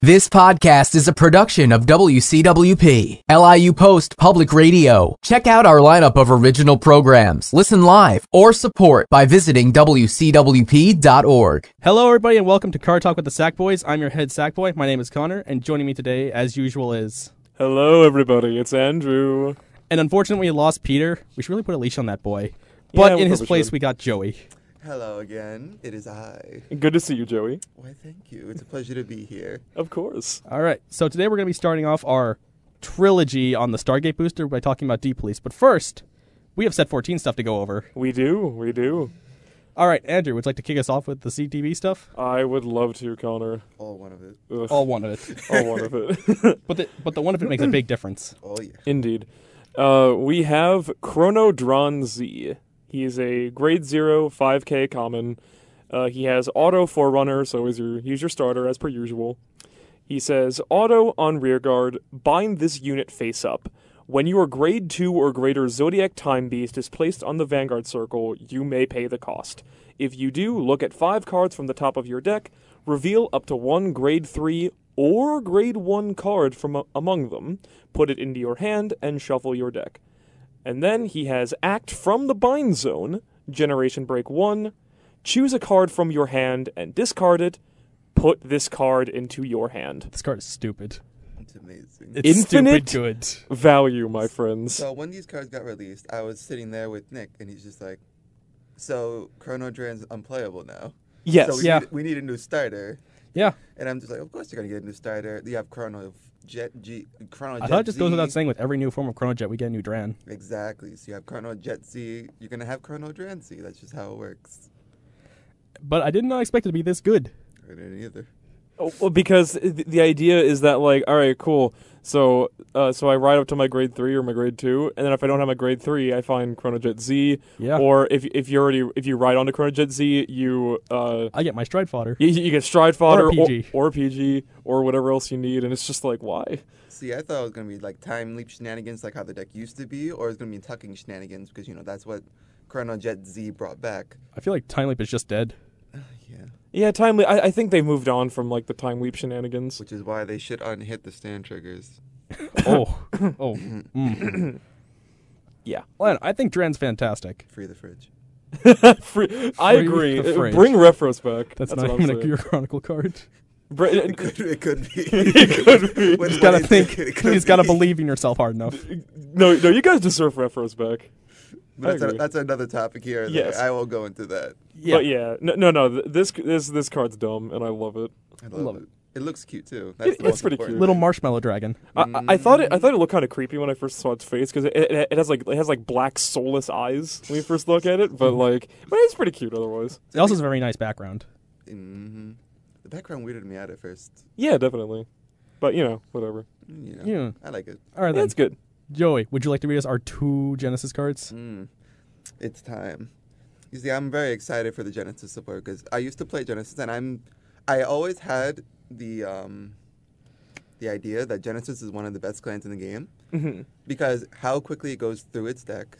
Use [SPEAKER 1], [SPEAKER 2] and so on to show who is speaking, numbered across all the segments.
[SPEAKER 1] This podcast is a production of WCWP, LIU Post Public Radio. Check out our lineup of original programs, listen live, or support by visiting WCWP.org.
[SPEAKER 2] Hello, everybody, and welcome to Car Talk with the Sack Boys. I'm your head Sack Boy. My name is Connor, and joining me today, as usual, is.
[SPEAKER 3] Hello, everybody. It's Andrew.
[SPEAKER 2] And unfortunately, we lost Peter. We should really put a leash on that boy. But
[SPEAKER 3] Yeah, we
[SPEAKER 2] in his
[SPEAKER 3] probably
[SPEAKER 2] place,
[SPEAKER 3] should.
[SPEAKER 2] we got Joey.
[SPEAKER 4] Hello again. It is I.
[SPEAKER 3] Good to see you, Joey.
[SPEAKER 4] Why, thank you. It's a pleasure to be here.
[SPEAKER 3] Of course.
[SPEAKER 2] All right, so today we're going to be starting off our trilogy on the Stargate booster by talking about Deep Police. But first, we have set 14 stuff to go over.
[SPEAKER 3] We do. We do.
[SPEAKER 2] All right, Andrew, would you like to kick us off with the CTV stuff?
[SPEAKER 3] I would love to, Connor.
[SPEAKER 4] All one of it.
[SPEAKER 3] Ugh,
[SPEAKER 2] All one of it.
[SPEAKER 3] all one of it.
[SPEAKER 2] But the, but the one of it makes a big difference.
[SPEAKER 4] All yeah.
[SPEAKER 3] Indeed. Uh, we have Chronodron Z. He is a grade zero, 5K common. Uh, he has auto forerunner, so he's your, he's your starter as per usual. He says auto on rearguard, bind this unit face up. When your grade 2 or greater Zodiac Time Beast is placed on the Vanguard Circle, you may pay the cost. If you do, look at 5 cards from the top of your deck, reveal up to one grade 3 or grade 1 card from a- among them, put it into your hand, and shuffle your deck. And then he has Act from the Bind Zone, Generation Break 1. Choose a card from your hand and discard it. Put this card into your hand.
[SPEAKER 2] This card is stupid.
[SPEAKER 4] It's amazing.
[SPEAKER 2] It's
[SPEAKER 3] Infinite?
[SPEAKER 2] stupid good.
[SPEAKER 3] Value, my friends.
[SPEAKER 4] so when these cards got released, I was sitting there with Nick, and he's just like, "So Chrono Dran's unplayable now.
[SPEAKER 3] Yes.
[SPEAKER 4] So we,
[SPEAKER 2] Yeah.
[SPEAKER 4] need, we need a new starter."
[SPEAKER 2] Yeah,
[SPEAKER 4] And I'm just like, "Of course you're gonna get a new starter. You have Chrono Jet G. Chrono
[SPEAKER 2] I
[SPEAKER 4] Jet
[SPEAKER 2] thought it just goes
[SPEAKER 4] Z.
[SPEAKER 2] without saying with every new form of Chrono Jet, we get a new Dran.
[SPEAKER 4] Exactly. So you have Chrono Jet Z. You're gonna have Chrono Dran Z. That's just how it works.
[SPEAKER 2] But I did not expect it to be this good.
[SPEAKER 4] I didn't either.
[SPEAKER 3] Oh, Well, because th- the idea is that like, all right, cool. So, uh, so I ride up to my grade three or my grade two, and then if I don't have my grade three, I find Chronojet Z.
[SPEAKER 2] Yeah.
[SPEAKER 3] Or if if you already if you ride onto Chronojet Z, you uh,
[SPEAKER 2] I get my stride fodder.
[SPEAKER 3] you, you get Stride Fodder
[SPEAKER 2] Or PG.
[SPEAKER 3] or, or PG or whatever else you need, and it's just like why?
[SPEAKER 4] See, I thought it was gonna be like time leap shenanigans, like how the deck used to be, or it's gonna be tucking shenanigans because you know that's what Chrono Jet Z brought back.
[SPEAKER 2] I feel like Time Leap is just dead.
[SPEAKER 4] Yeah,
[SPEAKER 3] Yeah, timely. I, I think they moved on from like the time leap shenanigans.
[SPEAKER 4] which is why they should unhit the stand triggers.
[SPEAKER 2] Oh, oh. Mm.
[SPEAKER 3] Yeah.
[SPEAKER 2] Len, I think Dran's fantastic.
[SPEAKER 4] Free the fridge.
[SPEAKER 3] Free, I
[SPEAKER 2] Free
[SPEAKER 3] agree.
[SPEAKER 2] the fridge.
[SPEAKER 3] Bring Refros back.
[SPEAKER 2] That's,
[SPEAKER 3] what
[SPEAKER 2] not
[SPEAKER 3] I'm
[SPEAKER 2] even a,
[SPEAKER 3] saying.
[SPEAKER 2] your chronicle card.
[SPEAKER 3] Br-
[SPEAKER 4] It could, it could be.
[SPEAKER 3] It could be.
[SPEAKER 4] What-
[SPEAKER 2] You
[SPEAKER 4] what
[SPEAKER 2] gotta
[SPEAKER 4] is it?
[SPEAKER 2] think.
[SPEAKER 4] It
[SPEAKER 2] You
[SPEAKER 4] could
[SPEAKER 2] just gotta
[SPEAKER 4] be.
[SPEAKER 2] believe in yourself hard enough.
[SPEAKER 3] no, no, you guys deserve Refros back. I
[SPEAKER 4] But that's, a-
[SPEAKER 3] agree.
[SPEAKER 4] that's another topic here. or there.
[SPEAKER 3] Yes.
[SPEAKER 4] I won't go into that.
[SPEAKER 3] But yeah, no, no, no. th- This this this card's dumb, and I love it.
[SPEAKER 4] I love,
[SPEAKER 2] Love
[SPEAKER 4] it. it. looks cute too. That's
[SPEAKER 3] It-
[SPEAKER 4] the
[SPEAKER 3] it's
[SPEAKER 4] most
[SPEAKER 3] pretty
[SPEAKER 4] important
[SPEAKER 3] cute.
[SPEAKER 2] Little
[SPEAKER 4] thing.
[SPEAKER 2] marshmallow dragon.
[SPEAKER 3] I, I- I thought it I thought it looked kind of creepy when I first saw its face because it, it it has like it has like black soulless eyes when you first look at it, but like, but it's pretty cute otherwise.
[SPEAKER 2] It also has a very nice background.
[SPEAKER 4] Mhm. The background weirded me out at first.
[SPEAKER 3] Yeah, definitely. But you know, whatever.
[SPEAKER 4] You know,
[SPEAKER 2] Yeah.
[SPEAKER 4] I like it.
[SPEAKER 2] All right,
[SPEAKER 3] Yeah,
[SPEAKER 2] then.
[SPEAKER 3] it's good.
[SPEAKER 2] Joey, would you like to read us our two Genesis cards?
[SPEAKER 4] Mm, it's time. You see, I'm very excited for the Genesis support because I used to play Genesis, and I'm, I always had the, um, the idea that Genesis is one of the best clans in the game
[SPEAKER 3] Mhm.
[SPEAKER 4] because how quickly it goes through its deck,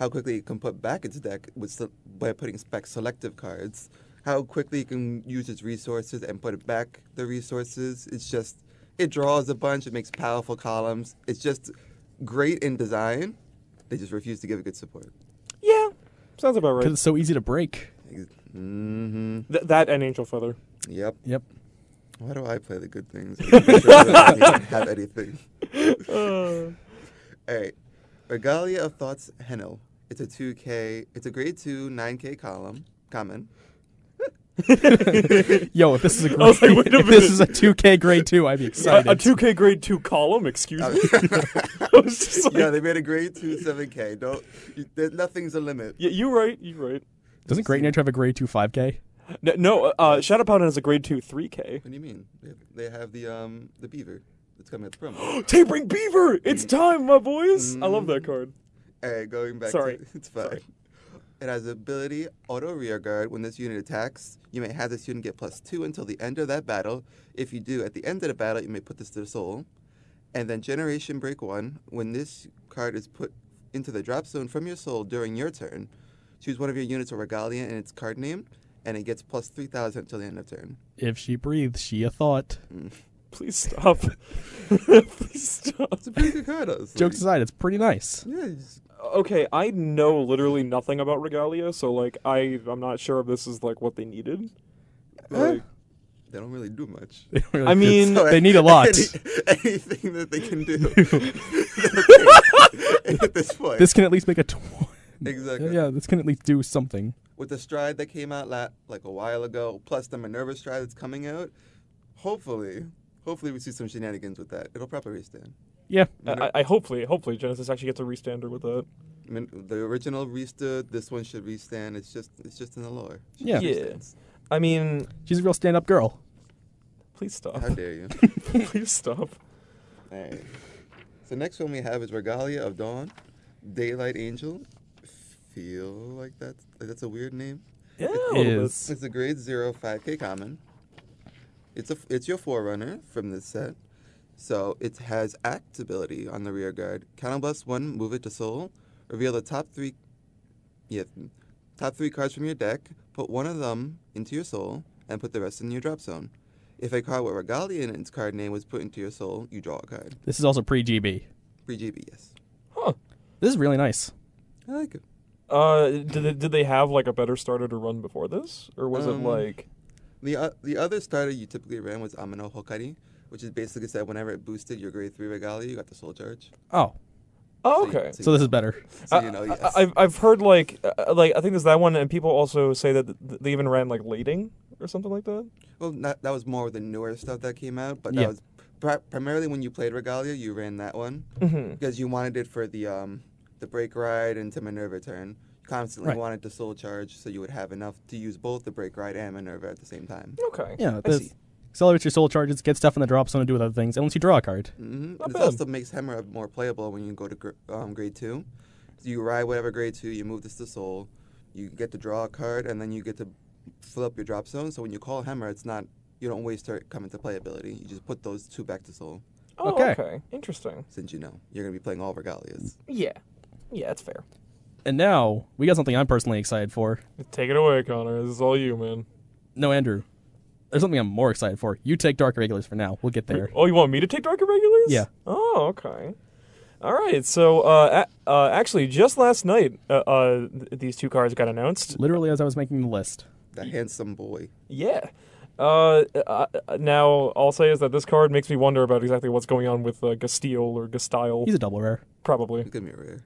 [SPEAKER 4] how quickly it can put back its deck with se- by putting spec selective cards, how quickly it can use its resources and put it back the resources. It's just it draws a bunch, it makes powerful columns. It's just great in design. They just refuse to give it good support.
[SPEAKER 3] Yeah, sounds about
[SPEAKER 2] Because
[SPEAKER 3] right.
[SPEAKER 2] it's so easy to break.
[SPEAKER 4] Mm-hmm.
[SPEAKER 3] Th- that and Angel Feather.
[SPEAKER 4] Yep.
[SPEAKER 2] Yep.
[SPEAKER 4] Why do I play the good things? I don't have anything.
[SPEAKER 3] Uh,
[SPEAKER 4] All right. Regalia of Thoughts Henel. It's a 2K, it's a grade 2, 9K column, common.
[SPEAKER 2] Yo, if this is a
[SPEAKER 3] was
[SPEAKER 2] grade,
[SPEAKER 3] like, wait a
[SPEAKER 2] if this
[SPEAKER 3] minute.
[SPEAKER 2] is a 2K grade two, I'd be excited.
[SPEAKER 3] a, a 2K grade 2 column, excuse me. I was just like,
[SPEAKER 4] Oh. yeah, they made a grade 2, 7K. Don't, you, there, nothing's a limit.
[SPEAKER 3] yeah, you right, you right.
[SPEAKER 2] Doesn't Great Nature have a grade two 5K?
[SPEAKER 3] No, no uh, Shadow Paladin is a grade 2 3K.
[SPEAKER 4] What do you mean? They have, they have the um the beaver that's coming at the promo.
[SPEAKER 3] Tapering Beaver! It's time, my boys! I love that card.
[SPEAKER 4] All right, going back.
[SPEAKER 3] Sorry.
[SPEAKER 4] To, it's fine. It has the ability auto rear guard when this unit attacks. You may have this unit get plus two until the end of that battle. If you do, at the end of the battle, you may put this to the soul. And then generation break one. When this card is put into the drop zone from your soul during your turn, choose one of your units or regalia and its card name, and it gets plus three thousand until the end of turn.
[SPEAKER 3] Mm.
[SPEAKER 2] If she breathes, she a thought.
[SPEAKER 3] Please stop. Please stop.
[SPEAKER 4] It's a pretty good card. honestly.
[SPEAKER 2] Jokes aside, it's pretty nice.
[SPEAKER 4] Yeah, it's-
[SPEAKER 3] Okay, I know literally nothing about Regalia, so like I I'm not sure if this is like what they needed. Like,
[SPEAKER 4] they don't really do much.
[SPEAKER 2] They don't really
[SPEAKER 3] I
[SPEAKER 2] do-
[SPEAKER 3] mean,
[SPEAKER 2] they need a lot.
[SPEAKER 4] Any- anything that they can do at this point.
[SPEAKER 2] this can at least make a. Tw-
[SPEAKER 4] exactly.
[SPEAKER 2] yeah, this can at least do something.
[SPEAKER 4] With the stride that came out la- like a while ago, plus the Minerva stride that's coming out, hopefully, hopefully we see some shenanigans with that. It'll probably restand.
[SPEAKER 2] Yeah,
[SPEAKER 3] I, I hopefully hopefully Genesis actually gets a restander with that.
[SPEAKER 4] I mean, the original restood. This one should restand. It's just, it's just in the lore. She
[SPEAKER 2] Yeah.
[SPEAKER 3] Yeah.
[SPEAKER 4] restands.
[SPEAKER 3] I mean,
[SPEAKER 2] she's a real stand-up girl.
[SPEAKER 3] please stop.
[SPEAKER 4] How dare you?
[SPEAKER 3] please stop.
[SPEAKER 4] All right. So next one we have is Regalia of Dawn, Daylight Angel. Feel like that's that's a weird name.
[SPEAKER 3] Yeah, a
[SPEAKER 2] It
[SPEAKER 3] little bit.
[SPEAKER 2] is.
[SPEAKER 4] It's a grade zero 5K common. It's a it's your forerunner from this set. So it has act ability on the rear guard. Counter blast one, move it to soul. Reveal the top three yeah, top three cards from your deck, put one of them into your soul, and put the rest in your drop zone. If a card with Regalia in its card name was put into your soul, you draw a card.
[SPEAKER 2] This is also pre-GB.
[SPEAKER 4] Free GB, yes.
[SPEAKER 3] Huh.
[SPEAKER 2] This is really nice.
[SPEAKER 4] I like it.
[SPEAKER 3] Uh, did they, did they have like a better starter to run before this, or was
[SPEAKER 4] Um,
[SPEAKER 3] it like
[SPEAKER 4] The, o the other starter you typically ran was Amino Hokari, which is basically said whenever it boosted your grade 3 Regalia, you got the soul charge.
[SPEAKER 2] Oh,
[SPEAKER 3] oh
[SPEAKER 4] So you-
[SPEAKER 3] okay?
[SPEAKER 2] so this is better.
[SPEAKER 4] So you know, yes.
[SPEAKER 3] I, I've I've heard like uh, like I think there's that one, and people also say that th- they even ran like lading or something like that.
[SPEAKER 4] well, not, that was more of the newer stuff that came out, but
[SPEAKER 2] Yeah.
[SPEAKER 4] that was pri- primarily when you played Regalia, you ran that one
[SPEAKER 3] Mm-hmm.
[SPEAKER 4] because you wanted it for the um the break ride and to Minerva turn. Constantly
[SPEAKER 2] Right.
[SPEAKER 4] wanted the soul charge, so you would have enough to use both the break ride and Minerva at the same time.
[SPEAKER 3] Okay.
[SPEAKER 2] Yeah,
[SPEAKER 3] I see.
[SPEAKER 2] this accelerates your soul charges, get stuff in the drop zone, and do other things. And once you draw a card,
[SPEAKER 4] hmm
[SPEAKER 3] Not
[SPEAKER 4] This
[SPEAKER 3] bad.
[SPEAKER 4] also makes Hemera more playable when you go to gr- um, grade two. So you ride whatever grade two, you move this to soul, you get to draw a card, and then you get to fill up your drop zone. So when you call Hemera, it's not you don't waste her coming to playability. You just put those two back to soul,
[SPEAKER 3] Oh,
[SPEAKER 2] Okay.
[SPEAKER 3] okay. Interesting.
[SPEAKER 4] since you know you're gonna be playing all Regalias.
[SPEAKER 3] Yeah. Yeah, that's fair.
[SPEAKER 2] and now we got something I'm personally excited for.
[SPEAKER 3] Take it away, Connor. This is all you, man.
[SPEAKER 2] No, Andrew, there's something I'm more excited for. You take dark regulars for now. We'll get there.
[SPEAKER 3] Oh, you want me to take Dark Irregulars?
[SPEAKER 2] Yeah.
[SPEAKER 3] Oh, okay. All right. So, uh, a- uh, actually, just last night, uh, uh, th- these two cards got announced.
[SPEAKER 2] Literally, as I was making the list,
[SPEAKER 4] That handsome boy.
[SPEAKER 3] Yeah. Uh, uh, uh, now all I'll say is that this card makes me wonder about exactly what's going on with uh, Gastile or Gastile,
[SPEAKER 2] he's a double rare,
[SPEAKER 3] probably.
[SPEAKER 4] It's gonna be rare.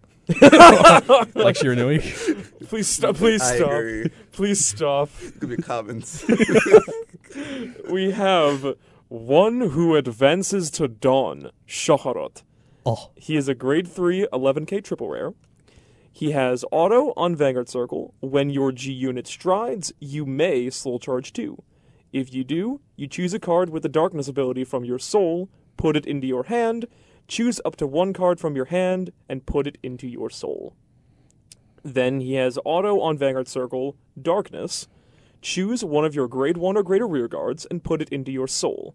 [SPEAKER 2] like Shiranui.
[SPEAKER 3] Please stop! Please
[SPEAKER 4] I
[SPEAKER 3] stop!
[SPEAKER 4] agree.
[SPEAKER 3] Please stop!
[SPEAKER 4] It's gonna be commons.
[SPEAKER 3] We have one who advances to dawn, Shaharot.
[SPEAKER 2] oh,
[SPEAKER 3] He is a grade 3 11k triple rare. He has auto on Vanguard Circle. When your G unit strides, you may soul charge 2. If you do, you choose a card with the darkness ability from your soul, put it into your hand, choose up to one card from your hand, and put it into your soul. Then he has auto on Vanguard Circle, darkness. Choose one of your grade 1 or greater rear guards and put it into your soul.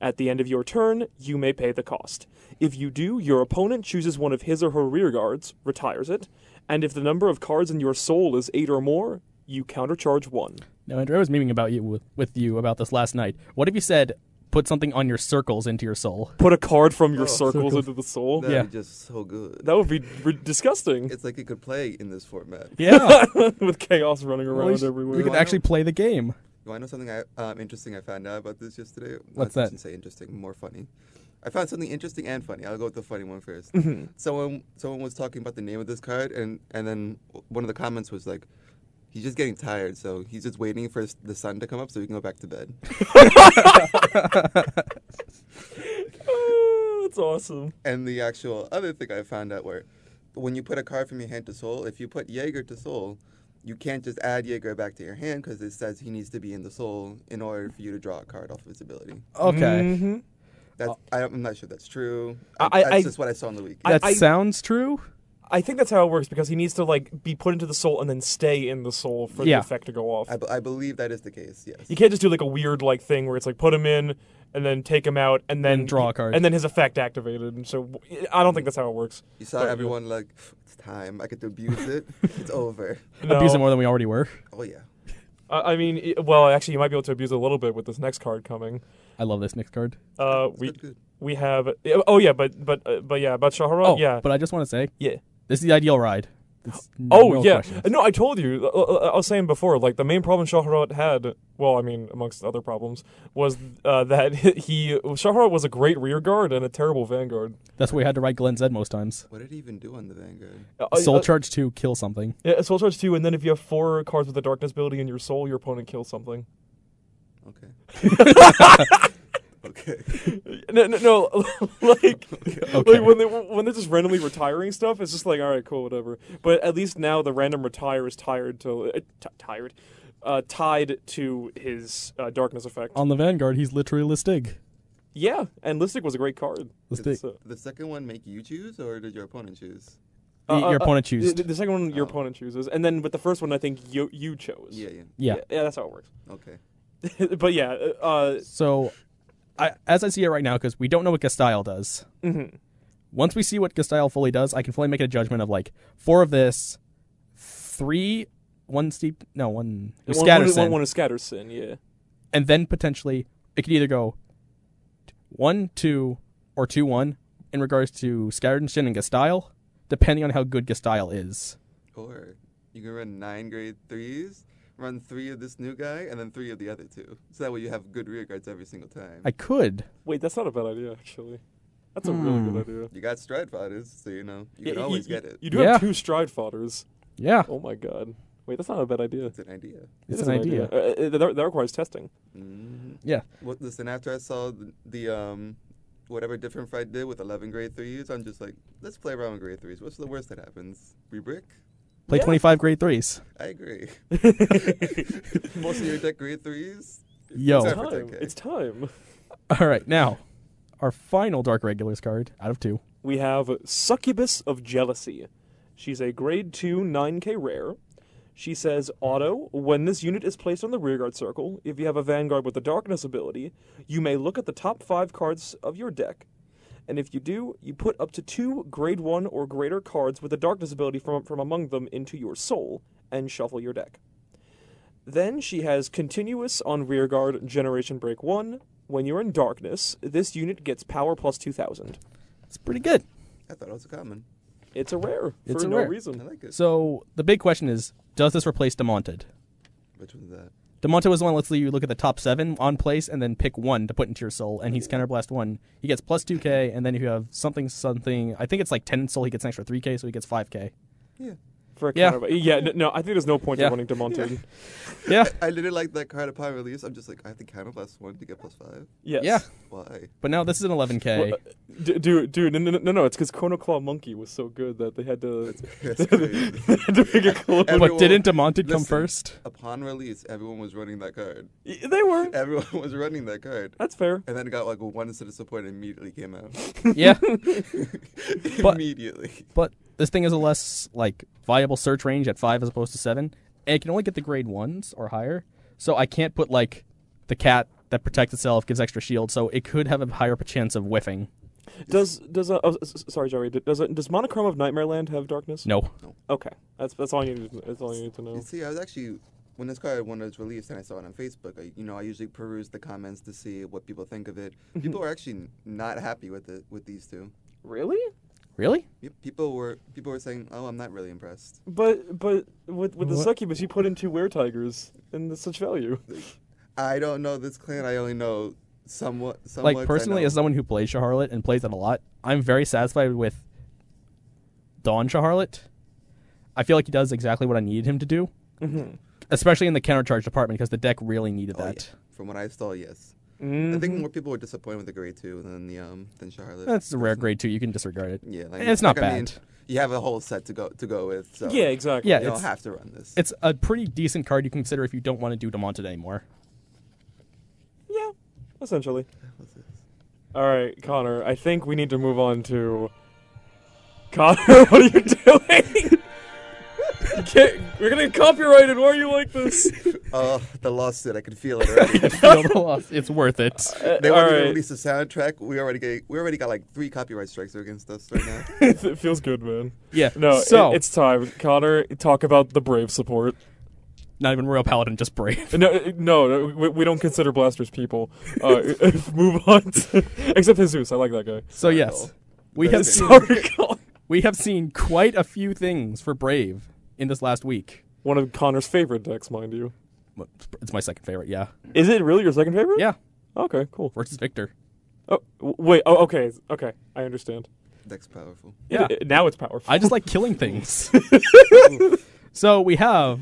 [SPEAKER 3] At the end of your turn, you may pay the cost. If you do, your opponent chooses one of his or her rearguards, retires it, and if the number of cards in your soul is eight or more, you countercharge one.
[SPEAKER 2] now Andrew, I was memeing about you with, with you about this last night. What if you said put something on your circles into your soul?
[SPEAKER 3] Put a card from your
[SPEAKER 4] Oh,
[SPEAKER 3] circles
[SPEAKER 2] circles.
[SPEAKER 3] into the soul.
[SPEAKER 4] That'd
[SPEAKER 2] Yeah.
[SPEAKER 4] be just so good.
[SPEAKER 3] That would be r- disgusting
[SPEAKER 4] It's like it could play in this format.
[SPEAKER 2] Yeah,
[SPEAKER 3] with chaos running
[SPEAKER 2] At
[SPEAKER 3] around
[SPEAKER 2] least
[SPEAKER 3] everywhere.
[SPEAKER 2] we could
[SPEAKER 4] Why
[SPEAKER 2] actually play the game.
[SPEAKER 4] You want to know something I, um, interesting I found out about this yesterday? Not
[SPEAKER 2] What's
[SPEAKER 4] to
[SPEAKER 2] that?
[SPEAKER 4] Say interesting, more funny. I found something interesting and funny. I'll go with the funny one first.
[SPEAKER 2] Mm-hmm.
[SPEAKER 4] Someone someone was talking about the name of this card, and and then one of the comments was like, "He's just getting tired, so he's just waiting for the sun to come up so he can go back to bed."
[SPEAKER 3] Ah, that's awesome.
[SPEAKER 4] and the actual other thing I found out were, when you put a card from your hand to soul, if you put Jaeger to soul, you can't just add Jaeger back to your hand because it says he needs to be in the soul in order for you to draw a card off of his ability.
[SPEAKER 2] Okay, Mm-hmm.
[SPEAKER 3] Mhm.
[SPEAKER 4] That's I, I'm not sure that's true.
[SPEAKER 3] I- I-
[SPEAKER 4] that's
[SPEAKER 3] I-
[SPEAKER 4] just what I saw on the week.
[SPEAKER 2] that
[SPEAKER 3] I-
[SPEAKER 2] sounds true.
[SPEAKER 3] I think that's how it works because he needs to like be put into the soul and then stay in the soul for
[SPEAKER 2] Yeah.
[SPEAKER 3] the effect to go off.
[SPEAKER 4] I, be- I believe that is the case. Yes.
[SPEAKER 3] You can't just do like a weird like thing where it's like put him in and then take him out and then
[SPEAKER 2] And draw a card.
[SPEAKER 3] and then his effect activated. And so w- I don't think that's how it works.
[SPEAKER 4] You saw
[SPEAKER 3] But, yeah.
[SPEAKER 4] everyone like, it's time. I get to abuse it. it's over.
[SPEAKER 3] No,
[SPEAKER 2] Abuse it more than we already were.
[SPEAKER 4] Oh yeah.
[SPEAKER 3] I I mean, i- well, actually, you might be able to abuse it a little bit with this next card coming.
[SPEAKER 2] I love this next card.
[SPEAKER 3] Uh, we
[SPEAKER 4] Good, good.
[SPEAKER 3] we have oh yeah, but but uh, but yeah, about Shahara,
[SPEAKER 2] Oh,
[SPEAKER 3] yeah,
[SPEAKER 2] But I just want to say,
[SPEAKER 3] yeah.
[SPEAKER 2] this is the ideal ride. It's n-
[SPEAKER 3] Oh
[SPEAKER 2] no
[SPEAKER 3] yeah,
[SPEAKER 2] questions.
[SPEAKER 3] no, I told you. uh, uh, I was saying before, like the main problem Shahrot had, well, I mean, amongst other problems, was uh, that he Shahrot was a great rear guard and a terrible vanguard.
[SPEAKER 2] That's why we had to write Glenn Zed most times.
[SPEAKER 4] What did he even do on the Vanguard?
[SPEAKER 3] Uh,
[SPEAKER 2] Soul
[SPEAKER 3] uh,
[SPEAKER 2] Charge two, kill something.
[SPEAKER 3] yeah, soul charge two, and then if you have four cards with the darkness ability in your soul, your opponent kills something.
[SPEAKER 4] Okay. okay.
[SPEAKER 3] No, no, no like, like when they when they're just randomly retiring stuff, it's just like, all right, cool, whatever. But at least now the random retire is tired to uh, t- tired, uh, tied to his uh, darkness effect.
[SPEAKER 2] On the Vanguard, he's literally Listig.
[SPEAKER 3] yeah, and Listic was a great card.
[SPEAKER 2] Listig.
[SPEAKER 3] So-
[SPEAKER 4] The second one make you choose or did your opponent choose?
[SPEAKER 2] Y-
[SPEAKER 3] Uh,
[SPEAKER 2] your
[SPEAKER 3] uh,
[SPEAKER 2] opponent
[SPEAKER 3] uh,
[SPEAKER 2] chooses.
[SPEAKER 3] The, the second one, your
[SPEAKER 4] Oh.
[SPEAKER 3] opponent chooses, and then with the first one, I think you you chose.
[SPEAKER 4] Yeah, yeah.
[SPEAKER 2] Yeah.
[SPEAKER 3] yeah, that's how it works.
[SPEAKER 4] Okay.
[SPEAKER 3] but yeah, uh,
[SPEAKER 2] So, I, as I see it right now, because we don't know what Gastile does.
[SPEAKER 3] mhm.
[SPEAKER 2] Once we see what Gastile fully does, I can fully make a judgment of like four of this, three, one steep, no one, it was
[SPEAKER 3] one,
[SPEAKER 2] scatter
[SPEAKER 3] one,
[SPEAKER 2] sin,
[SPEAKER 3] one, one is scatter sin. Yeah,
[SPEAKER 2] and then potentially it could either go t- one two or two one in regards to scattered and sin and Gastile, depending on how good Gastile is.
[SPEAKER 4] Or you can run nine grade threes, run three of this new guy, and then three of the other two. So that way you have good rear guards every single time.
[SPEAKER 2] I could.
[SPEAKER 3] wait, that's not a bad idea actually. That's a really
[SPEAKER 2] Hmm.
[SPEAKER 3] good idea.
[SPEAKER 4] you got stride fighters, so you know you
[SPEAKER 3] Yeah,
[SPEAKER 4] can
[SPEAKER 3] you-
[SPEAKER 4] always
[SPEAKER 3] you-
[SPEAKER 4] get it.
[SPEAKER 3] You do
[SPEAKER 2] Yeah.
[SPEAKER 3] have two stride fodders.
[SPEAKER 2] Yeah.
[SPEAKER 3] Oh my god. Wait, that's not a bad idea.
[SPEAKER 4] It's an idea.
[SPEAKER 2] It's
[SPEAKER 3] It is
[SPEAKER 2] an idea.
[SPEAKER 3] Uh, uh, that, that requires testing.
[SPEAKER 4] Mm-hmm.
[SPEAKER 2] Yeah.
[SPEAKER 4] What, listen, after I saw the, the um, whatever different fright did with eleven grade threes, I'm just like, let's play around with grade threes. What's the worst that happens? We brick.
[SPEAKER 2] Play
[SPEAKER 3] Yeah.
[SPEAKER 2] twenty five grade threes.
[SPEAKER 4] I agree. Most of your deck grade threes.
[SPEAKER 2] Yo.
[SPEAKER 4] Except for
[SPEAKER 3] time.
[SPEAKER 4] 10K.
[SPEAKER 3] It's time.
[SPEAKER 2] All right, now our final Dark Regulars card out of two.
[SPEAKER 3] We have Succubus of Jealousy. She's a grade 2 9k rare. She says, Auto, when this unit is placed on the rearguard circle, if you have a vanguard with the darkness ability, you may look at the top five cards of your deck. And if you do, you put up to two grade 1 or greater cards with the darkness ability from, from among them into your soul and shuffle your deck. Then she has Continuous on Rearguard Generation Break 1. When you're in darkness, this unit gets power plus 2000.
[SPEAKER 2] It's pretty good.
[SPEAKER 4] I thought it was common.
[SPEAKER 3] It's a rare
[SPEAKER 2] It's
[SPEAKER 3] for
[SPEAKER 2] a
[SPEAKER 3] no
[SPEAKER 2] rare.
[SPEAKER 4] I
[SPEAKER 3] reason.
[SPEAKER 4] like it.
[SPEAKER 2] So the big question is, does this replace Demonted?
[SPEAKER 4] Which one's that?
[SPEAKER 2] Demonted was the one that lets you look at the top seven on place and then pick one to put into your soul, and he's counterblast one. He gets plus two k, and then if you have something something, I think it's like ten soul, he gets an extra three k, so he gets five k.
[SPEAKER 4] Yeah.
[SPEAKER 3] For a
[SPEAKER 2] Yeah.
[SPEAKER 3] counter- yeah, no, no, I think there's no point
[SPEAKER 2] Yeah.
[SPEAKER 3] in running Demonted.
[SPEAKER 2] Yeah,
[SPEAKER 4] I literally like that card upon release. I'm just like, I have to counter plus one to get plus five.
[SPEAKER 3] Yes.
[SPEAKER 2] yeah.
[SPEAKER 4] Why?
[SPEAKER 2] But now this is an eleven k.
[SPEAKER 4] uh,
[SPEAKER 3] Well, D- dude, dude, no, no, no, no, it's because Chrono Claw Monkey was so good that they had to,
[SPEAKER 4] That's crazy.
[SPEAKER 3] they had to make a clone.
[SPEAKER 4] Every-
[SPEAKER 2] But
[SPEAKER 4] everyone-
[SPEAKER 2] didn't Demonted come
[SPEAKER 4] listen.
[SPEAKER 2] first?
[SPEAKER 4] upon release, everyone was running that card.
[SPEAKER 3] they were.
[SPEAKER 4] Everyone was running that card.
[SPEAKER 3] That's fair.
[SPEAKER 4] And then it got like one set of support and immediately came out.
[SPEAKER 2] yeah, But-
[SPEAKER 4] immediately.
[SPEAKER 2] but this thing is a less like viable search range at five as opposed to seven, and it can only get the grade ones or higher. So I can't put like the cat that protects itself gives extra shield, so it could have a higher chance of whiffing.
[SPEAKER 3] Does does uh, oh, s- s- sorry, Jerry. d- Does uh, does Monochrome of Nightmare Land have darkness?
[SPEAKER 2] No,
[SPEAKER 3] Okay, that's that's all you need. to- That's all you need to
[SPEAKER 4] You
[SPEAKER 3] know.
[SPEAKER 4] see, I was actually when this card when it was released and I saw it on Facebook. I, you know, I usually peruse the comments to see what people think of it. People were actually not happy with it with these two.
[SPEAKER 3] Really?
[SPEAKER 2] really?
[SPEAKER 4] Yep, People were people were saying, "Oh, I'm not really impressed."
[SPEAKER 3] But but with with the
[SPEAKER 2] What?
[SPEAKER 3] succubus, you put in two were tigers, and that's such value.
[SPEAKER 4] I don't know this clan. I only know somewhat. somewhat
[SPEAKER 2] like personally, as someone who plays Shaharlet and plays it a lot, I'm very satisfied with Don Shaharlet. I feel like he does exactly what I needed him to do, especially in the countercharge department because the deck really needed that.
[SPEAKER 4] Oh,
[SPEAKER 2] Mm-hmm.
[SPEAKER 4] from what I saw, yes. I
[SPEAKER 3] Mm.
[SPEAKER 4] think more people were disappointed with the grade two than the um than Charlotte.
[SPEAKER 2] That's a rare grade too. You can disregard it.
[SPEAKER 4] Yeah, like,
[SPEAKER 2] And it's not
[SPEAKER 4] like, I mean,
[SPEAKER 2] bad.
[SPEAKER 4] you have a whole set to go to go with. So
[SPEAKER 3] Yeah, exactly.
[SPEAKER 2] Yeah,
[SPEAKER 4] You don't
[SPEAKER 2] it's-
[SPEAKER 4] have to run this.
[SPEAKER 2] It's a pretty decent card you can consider if you don't want to do Demonted anymore.
[SPEAKER 3] Yeah, essentially. All right, Connor. I think we need to move on to. Connor, what are you doing? You can't- we're gonna get copyrighted. Why are you like this?
[SPEAKER 4] Oh, the lawsuit! I can feel it already.
[SPEAKER 2] Feel the loss. It's worth it.
[SPEAKER 4] They
[SPEAKER 3] All
[SPEAKER 4] wanted to
[SPEAKER 3] right,
[SPEAKER 4] release a soundtrack. We already get, we already got like three copyright strikes against us right now.
[SPEAKER 3] it feels good, man.
[SPEAKER 2] Yeah.
[SPEAKER 3] No,
[SPEAKER 2] So
[SPEAKER 3] it- it's time, Connor. Talk about the brave support.
[SPEAKER 2] Not even real paladin, just brave.
[SPEAKER 3] No, uh, no, no we, we don't consider blasters people. Uh, move on. To, except Jesus, I like that guy.
[SPEAKER 2] So yes, we have seen,
[SPEAKER 3] Sorry, Colin.
[SPEAKER 2] we have seen quite a few things for brave in this last week.
[SPEAKER 3] One of Connor's favorite decks, mind you.
[SPEAKER 2] It's my second favorite. Yeah,
[SPEAKER 3] Is it really your second favorite?
[SPEAKER 2] yeah.
[SPEAKER 3] Okay, cool.
[SPEAKER 2] Versus Victor.
[SPEAKER 3] Oh, w- wait. Oh, okay, okay. I understand.
[SPEAKER 4] Deck's powerful.
[SPEAKER 2] Yeah.
[SPEAKER 3] I- now it's powerful.
[SPEAKER 2] I just like killing things. so we have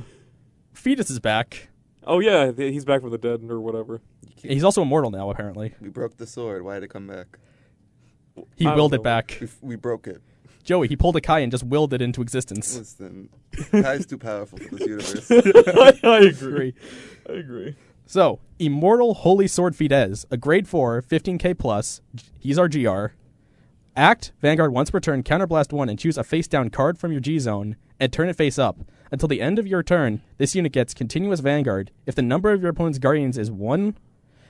[SPEAKER 2] Fetus is back.
[SPEAKER 3] oh yeah, th- he's back from the dead or whatever.
[SPEAKER 2] He's also immortal now, apparently.
[SPEAKER 4] We broke the sword. Why did it come back?
[SPEAKER 2] He
[SPEAKER 3] I don't
[SPEAKER 2] willed
[SPEAKER 3] know.
[SPEAKER 2] it back.
[SPEAKER 4] We, we broke it.
[SPEAKER 2] Joey, he pulled a Kai and just willed it into existence.
[SPEAKER 4] Listen, Kai's too powerful for this universe.
[SPEAKER 3] I, I agree.
[SPEAKER 2] Agree.
[SPEAKER 3] I agree.
[SPEAKER 2] So, Immortal Holy Sword Fidesz, a grade 4, 15k plus. G- He's our GR. Act, Vanguard once per turn, counterblast 1, and choose a face down card from your G zone and turn it face up. Until the end of your turn, this unit gets continuous Vanguard. If the number of your opponent's Guardians is 1,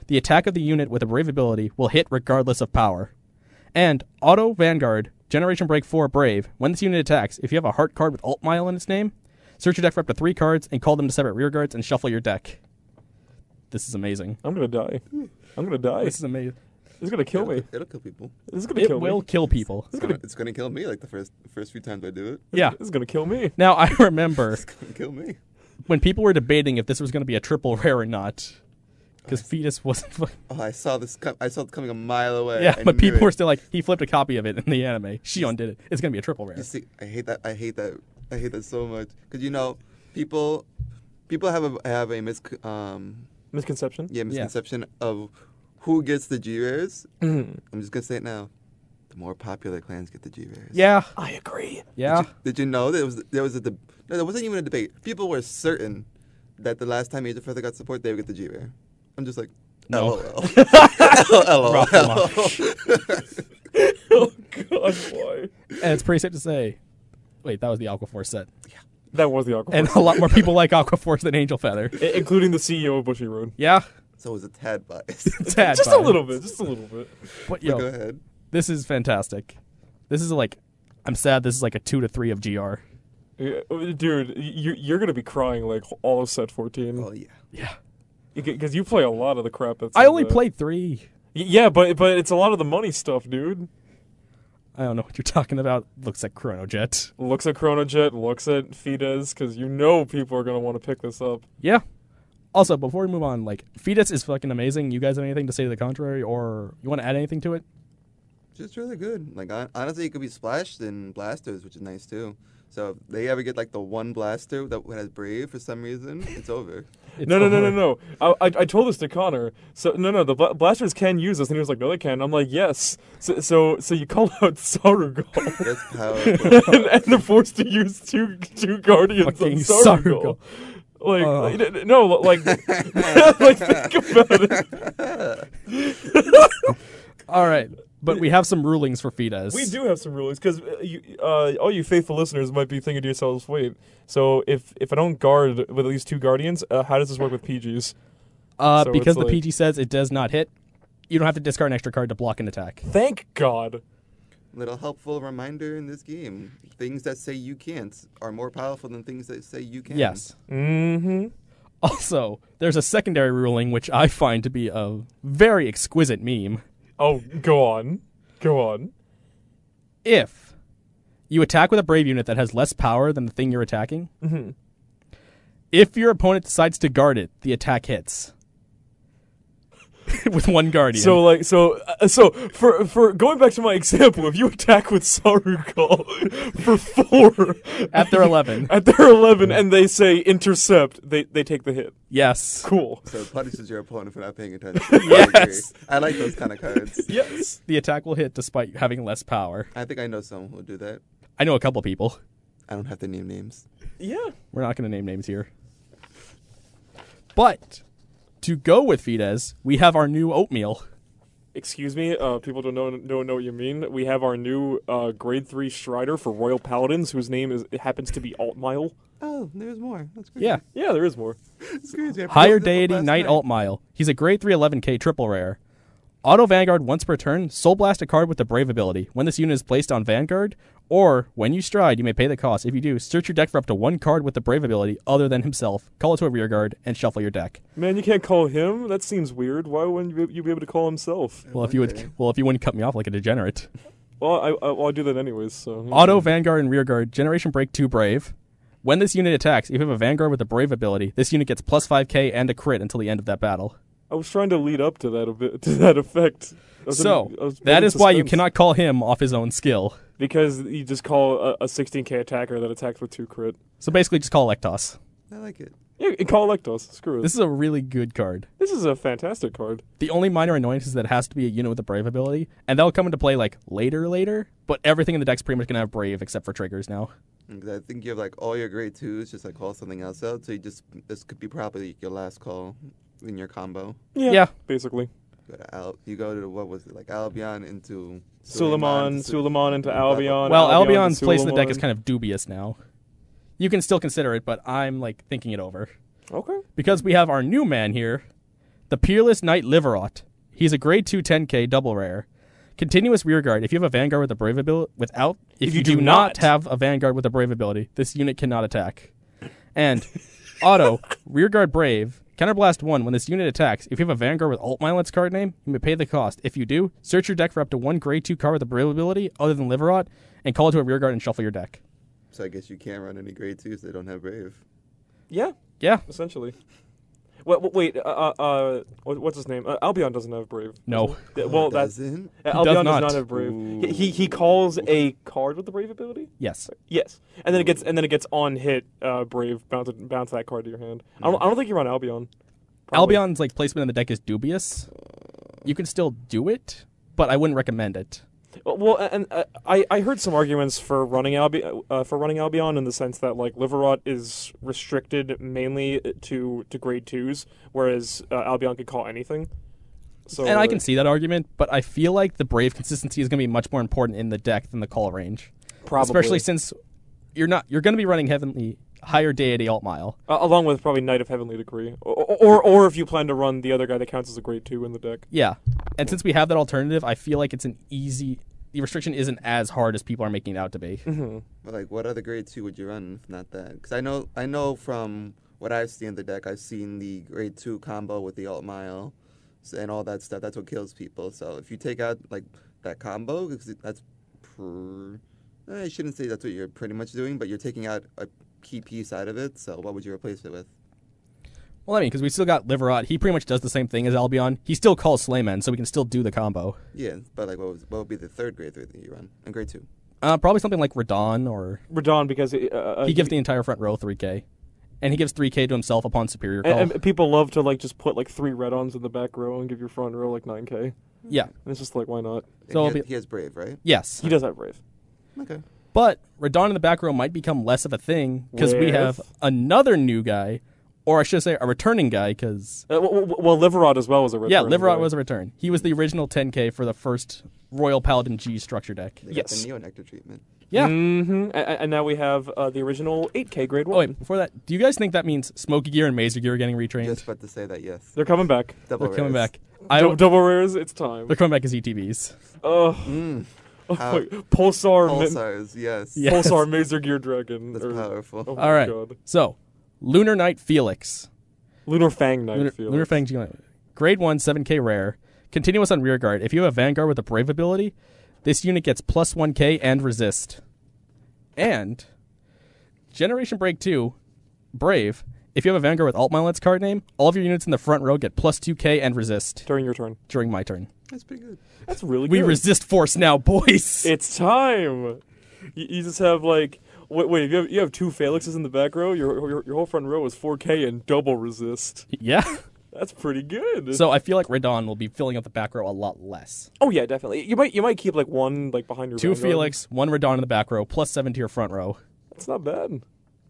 [SPEAKER 2] the attack of the unit with a Brave ability will hit regardless of power. And Auto Vanguard, Generation Break 4 Brave. When this unit attacks, if you have a heart card with Alt Mile in its name, search your deck for up to three cards and call them to separate rearguards and shuffle your deck. This is amazing.
[SPEAKER 3] I'm gonna die. I'm gonna die.
[SPEAKER 2] This
[SPEAKER 3] This
[SPEAKER 2] is amazing.
[SPEAKER 3] is gonna kill me.
[SPEAKER 4] It'll kill people.
[SPEAKER 3] This is gonna
[SPEAKER 2] It
[SPEAKER 3] kill
[SPEAKER 2] will
[SPEAKER 3] me.
[SPEAKER 2] kill people.
[SPEAKER 4] It's gonna, it's gonna kill me like the first first few times I do it.
[SPEAKER 2] Yeah.
[SPEAKER 3] This is gonna kill me.
[SPEAKER 2] Now I remember
[SPEAKER 4] It's gonna kill me.
[SPEAKER 2] when people were debating if this was going to be a triple rare or not, because fetus wasn't. fu-
[SPEAKER 4] Oh, I saw this. Com- I saw it coming a mile away.
[SPEAKER 2] Yeah,
[SPEAKER 4] I
[SPEAKER 2] but
[SPEAKER 4] knew
[SPEAKER 2] people
[SPEAKER 4] it.
[SPEAKER 2] were still like, he flipped a copy of it in the anime. Shion did it. It's going to be a triple rare.
[SPEAKER 4] You see, I hate that. I hate that. I hate that so much. Cause you know, people, people have a have a mis um
[SPEAKER 3] Misconception.
[SPEAKER 4] yeah misconception of who gets the G rares.
[SPEAKER 2] Mm-hmm.
[SPEAKER 4] I'm just gonna say it now. The more popular clans get the G rares.
[SPEAKER 2] Yeah,
[SPEAKER 3] I agree.
[SPEAKER 2] yeah.
[SPEAKER 4] Did you, did you know there was there was a deb no there wasn't even a debate. People were certain that the last time Age of Feather got support, they would get the G rare. I'm just like,
[SPEAKER 2] No.
[SPEAKER 4] LOL. LOL.
[SPEAKER 2] Rough
[SPEAKER 3] oh God, why?
[SPEAKER 2] And it's pretty safe to say, wait, that was the Aqua Force set.
[SPEAKER 3] That was the awkward.
[SPEAKER 2] And a lot more people like Aqua Force than Angel Feather.
[SPEAKER 3] I- including the CEO of Bushy Road.
[SPEAKER 2] Yeah,
[SPEAKER 4] So it was a tad biased.
[SPEAKER 2] tad
[SPEAKER 3] Just a
[SPEAKER 2] biased.
[SPEAKER 3] little bit. Just a little bit.
[SPEAKER 2] But
[SPEAKER 4] But
[SPEAKER 2] yo,
[SPEAKER 4] Go ahead.
[SPEAKER 2] this is fantastic. This is like, I'm sad. This is like a two to three of GR.
[SPEAKER 3] Yeah, uh, Dude, y- you, you're gonna be crying like all of set 14
[SPEAKER 4] Oh yeah.
[SPEAKER 2] Yeah,
[SPEAKER 3] because you play a lot of the crap. That's
[SPEAKER 2] I
[SPEAKER 3] in
[SPEAKER 2] only
[SPEAKER 3] the-
[SPEAKER 2] played three.
[SPEAKER 3] Y- Yeah, but but it's a lot of the money stuff, dude.
[SPEAKER 2] I don't know what you're talking about. Looks like Chrono Jet.
[SPEAKER 3] Looks at Chronojet, looks at Fides, because you know people are gonna want to pick this up.
[SPEAKER 2] Yeah. Also, before we move on, like Fetus is fucking amazing. You guys have anything to say to the contrary, or you want to add anything to it?
[SPEAKER 4] Just really good. Like hon- honestly, it could be splashed in blasters, which is nice too. So if they ever get like the one blaster that has brave for some reason, it's over.
[SPEAKER 2] It's
[SPEAKER 3] No, no, no,
[SPEAKER 2] over.
[SPEAKER 3] no, no. I, I, I told this to Connor. So no, no, the bla- blasters can use this, and he was like, "No, they can." I'm like, "Yes." So, so, so you call out Sarugal,
[SPEAKER 4] That's powerful.
[SPEAKER 3] and, and they're forced to use two two guardians
[SPEAKER 2] Fucking
[SPEAKER 3] on Sarugal.
[SPEAKER 2] Sarugal.
[SPEAKER 3] Like,
[SPEAKER 2] Oh.
[SPEAKER 3] like, n- n- no, like, like think about it.
[SPEAKER 2] All right, but we have some rulings for Fetus.
[SPEAKER 3] We do have some rulings because you, uh, all you faithful listeners might be thinking to yourselves, "Wait, so if if I don't guard with at least two guardians, uh, how does this work with PGs?"
[SPEAKER 2] uh,
[SPEAKER 3] So
[SPEAKER 2] because
[SPEAKER 3] it's
[SPEAKER 2] the
[SPEAKER 3] like-
[SPEAKER 2] PG says it does not hit. You don't have to discard an extra card to block an attack.
[SPEAKER 3] Thank God.
[SPEAKER 4] Little helpful reminder in this game: things that say you can't are more powerful than things that say you can.
[SPEAKER 2] Yes.
[SPEAKER 3] Mm-hmm.
[SPEAKER 2] Also, there's a secondary ruling which I find to be a very exquisite meme.
[SPEAKER 3] Oh, go on, go on.
[SPEAKER 2] If you attack with a brave unit that has less power than the thing you're attacking, if your opponent decides to guard it, the attack hits with one guardian.
[SPEAKER 3] So like so uh, so for for going back to my example, if you attack with Sarugal for four
[SPEAKER 2] at their eleven,
[SPEAKER 3] at their eleven and they say intercept, they they take the hit.
[SPEAKER 2] yes,
[SPEAKER 3] Cool.
[SPEAKER 4] So it punishes your opponent for not paying attention. I agree.
[SPEAKER 2] Yes.
[SPEAKER 4] I like those kind of cards.
[SPEAKER 3] Yes.
[SPEAKER 2] the attack will hit despite having less power.
[SPEAKER 4] I think I know someone who'll do that.
[SPEAKER 2] I know a couple people.
[SPEAKER 4] I don't have to name names.
[SPEAKER 3] Yeah.
[SPEAKER 2] We're not going to name names here. But to go with Fides, we have our new oatmeal.
[SPEAKER 3] Excuse me, uh, people don't know don't know what you mean. We have our new uh, grade three Strider for Royal Paladins, whose name is it happens to be Altmile.
[SPEAKER 4] Oh, there's more. That's crazy.
[SPEAKER 2] Yeah,
[SPEAKER 3] Yeah, there is more.
[SPEAKER 4] That's crazy. I forgot
[SPEAKER 2] higher
[SPEAKER 4] this was
[SPEAKER 2] deity
[SPEAKER 4] last
[SPEAKER 2] knight
[SPEAKER 4] night.
[SPEAKER 2] alt mile. He's a grade three eleven k triple rare. Auto Vanguard once per turn, Soul Blast a card with the Brave ability. When this unit is placed on Vanguard, or when you stride, you may pay the cost. If you do, search your deck for up to one card with the Brave ability other than himself, call it to a rear guard, and shuffle your deck.
[SPEAKER 3] Man, you can't call him. That seems weird. Why wouldn't you be- you be able to call himself?
[SPEAKER 2] Well, if you would, well, if you wouldn't cut me off like a degenerate.
[SPEAKER 3] Well, I, I, well, I do that anyways. So
[SPEAKER 2] Auto Vanguard and Rearguard Generation Break 2 Brave. When this unit attacks, if you have a Vanguard with a Brave ability, this unit gets plus 5k and a crit until the end of that battle.
[SPEAKER 3] I was trying to lead up to that a bit to that effect. I was
[SPEAKER 2] So,
[SPEAKER 3] in- I was
[SPEAKER 2] that
[SPEAKER 3] building
[SPEAKER 2] is why you
[SPEAKER 3] suspense.
[SPEAKER 2] cannot call him off his own skill.
[SPEAKER 3] because you just call a, a 16k attacker that attacks with two crit.
[SPEAKER 2] So basically, just call Lectos.
[SPEAKER 4] I like it.
[SPEAKER 3] Yeah, call Electos. Screw it.
[SPEAKER 2] This is a really good card.
[SPEAKER 3] This is a fantastic card.
[SPEAKER 2] The only minor annoyance is that it has to be a unit with a Brave ability, and that'll come into play like later, later, but everything in the deck's pretty much gonna have Brave except for triggers now.
[SPEAKER 4] 'Cause I think you have like all your grade twos, just like call something else out. So you just this could be probably your last call in your combo.
[SPEAKER 3] Yeah.
[SPEAKER 2] Yeah.
[SPEAKER 3] Basically.
[SPEAKER 4] Go to Al- you go to what was it like Albion into
[SPEAKER 3] Suleiman, Suleiman into Albion.
[SPEAKER 2] Well,
[SPEAKER 3] Albion to
[SPEAKER 2] Albion's place in the deck is
[SPEAKER 3] Suleiman.
[SPEAKER 2] kind of dubious now. You can still consider it, but I'm like thinking it over.
[SPEAKER 3] Okay.
[SPEAKER 2] because we have our new man here, the Peerless Knight Liverot. He's a grade 2 10k double rare. Continuous rearguard. If you have a vanguard with a brave ability, without if, you, do, not have a vanguard with a brave ability, this unit cannot attack. And auto rearguard brave counterblast one. When this unit attacks, if you have a vanguard with alt Milet's card name, you may pay the cost. If you do, search your deck for up to one grade two card with a brave ability other than Liverot, and call it to a rearguard and shuffle your deck.
[SPEAKER 4] So I guess you can't run any grade twos that don't have brave.
[SPEAKER 3] Yeah,
[SPEAKER 2] Yeah,
[SPEAKER 3] essentially. Wait, wait uh, uh, uh, what- what's his name? Uh, Albion doesn't have Brave.
[SPEAKER 2] no,
[SPEAKER 3] Uh, Well, that's
[SPEAKER 4] doesn't.
[SPEAKER 3] uh, Albion does
[SPEAKER 2] not.
[SPEAKER 3] not, have Brave. He, he he calls a card with the Brave ability.
[SPEAKER 2] yes.
[SPEAKER 3] Yes, and then it gets and then it gets on hit. Uh, brave bounce it- bounce that card to your hand. I, don't, I don't think you run Albion. Probably.
[SPEAKER 2] Albion's like placement in the deck is dubious. You can still do it, but I wouldn't recommend it.
[SPEAKER 3] Well, and uh, I I heard some arguments for running Albion uh, for running Albion in the sense that like Liverot is restricted mainly to to grade twos, whereas uh, Albion could call anything. So
[SPEAKER 2] And I
[SPEAKER 3] like,
[SPEAKER 2] can see that argument, but I feel like the brave consistency is going to be much more important in the deck than the call range,
[SPEAKER 3] probably
[SPEAKER 2] especially since you're not you're going to be running heavenly higher deity alt mile.
[SPEAKER 3] uh, along with probably Knight of Heavenly Degree, or, or or if you plan to run the other guy that counts as a grade two in the deck.
[SPEAKER 2] Yeah, and since we have that alternative, I feel like it's an easy. The restriction isn't as hard as people are making it out to be.
[SPEAKER 3] Mm-hmm.
[SPEAKER 4] But like, what other grade two would you run if not that? Because I know, I know from what I've seen in the deck, I've seen the grade two combo with the alt mile, s- and all that stuff. That's what kills people. So if you take out like that combo, 'cause it- that's pr- I shouldn't say that's what you're pretty much doing, but you're taking out a key piece out of it. So what would you replace it with?
[SPEAKER 2] Well, I mean, because we still got Liverot. He pretty much does the same thing as Albion. He still calls Slayman, so we can still do the combo.
[SPEAKER 4] Yeah, but like, what was what would be the third grade three that you run and grade two?
[SPEAKER 2] Uh, probably something like Radon or
[SPEAKER 3] Radon because it, uh, uh,
[SPEAKER 2] he gives the entire front row 3k and he gives 3k to himself upon superior call
[SPEAKER 3] and, and people love to like just put like three red ons in the back row and give your front row like nine k. And
[SPEAKER 2] yeah
[SPEAKER 3] it's just like why not?
[SPEAKER 2] So
[SPEAKER 4] And he,
[SPEAKER 2] it'll
[SPEAKER 4] has,
[SPEAKER 2] be-
[SPEAKER 4] he has brave, right?
[SPEAKER 2] yes
[SPEAKER 3] He does have brave.
[SPEAKER 4] Okay.
[SPEAKER 2] but radon in the back row might become less of a thing because we have
[SPEAKER 3] With-
[SPEAKER 2] another new guy or i should say a returning guy because
[SPEAKER 3] Uh, well, well, Liverod as well was a red.
[SPEAKER 2] yeah
[SPEAKER 3] card
[SPEAKER 2] liverot
[SPEAKER 3] anyway.
[SPEAKER 2] was a return he was the original 10k for the first royal paladin g structure deck
[SPEAKER 4] They got
[SPEAKER 3] Yes.
[SPEAKER 4] the neo nectar treatment.
[SPEAKER 2] yeah
[SPEAKER 3] Mm-hmm. And, and now we have uh, the original 8K grade
[SPEAKER 2] oh
[SPEAKER 3] one.
[SPEAKER 2] wait before that do you guys think that means smoky gear and mazer gear are getting retrained
[SPEAKER 4] Just about to say that. Yes.
[SPEAKER 3] They're coming back.
[SPEAKER 4] Double
[SPEAKER 2] they're coming
[SPEAKER 4] rares.
[SPEAKER 2] back I,
[SPEAKER 3] Dou- double rares, it's time.
[SPEAKER 2] they're coming back as E etbs
[SPEAKER 3] Ugh.
[SPEAKER 4] Mm,
[SPEAKER 3] Oh,
[SPEAKER 4] How-
[SPEAKER 3] wait. Pulsar, Ma-
[SPEAKER 4] pulsars. Yes.
[SPEAKER 2] Yeah. Yes.
[SPEAKER 3] Pulsar Mazer Gear Dragon.
[SPEAKER 4] That's
[SPEAKER 3] or-
[SPEAKER 4] powerful.
[SPEAKER 3] Oh my
[SPEAKER 2] all right
[SPEAKER 3] God.
[SPEAKER 2] so lunar knight felix
[SPEAKER 3] Lunar Fang Knight.
[SPEAKER 2] Lunar,
[SPEAKER 3] Felix.
[SPEAKER 2] Lunar Fang Geonoid. Grade 1, 7k rare. Continuous on rear guard. If you have a Vanguard with a Brave ability, this unit gets plus 1k and resist. And Generation Break 2, Brave. If you have a Vanguard with Alt Milet's card name, all of your units in the front row get plus 2k and resist
[SPEAKER 3] During your turn.
[SPEAKER 2] during my turn.
[SPEAKER 4] That's pretty good.
[SPEAKER 3] That's really
[SPEAKER 2] We
[SPEAKER 3] good.
[SPEAKER 2] resist force now, boys!
[SPEAKER 3] It's time. You, you just have like. Wait, wait if you have, you have two Felixes in the back row, your, your, your whole front row is 4K and double resist.
[SPEAKER 2] yeah.
[SPEAKER 3] That's pretty good.
[SPEAKER 2] So I feel like Radon will be filling up the back row a lot less.
[SPEAKER 3] oh yeah, definitely. You might you might keep like one like behind your
[SPEAKER 2] Two
[SPEAKER 3] vanguard.
[SPEAKER 2] Felix, one Radon in the back row, plus 7 to your front row.
[SPEAKER 3] That's not bad.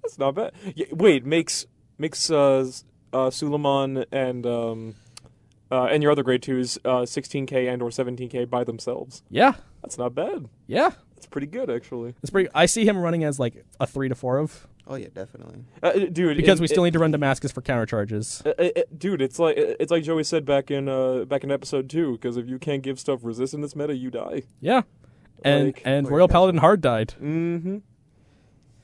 [SPEAKER 3] That's not bad. Yeah, wait, makes makes uh, s- uh, Suleiman and um, uh, and your other grade twos uh, 16k and or 17k by themselves.
[SPEAKER 2] Yeah.
[SPEAKER 3] That's not bad.
[SPEAKER 2] Yeah.
[SPEAKER 3] That's pretty good actually.
[SPEAKER 2] It's pretty. I see him running as like a three to four of.
[SPEAKER 4] Oh yeah, definitely.
[SPEAKER 3] Uh, uh, dude,
[SPEAKER 2] because
[SPEAKER 3] it-
[SPEAKER 2] we still
[SPEAKER 3] it-
[SPEAKER 2] need to run Damascus for counter charges.
[SPEAKER 3] Uh, uh, uh, dude, it's like it's like Joey said back in uh, back in episode two. Because if you can't give stuff resistant this meta, you die.
[SPEAKER 2] Yeah. And
[SPEAKER 3] Like-
[SPEAKER 2] and Royal Paladin hard died.
[SPEAKER 3] Mm-hmm.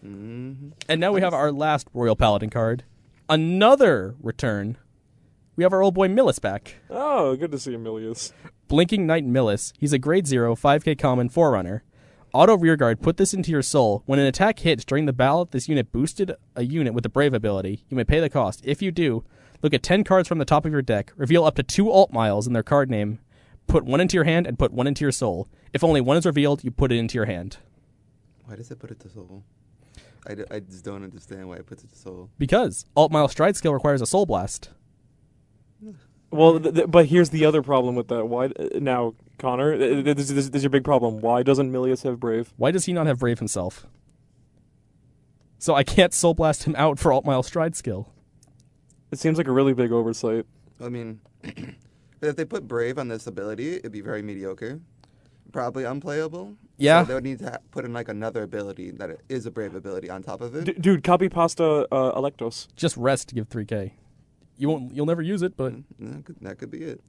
[SPEAKER 4] hmm
[SPEAKER 2] And now we have our last Royal Paladin card. Another return. We have our old boy Millis back.
[SPEAKER 3] Oh, good to see Emilius.
[SPEAKER 2] Blinking Knight Millis. He's a grade 0, 5k common forerunner. Auto rearguard, put this into your soul. When an attack hits during the battle, this unit boosted a unit with the Brave ability. You may pay the cost. If you do, look at 10 cards from the top of your deck, reveal up to two alt miles in their card name, put one into your hand, and put one into your soul. If only one is revealed, you put it into your hand.
[SPEAKER 4] Why does it put it to soul? I, d- I just don't understand why it puts it to soul.
[SPEAKER 2] Because alt mile stride skill requires a soul blast.
[SPEAKER 3] Well, th- th- but here's the other problem with that. Why uh, now, Connor? th- th- This, this, this is your big problem. Why doesn't Milius have Brave?
[SPEAKER 2] Why does he not have Brave himself? So I can't soul blast him out for alt mile stride skill.
[SPEAKER 3] It seems like a really big oversight.
[SPEAKER 4] I mean, if they put brave on this ability, it'd be very mediocre, probably unplayable.
[SPEAKER 2] Yeah.
[SPEAKER 4] so they would need to ha- put in like another ability that it is a brave ability on top of it.
[SPEAKER 3] D- dude, copy pasta uh, Electos.
[SPEAKER 2] Just rest to give 3k. You won't. You'll never use it, but
[SPEAKER 4] Mm-hmm. that, could, that could be it.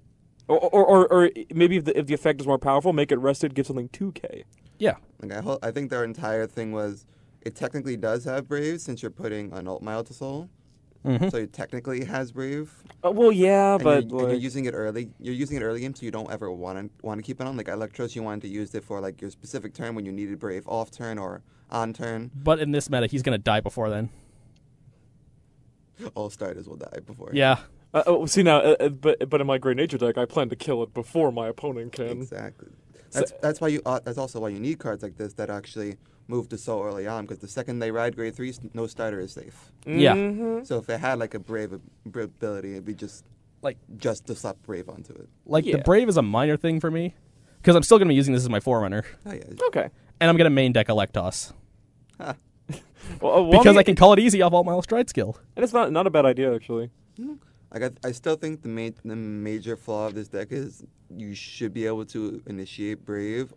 [SPEAKER 3] Or, or, or, or maybe if the, if the effect is more powerful, make it rested, give something 2k.
[SPEAKER 2] yeah.
[SPEAKER 4] Like I, ho- I think their entire thing was it technically does have brave since you're putting an alt mile to soul, so it technically has brave.
[SPEAKER 3] Uh, well, yeah,
[SPEAKER 4] And,
[SPEAKER 3] Mm-hmm. but.
[SPEAKER 4] you're, and you're
[SPEAKER 3] like-
[SPEAKER 4] using it early. You're using it early game, so you don't ever want to want to keep it on. Like Electros, you wanted to use it for like your specific turn when you needed Brave off turn or on turn.
[SPEAKER 2] But in this meta, he's gonna die before then.
[SPEAKER 4] All starters will die before.
[SPEAKER 2] Yeah.
[SPEAKER 3] Uh, oh, see now, uh, uh, but but in my Great Nature deck, I plan to kill it before my opponent can.
[SPEAKER 4] exactly. That's that's why you. Uh, that's also why you need cards like this that actually move to soul early on because the second they ride grade three, s- no starter is safe.
[SPEAKER 2] Yeah.
[SPEAKER 4] So if they had like a Brave ab- ability, it'd be just
[SPEAKER 2] Like
[SPEAKER 4] just to slap Brave onto it.
[SPEAKER 2] like the
[SPEAKER 3] Yeah.
[SPEAKER 2] brave is a minor thing for me, because I'm still gonna be using this as my forerunner,
[SPEAKER 4] Oh yeah.
[SPEAKER 3] Okay.
[SPEAKER 2] and I'm gonna main deck Electos
[SPEAKER 4] Ha.
[SPEAKER 3] Well, uh, well,
[SPEAKER 2] because
[SPEAKER 3] mean,
[SPEAKER 2] I can call it easy off alt mile stride skill.
[SPEAKER 3] And it's not not a bad idea actually.
[SPEAKER 4] Like I, I still think the ma- the major flaw of this deck is you should be able to initiate brave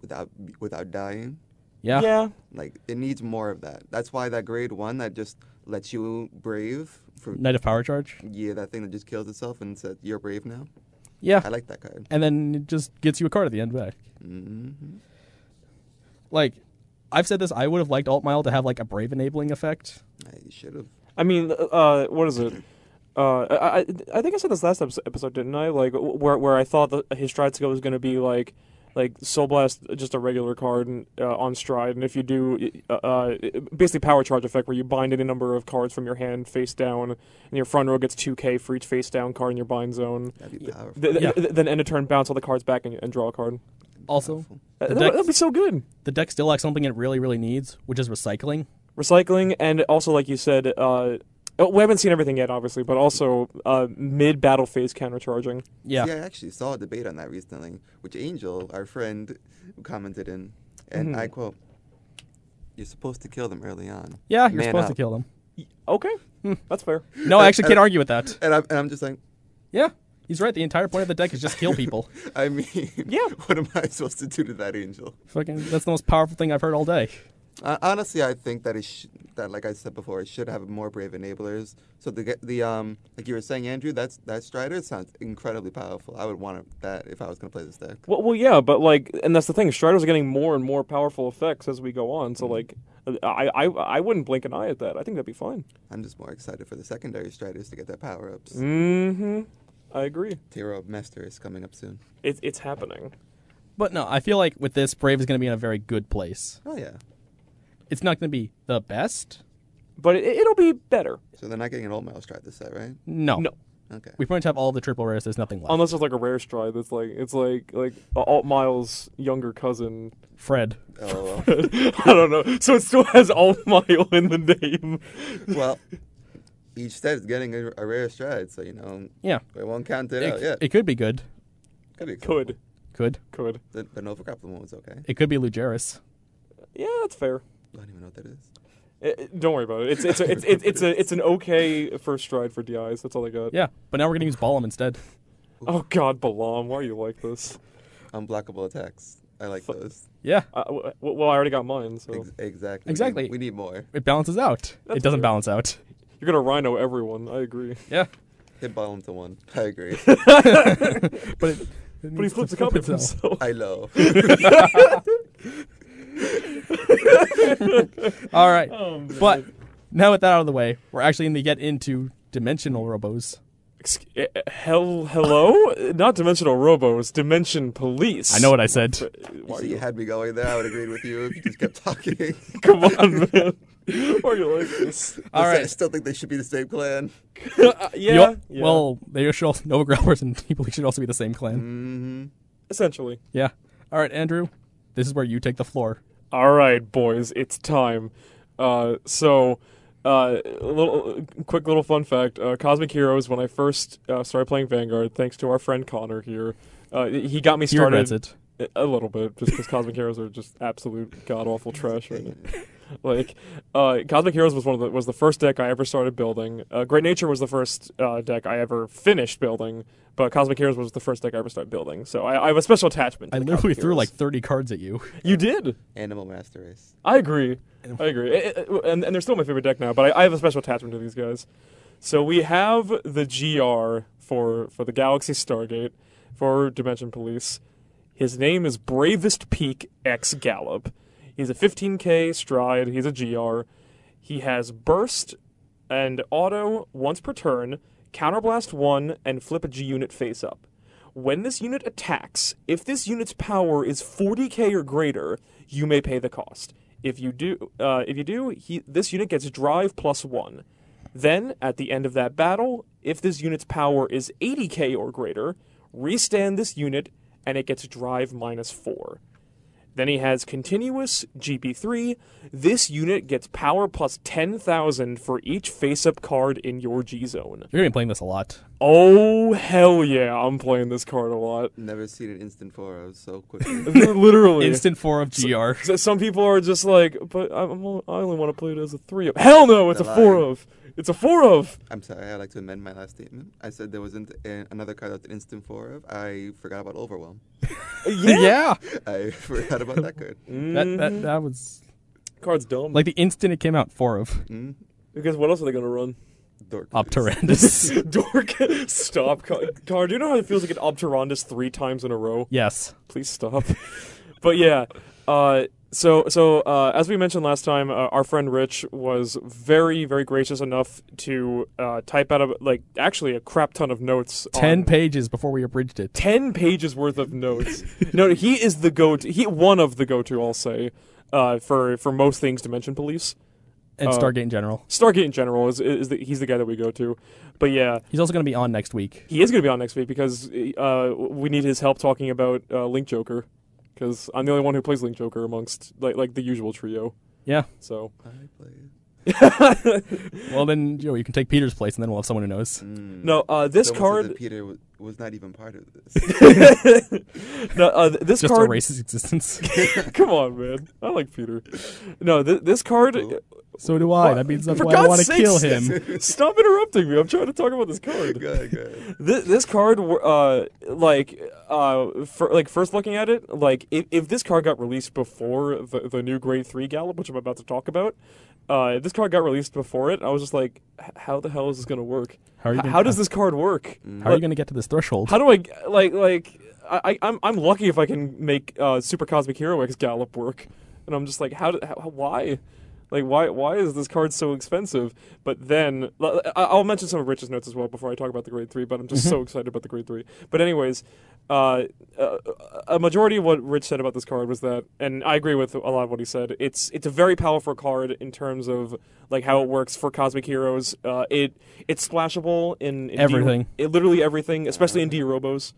[SPEAKER 4] without without dying.
[SPEAKER 2] Yeah.
[SPEAKER 4] Like it needs more of that. That's why that grade one that just lets you brave for
[SPEAKER 2] Knight of power charge.
[SPEAKER 4] yeah that thing that just kills itself and says you're brave now.
[SPEAKER 2] Yeah.
[SPEAKER 4] I like that card.
[SPEAKER 2] and then it just gets you a card at the end back.
[SPEAKER 4] Mm-hmm.
[SPEAKER 2] Like, I've said this, I would have liked Altmile to have like a brave enabling effect.
[SPEAKER 4] I should have.
[SPEAKER 3] I mean, uh, what is it? Uh, I, I I think I said this last episode, episode, didn't I? Like wh- where where I thought the, his stride skill was going to be like like soul blast, just a regular card and, uh, on stride, and if you do uh, uh, basically power charge effect where you bind any number of cards from your hand face down, and your front row gets two k for each face down card in your bind zone.
[SPEAKER 4] That'd be powerful.
[SPEAKER 3] Th- th-
[SPEAKER 2] Yeah.
[SPEAKER 3] th- then end of turn, bounce all the cards back and, and draw a card.
[SPEAKER 2] Also, The
[SPEAKER 3] Uh, that, would-
[SPEAKER 2] deck-
[SPEAKER 3] that'd be so good.
[SPEAKER 2] the deck still lacks something it really, really needs, which is recycling.
[SPEAKER 3] recycling and also like you said uh oh, we haven't seen everything yet obviously but also uh mid battle phase countercharging
[SPEAKER 2] Yeah.
[SPEAKER 4] See, I actually saw a debate on that recently, which Angel, our friend, commented in, and
[SPEAKER 2] Mm-hmm.
[SPEAKER 4] I quote, "You're supposed to kill them early on."
[SPEAKER 2] Yeah, you're
[SPEAKER 4] Man
[SPEAKER 2] supposed to
[SPEAKER 4] up.
[SPEAKER 2] kill them.
[SPEAKER 3] okay that's fair
[SPEAKER 2] No, I actually can't
[SPEAKER 4] I-
[SPEAKER 2] argue with that.
[SPEAKER 4] And I'm, and I'm just like,
[SPEAKER 2] Yeah. He's right. The entire point of the deck is just kill people.
[SPEAKER 4] I mean,
[SPEAKER 3] Yeah.
[SPEAKER 4] what am I supposed to do to that angel?
[SPEAKER 2] Fucking, that's the most powerful thing I've heard all day.
[SPEAKER 4] Uh, honestly, I think that it sh- that like I said before, it should have more brave enablers. So the ge- the um like you were saying, Andrew, that's that Strider sounds incredibly powerful. I would want that if I was gonna play this deck.
[SPEAKER 3] well, well yeah but like and that's the thing striders are getting more and more powerful effects as we go on so like I, I i wouldn't blink an eye at that i think that'd be fine
[SPEAKER 4] I'm just more excited for the secondary Striders to get their power ups.
[SPEAKER 3] mm-hmm i agree
[SPEAKER 4] Tiro of Master is coming up soon.
[SPEAKER 3] it, it's happening
[SPEAKER 2] But no, I feel like with this, Brave is going to be in a very good place.
[SPEAKER 4] Oh yeah.
[SPEAKER 2] It's not going to be the best.
[SPEAKER 3] but it, it'll be better
[SPEAKER 4] So they're not getting an old mouse stride this set, right?
[SPEAKER 2] No.
[SPEAKER 3] No.
[SPEAKER 4] Okay.
[SPEAKER 2] We pretty much have all the triple rares. There's nothing
[SPEAKER 4] Um,
[SPEAKER 2] left.
[SPEAKER 3] unless it's like a rare stride that's like it's like like alt miles younger cousin
[SPEAKER 2] Fred.
[SPEAKER 4] Oh well.
[SPEAKER 3] i don't know so it still has alt mile in the name
[SPEAKER 4] well, each set is getting a, a rare stride, so you know
[SPEAKER 2] Yeah.
[SPEAKER 4] we won't count it,
[SPEAKER 2] It,
[SPEAKER 4] out. Yeah,
[SPEAKER 2] it could be good.
[SPEAKER 4] could be cool.
[SPEAKER 3] could
[SPEAKER 2] Could.
[SPEAKER 3] could
[SPEAKER 4] The, the Nova Goblin one was okay.
[SPEAKER 2] It could be Lugeris.
[SPEAKER 3] Yeah, that's fair.
[SPEAKER 4] I don't even know what that is.
[SPEAKER 3] Eh, eh, don't worry about it. It's it's a, it's it's, it's a it's an okay first stride for DIs. That's all I got.
[SPEAKER 2] Yeah, but now we're going to use Balam instead.
[SPEAKER 3] Oh God, Balam, why are you like this?
[SPEAKER 4] Unblockable attacks. I like those.
[SPEAKER 2] Yeah,
[SPEAKER 3] Uh, w- w- well, I already got mine, so
[SPEAKER 4] Ex- exactly. We need-
[SPEAKER 2] Exactly.
[SPEAKER 4] We need more.
[SPEAKER 2] it balances out. it doesn't
[SPEAKER 3] fair.
[SPEAKER 2] balance out.
[SPEAKER 3] you're gonna rhino everyone. I agree.
[SPEAKER 2] Yeah,
[SPEAKER 4] Hit bottom to one. I agree.
[SPEAKER 2] but it,
[SPEAKER 3] But he flips a copy of himself.
[SPEAKER 4] I know.
[SPEAKER 2] All right,
[SPEAKER 3] Oh, man.
[SPEAKER 2] but now with that out of the way, we're actually going to get into dimensional robos.
[SPEAKER 3] Exc- eh, eh, hell, hello? Not dimensional robos, dimension police.
[SPEAKER 2] I know what I said.
[SPEAKER 3] Why are
[SPEAKER 4] you
[SPEAKER 3] you?
[SPEAKER 4] had me going there. I would agree with you if you just kept talking.
[SPEAKER 3] Come on, man. Why are you like this?
[SPEAKER 2] All
[SPEAKER 4] I
[SPEAKER 2] right.
[SPEAKER 4] still think they should be the same clan.
[SPEAKER 3] Uh, yeah,
[SPEAKER 2] You know-
[SPEAKER 3] yeah,
[SPEAKER 2] Well, they should also, Nova Growlers and people should also be the same clan.
[SPEAKER 3] Mm.
[SPEAKER 4] Mm-hmm.
[SPEAKER 3] essentially.
[SPEAKER 2] Yeah. All right, Andrew, this is where you take the floor.
[SPEAKER 3] All right, boys, it's time. Uh, so, uh, a little quick little fun fact: uh, Cosmic Heroes. When I first uh, started playing Vanguard, thanks to our friend Connor here, uh, he got me
[SPEAKER 2] He regrets
[SPEAKER 3] started
[SPEAKER 2] it.
[SPEAKER 3] a- a little bit, just because Cosmic Heroes are just absolute god awful trash right now. like uh, Cosmic Heroes was one of the was the first deck I ever started building. Uh, Great Nature was the first uh, deck I ever finished building, but Cosmic Heroes was the first deck I ever started building. So I, I have a special attachment. To
[SPEAKER 2] I
[SPEAKER 3] the
[SPEAKER 2] literally
[SPEAKER 3] Cosmic
[SPEAKER 2] threw like
[SPEAKER 3] Heroes.
[SPEAKER 2] 30 cards at you.
[SPEAKER 3] you did.
[SPEAKER 4] Animal Master Race.
[SPEAKER 3] I agree. I agree. I- I- and, and they're still my favorite deck now, but I, I have a special attachment to these guys. So we have the GR for, for the Galaxy Stargate, for Dimension Police. His name is Bravest Peak X Gallop. He's a 15k stride. He's a GR. He has Burst and Auto once per turn, Counterblast 1, and flip a G unit face up. When this unit attacks, if this unit's power is 40k or greater, you may pay the cost. If you do, uh, if you do, he, this unit gets drive plus one. Then, at the end of that battle, if this unit's power is 80k or greater, restand this unit, and it gets drive minus four. Then he has continuous GP3. This unit gets power plus 10,000 for each face up card in your G zone.
[SPEAKER 2] You're going to be playing this a lot.
[SPEAKER 3] Oh, hell yeah, I'm playing this card a lot.
[SPEAKER 4] Never seen an instant four of so quickly.
[SPEAKER 3] Literally.
[SPEAKER 2] Instant 4 of GR.
[SPEAKER 3] So some people are just like, but I'm, I'm only- I only want to play it as a 3 of. Hell no, it's a
[SPEAKER 4] They're
[SPEAKER 3] 4
[SPEAKER 4] lying.
[SPEAKER 3] of. It's a 4 of.
[SPEAKER 4] I'm sorry. I'd like to amend my last statement. I said there was an, an, another card that's an instant four of. I forgot about Overwhelm.
[SPEAKER 2] Yeah.
[SPEAKER 4] I forgot about that card.
[SPEAKER 2] That,
[SPEAKER 3] Mm-hmm.
[SPEAKER 2] that, that was
[SPEAKER 3] Card's dumb.
[SPEAKER 2] like the instant it came out, 4 of
[SPEAKER 4] Mm.
[SPEAKER 3] because what else are they going to run?
[SPEAKER 4] Dork.
[SPEAKER 2] Optorandus.
[SPEAKER 3] Dork. stop. Car, Car, do you know how it feels to get Obturandus three times in a row?
[SPEAKER 2] yes.
[SPEAKER 3] please stop. but yeah, uh, so so uh, as we mentioned last time, uh, our friend Rich was very very gracious enough to uh, type out a, like actually a crap ton of notes.
[SPEAKER 2] 10
[SPEAKER 3] on-
[SPEAKER 2] pages before we abridged it.
[SPEAKER 3] 10 pages worth of notes. no, he is the go to. He one of the go to. I'll say uh, for for most things Dimension Police.
[SPEAKER 2] And
[SPEAKER 3] Uh,
[SPEAKER 2] Stargate in general.
[SPEAKER 3] Stargate in general is is the, he's the guy that we go to, but yeah,
[SPEAKER 2] He's also going to be on next week.
[SPEAKER 3] he is going to be on next week because uh, we need his help talking about uh, Link Joker because I'm the only one who plays Link Joker amongst like like the usual trio.
[SPEAKER 2] Yeah.
[SPEAKER 3] So
[SPEAKER 4] I play it.
[SPEAKER 2] Well, then, you know, you can take Peter's place and then we'll have someone who knows.
[SPEAKER 4] Mm.
[SPEAKER 3] no, uh, this
[SPEAKER 4] Someone said that
[SPEAKER 3] card,
[SPEAKER 4] Peter was, was not even part of this.
[SPEAKER 3] no, uh, th- this
[SPEAKER 2] Just
[SPEAKER 3] card.
[SPEAKER 2] erase his existence.
[SPEAKER 3] Come on, man. I like Peter. No, th- this card.
[SPEAKER 4] Cool.
[SPEAKER 2] so do I. That means that's
[SPEAKER 3] For
[SPEAKER 2] why I
[SPEAKER 3] God's
[SPEAKER 2] want to
[SPEAKER 3] sakes!
[SPEAKER 2] kill him.
[SPEAKER 3] Stop interrupting me. I'm trying to talk about this card.
[SPEAKER 4] good, good.
[SPEAKER 3] This, this card, uh, like, uh, for, like first looking at it, like if, if this card got released before the, the new Grade Three Gallop, which I'm about to talk about, uh, if this card got released before it. I was just like, "H- how the hell is this gonna work?
[SPEAKER 2] How are you
[SPEAKER 3] H-
[SPEAKER 2] gonna-
[SPEAKER 3] how does this card work?
[SPEAKER 2] How are you going to get to this threshold?
[SPEAKER 3] How do I like like I I- I'm I'm lucky if I can make uh, Super Cosmic Hero X Gallop work, and I'm just like, how, do, how why? Like why why is this card so expensive? But then l- I- I'll mention some of Rich's notes as well before I talk about the grade three. But I'm just so excited about the grade three. But anyways, uh, uh, a majority of what Rich said about this card was that, and I agree with a lot of what he said. It's it's a very powerful card in terms of like how it works for Cosmic Heroes. Uh, it it's splashable in, in D-
[SPEAKER 2] Everything.
[SPEAKER 3] it literally everything, especially in D Robos.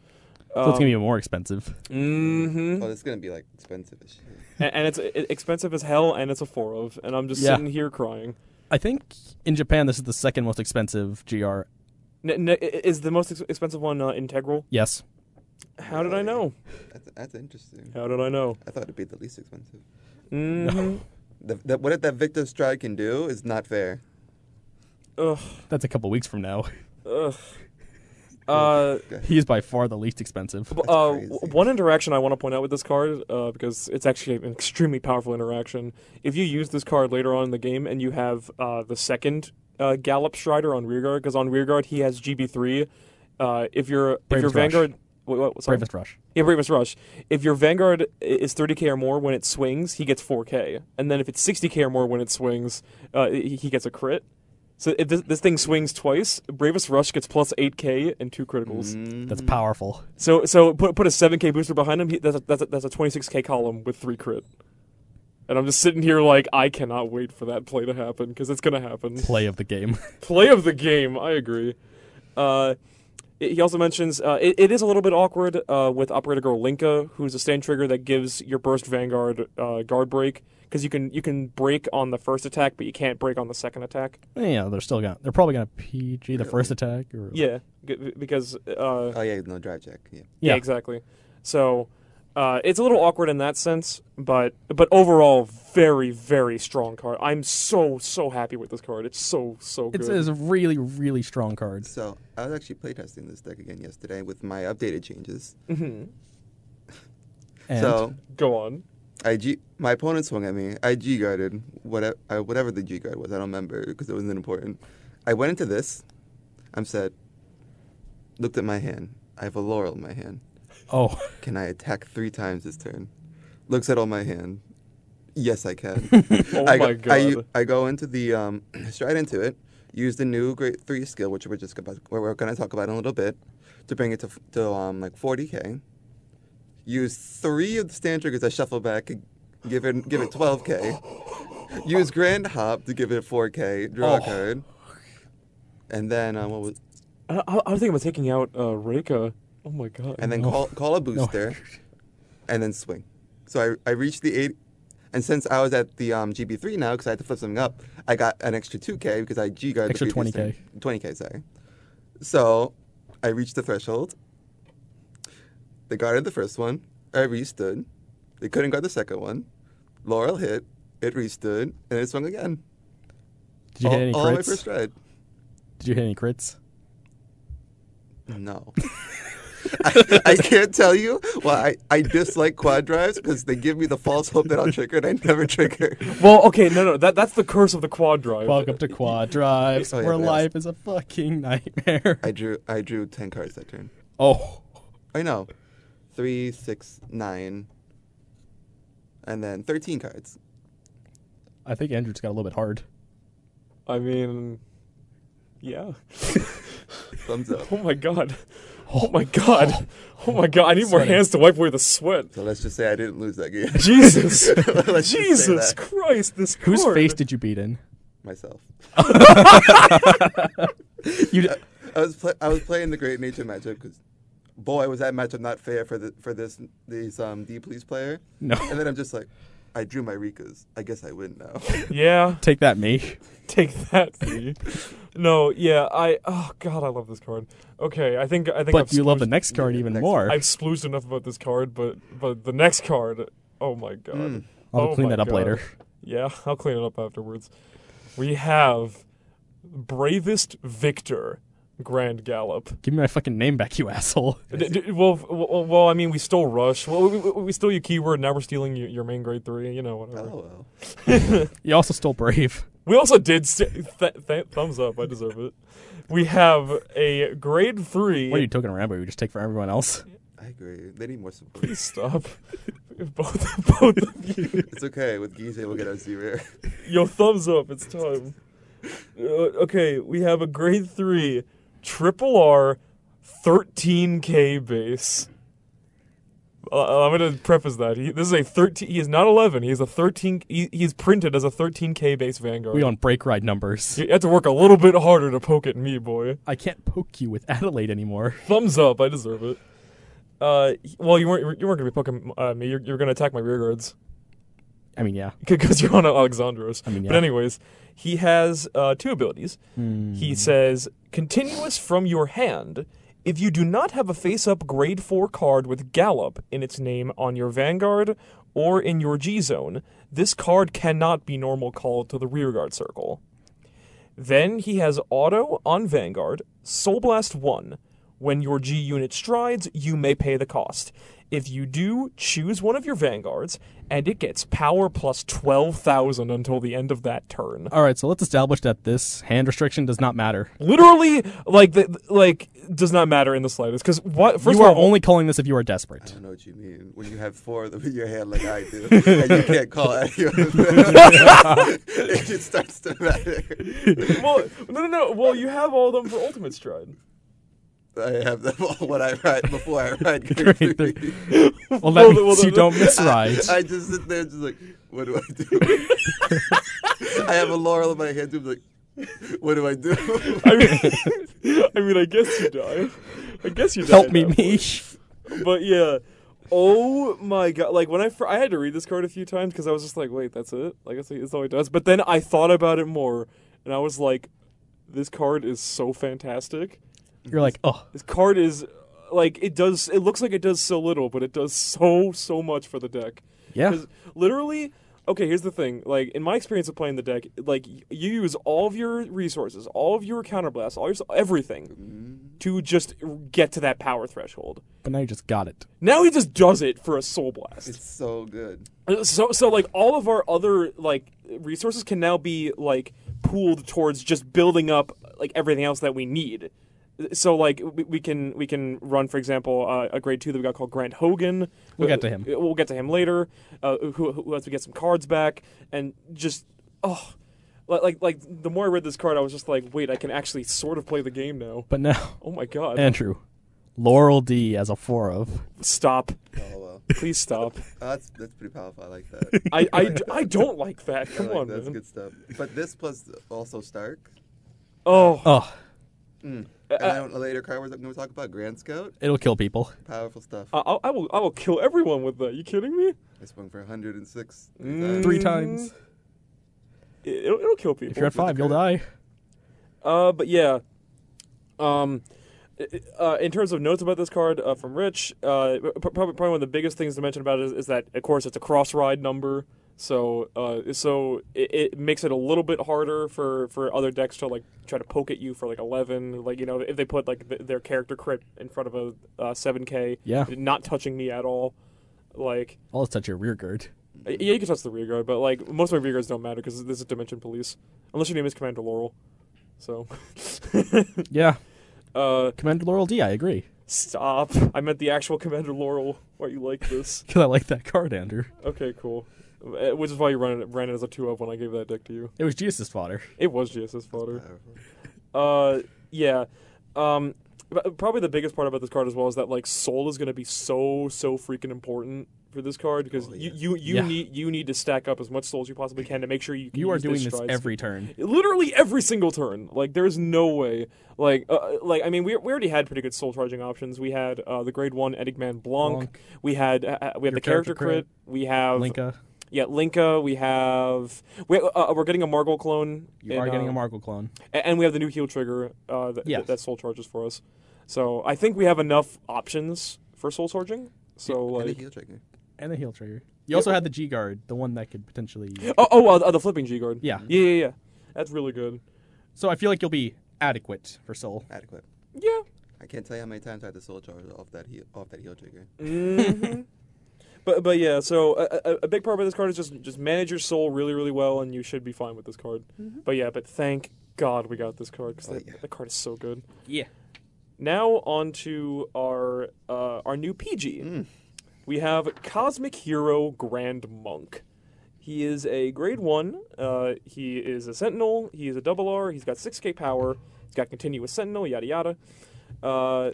[SPEAKER 2] so
[SPEAKER 4] Um,
[SPEAKER 2] it's going to be more expensive.
[SPEAKER 3] Mm-hmm.
[SPEAKER 4] Oh, this is gonna be like expensive as shit.
[SPEAKER 3] And, and it's it, expensive as hell, and it's a four of, and I'm just
[SPEAKER 2] Yeah.
[SPEAKER 3] sitting here crying.
[SPEAKER 2] I think in Japan this is the second most expensive GR.
[SPEAKER 3] N- n- is the most ex- expensive one uh, integral?
[SPEAKER 2] Yes.
[SPEAKER 3] How did I know?
[SPEAKER 4] That's, that's interesting.
[SPEAKER 3] How did I know?
[SPEAKER 4] I thought it'd be the least expensive.
[SPEAKER 3] Mm-hmm.
[SPEAKER 4] The, the, what that Victor Stride can do is not fair.
[SPEAKER 3] Ugh.
[SPEAKER 2] That's a couple weeks from now.
[SPEAKER 3] Ugh. Uh,
[SPEAKER 2] He's by far the least expensive.
[SPEAKER 3] b- uh,
[SPEAKER 4] crazy.
[SPEAKER 3] w- one interaction I want to point out with this card, uh, because it's actually an extremely powerful interaction. If you use this card later on in the game and you have uh, the second uh, Gallop Strider on rearguard, because on rearguard he has GB three. Uh, if your if
[SPEAKER 2] Bravest
[SPEAKER 3] your
[SPEAKER 2] Rush.
[SPEAKER 3] Vanguard, wait, what, sorry?
[SPEAKER 2] Bravest Rush.
[SPEAKER 3] Yeah, Bravest Rush. If your Vanguard i- is 30k or more when it swings, he gets 4k. And then if it's 60k or more when it swings, uh, he he gets a crit. So if this, this thing swings twice, Bravest Rush gets plus 8k and two criticals.
[SPEAKER 4] Mm-hmm.
[SPEAKER 2] That's powerful.
[SPEAKER 3] So so put put a 7k booster behind him, he, that's, a, that's, a, that's a 26k column with three crit. And I'm just sitting here like, I cannot wait for that play to happen, because it's going to happen
[SPEAKER 2] Play of the game.
[SPEAKER 3] play of the game. I agree. Uh, it- he also mentions uh, it, it is a little bit awkward uh, with Operator Girl Linka, who's a stand trigger that gives your burst Vanguard uh, guard break because you can you can break on the first attack, but you can't break on the second attack.
[SPEAKER 2] yeah, they're still gonna. They're probably gonna PG the first attack. Or,
[SPEAKER 3] Yeah, g- because uh,
[SPEAKER 4] Oh yeah, no drive check. Yeah.
[SPEAKER 3] yeah.
[SPEAKER 2] Yeah.
[SPEAKER 3] exactly. So uh, it's a little awkward in that sense, but but overall, very very strong card. I'm so so happy with this card. It's so so good.
[SPEAKER 2] It's, it's a really, really strong card.
[SPEAKER 4] So I was actually playtesting this deck again yesterday with my updated changes.
[SPEAKER 2] And
[SPEAKER 4] So
[SPEAKER 3] Go on.
[SPEAKER 4] I G, my opponent swung at me. I G guarded whatever, uh, whatever the G guard was. I don't remember because it wasn't important. I went into this. I'm set. Looked at my hand. I have a laurel in my hand.
[SPEAKER 2] oh,
[SPEAKER 4] Can I attack three times this turn? Looks at all my hand. Yes, I can.
[SPEAKER 3] Oh
[SPEAKER 4] I,
[SPEAKER 3] my
[SPEAKER 4] go- I u-
[SPEAKER 3] god.
[SPEAKER 4] I go into the um, stride into it. Use the new grade three skill, which we're just about, we're- we're going to talk about in a little bit, to bring it to f- to um, like 40k. Use three of the stand triggers I shuffle back, give it give it 12k. Use grand hop to give it 4k. Draw a card. And then um, what was
[SPEAKER 3] I, I, I was thinking about taking out uh, Reika. Oh my god.
[SPEAKER 4] and then call call a booster, and then swing. So I I reached the eight, and since I was at the um, GB three now because I had to flip something up, I got an extra two K because I G guarded
[SPEAKER 2] Extra 20K.
[SPEAKER 4] twenty K sorry. So I reached the threshold. They guarded the first one. I restood. They couldn't guard the second one. Laurel hit. It restood, and it swung again.
[SPEAKER 2] did you
[SPEAKER 4] all,
[SPEAKER 2] hit any
[SPEAKER 4] all my
[SPEAKER 2] crits?
[SPEAKER 4] first ride.
[SPEAKER 2] Did you hit any crits?
[SPEAKER 4] No. I, I can't tell you why I, I dislike quad drives because they give me the false hope that I'll trigger and I never trigger.
[SPEAKER 3] well, okay, no, no, that that's the curse of the quad drive.
[SPEAKER 2] Welcome to Quad Drives,
[SPEAKER 4] Oh, yeah,
[SPEAKER 2] where
[SPEAKER 4] but it was-
[SPEAKER 2] life is a fucking nightmare.
[SPEAKER 4] I drew I drew ten cards that turn.
[SPEAKER 2] oh,
[SPEAKER 4] I know. Three, six, nine, and then thirteen cards.
[SPEAKER 2] I think Andrew just got a little bit hard.
[SPEAKER 3] I mean, yeah.
[SPEAKER 4] Thumbs up.
[SPEAKER 3] Oh my god. Oh my god. Oh my god. I need more hands to wipe away the sweat.
[SPEAKER 4] So let's just say I didn't lose that game.
[SPEAKER 3] Jesus.
[SPEAKER 4] Let's just say
[SPEAKER 3] Jesus
[SPEAKER 4] that.
[SPEAKER 3] Christ. This card.
[SPEAKER 2] Whose face did you beat in?
[SPEAKER 4] myself.
[SPEAKER 2] You. d-
[SPEAKER 4] I was pla I was playing the Great Nature matchup because, boy, was that matchup not fair for the for this these um D police player.
[SPEAKER 2] No.
[SPEAKER 4] And then I'm just like, I drew my Rikas. I guess I win now.
[SPEAKER 3] Yeah.
[SPEAKER 2] Take that, me.
[SPEAKER 3] Take that. V. no. Yeah. I. Oh God. I love this card. Okay. I think. I think.
[SPEAKER 2] But
[SPEAKER 3] I've
[SPEAKER 2] you love the
[SPEAKER 3] splooged-
[SPEAKER 2] next card even
[SPEAKER 4] next
[SPEAKER 2] more.
[SPEAKER 3] I've splooged enough about this card, but but the next card. Oh my god.
[SPEAKER 2] I'll
[SPEAKER 3] Oh
[SPEAKER 2] clean
[SPEAKER 3] my
[SPEAKER 2] that up
[SPEAKER 3] God.
[SPEAKER 2] later.
[SPEAKER 3] Yeah, I'll clean it up afterwards. We have bravest Victor Grand Gallop.
[SPEAKER 2] Give me my fucking name back, you asshole.
[SPEAKER 3] D- d- well, f- well, well, I mean, we stole Rush. Well, we, we, we stole your keyword. Now we're stealing your, your main grade three. You know,
[SPEAKER 4] oh
[SPEAKER 3] whatever.
[SPEAKER 4] well.
[SPEAKER 2] You also stole Brave.
[SPEAKER 3] We also did st- th- th- thumbs up. I deserve it. We have a grade three.
[SPEAKER 2] What are you taking around? But you just take from everyone else.
[SPEAKER 4] I agree. They need more support.
[SPEAKER 3] Please stop. both, both of you.
[SPEAKER 4] It's okay. With Gize, we'll get our Z rare.
[SPEAKER 3] Yo, thumbs up. It's time. Uh, okay, we have a grade three, triple R, 13K base. Uh, I'm gonna preface that he, this is a 13. He is not 11. He is a 13. He, he's printed as a 13K base Vanguard.
[SPEAKER 2] We on break ride numbers.
[SPEAKER 3] You have to work a little bit harder to poke at me, boy.
[SPEAKER 2] I can't poke you with Adelaide anymore.
[SPEAKER 3] Thumbs up. I deserve it. Uh, he- well, you weren't. You weren't gonna be poking uh, me. You're, you're gonna attack my rear guards.
[SPEAKER 2] I mean, yeah.
[SPEAKER 3] because you're on Alexandros.
[SPEAKER 2] mean,
[SPEAKER 3] But
[SPEAKER 2] yeah. Hmm.
[SPEAKER 3] anyways, he has uh, two abilities. He says continuous from your hand. If you do not have a face-up grade four card with Gallop in its name on your Vanguard or in your G zone, this card cannot be normal called to the rearguard circle. Then he has auto on Vanguard, Soul Blast 1. When your G unit strides, you may pay the cost. If you do, choose one of your vanguards, and it gets power plus 12,000 until the end of that turn.
[SPEAKER 2] All right, so let's establish that this hand restriction does not matter.
[SPEAKER 3] Literally, like, the, like does not matter in the slightest. Because what? First
[SPEAKER 2] you
[SPEAKER 3] of
[SPEAKER 2] are
[SPEAKER 3] all,
[SPEAKER 2] only calling this if you are desperate.
[SPEAKER 4] I don't know what you mean when you have four of them in your hand like I do, and you can't call out your It just starts to matter.
[SPEAKER 3] well, no, no, no. Well, you have all of them for ultimate stride.
[SPEAKER 4] I have them all when I ride before I ride. Great
[SPEAKER 2] three.
[SPEAKER 4] Three.
[SPEAKER 2] Well, that
[SPEAKER 3] Well,
[SPEAKER 2] means
[SPEAKER 3] well,
[SPEAKER 2] you
[SPEAKER 3] the-
[SPEAKER 2] don't miss rides.
[SPEAKER 4] I just sit there, just like, what do I do? I have a laurel in my hand, too, like, what do I do?
[SPEAKER 3] I mean, I mean, I guess you die. I guess you die.
[SPEAKER 2] Help
[SPEAKER 3] at
[SPEAKER 2] me,
[SPEAKER 3] that
[SPEAKER 2] Mish.
[SPEAKER 3] But yeah. Oh my god! Like when I fir- I had to read this card a few times because I was just like, wait, that's it. Like that's, that's all it does. But then I thought about it more, and I was like, this card is so fantastic.
[SPEAKER 2] You're like, oh,
[SPEAKER 3] This card is like it does. It looks like it does so little, but it does so so much for the deck.
[SPEAKER 2] yeah.
[SPEAKER 3] 'Cause literally, okay, here's the thing. Like in my experience of playing the deck, like y- you use all of your resources, all of your counterblasts, all your s- everything to just get to that power threshold.
[SPEAKER 2] But now you just got it.
[SPEAKER 3] Now he just does it for a soul blast. Uh,
[SPEAKER 4] It's so good.
[SPEAKER 3] So so like all of our other like resources can now be like pooled towards just building up like everything else that we need. So like we, we can we can run for example uh, a grade two that we got called Grant Hogan.
[SPEAKER 2] We'll get to him.
[SPEAKER 3] Uh, We'll get to him later. Uh, who who lets me get some cards back and just oh like like like the more I read this card I was just like wait I can actually sort of play the game now.
[SPEAKER 2] But now,
[SPEAKER 3] Oh my god!
[SPEAKER 2] Andrew, Laurel D as a four of.
[SPEAKER 3] stop,
[SPEAKER 4] Oh, well.
[SPEAKER 3] please stop.
[SPEAKER 4] Oh, that's, that's pretty powerful. I like that.
[SPEAKER 3] I, I, I don't like that.
[SPEAKER 4] I
[SPEAKER 3] Come
[SPEAKER 4] like
[SPEAKER 3] on,
[SPEAKER 4] that. That's
[SPEAKER 3] man.
[SPEAKER 4] good stuff. But this plus also Stark.
[SPEAKER 3] Oh
[SPEAKER 2] Oh,
[SPEAKER 3] Uh,
[SPEAKER 4] And I don't, later, card we're going to talk about Grand Scout.
[SPEAKER 2] it'll kill people.
[SPEAKER 4] Powerful stuff.
[SPEAKER 3] I, I- I will I will kill everyone with that. You kidding me?
[SPEAKER 4] I swung for 106.
[SPEAKER 3] Mm.
[SPEAKER 2] Three times.
[SPEAKER 3] It, will it'll kill people.
[SPEAKER 2] If you're at five, you'll die.
[SPEAKER 3] Uh, but yeah, um, i- i- uh, in terms of notes about this card uh, from Rich, uh, p- probably probably one of the biggest things to mention about it is, is that of course it's a cross ride number, so uh, so it, it makes it a little bit harder for for other decks to like try to poke at you for like eleven, like you know if they put like th- their character crit in front of a uh, seven k,
[SPEAKER 2] Yeah.
[SPEAKER 3] not touching me at all, like.
[SPEAKER 2] I'll just touch your rear guard.
[SPEAKER 3] Uh, Yeah, you can touch the rear guard, but like most of my rear guards don't matter because this is Dimension Police, unless your name is Commander Laurel. So,
[SPEAKER 2] Yeah.
[SPEAKER 3] uh,
[SPEAKER 2] Commander Laurel D, I agree.
[SPEAKER 3] stop. I meant the actual Commander Laurel. Why you like this?
[SPEAKER 2] Because I like that card, Andrew.
[SPEAKER 3] Okay, cool. Uh, Which is why you ran it, ran it as a two up when I gave that deck to you.
[SPEAKER 2] It was Jesus' fodder.
[SPEAKER 3] It was GSS fodder.
[SPEAKER 4] Powerful.
[SPEAKER 3] Uh, yeah. Um, but probably the biggest part about this card as well is that like soul is going to be so so freaking important for this card because you you you
[SPEAKER 2] Yeah.
[SPEAKER 3] need you need to stack up as much soul as you possibly can to make sure you can
[SPEAKER 2] You are
[SPEAKER 3] use
[SPEAKER 2] doing this
[SPEAKER 3] strides.
[SPEAKER 2] every turn.
[SPEAKER 3] literally every single turn. Like there's no way. Like uh, like I mean we, we already had pretty good soul charging options. We had uh, the grade one Eddie Man Blanc.
[SPEAKER 2] Blanc.
[SPEAKER 3] We had uh, uh, we
[SPEAKER 2] Your
[SPEAKER 3] had the
[SPEAKER 2] character
[SPEAKER 3] character, crit.
[SPEAKER 2] crit.
[SPEAKER 3] We have
[SPEAKER 2] Linka,
[SPEAKER 3] Yeah, Linka. We have we uh, we're getting a Margle clone.
[SPEAKER 2] you
[SPEAKER 3] in,
[SPEAKER 2] are getting a
[SPEAKER 3] uh,
[SPEAKER 2] Markle clone.
[SPEAKER 3] a- and we have the new heal trigger uh, that,
[SPEAKER 2] Yes.
[SPEAKER 3] that soul charges for us. So I think we have enough options for soul charging. So
[SPEAKER 4] And a
[SPEAKER 3] like.
[SPEAKER 4] heel trigger.
[SPEAKER 2] And the heal trigger. You also had the G guard, the one that could potentially.
[SPEAKER 3] Oh, oh, uh, the- the flipping G guard.
[SPEAKER 2] Yeah.
[SPEAKER 3] yeah, yeah, yeah. That's really good.
[SPEAKER 2] So I feel like you'll be adequate for Soul.
[SPEAKER 4] Adequate.
[SPEAKER 3] Yeah,
[SPEAKER 4] I can't tell you how many times I had to soul charge off that heel, off that heel trigger.
[SPEAKER 3] Mm. But but yeah, so a, a, a big part about this card is just just manage your soul really really well, and you should be fine with this card. But yeah, but thank God we got this card because
[SPEAKER 4] Oh,
[SPEAKER 3] that,
[SPEAKER 4] yeah.
[SPEAKER 3] that card is so good.
[SPEAKER 2] Yeah.
[SPEAKER 3] Now on to our uh, our new PG.
[SPEAKER 4] Mm.
[SPEAKER 3] We have Cosmic Hero Grand Monk. He is a grade one. Uh, he is a sentinel. He is a double R. He's got six K power. He's got continuous sentinel. Yada yada. Uh,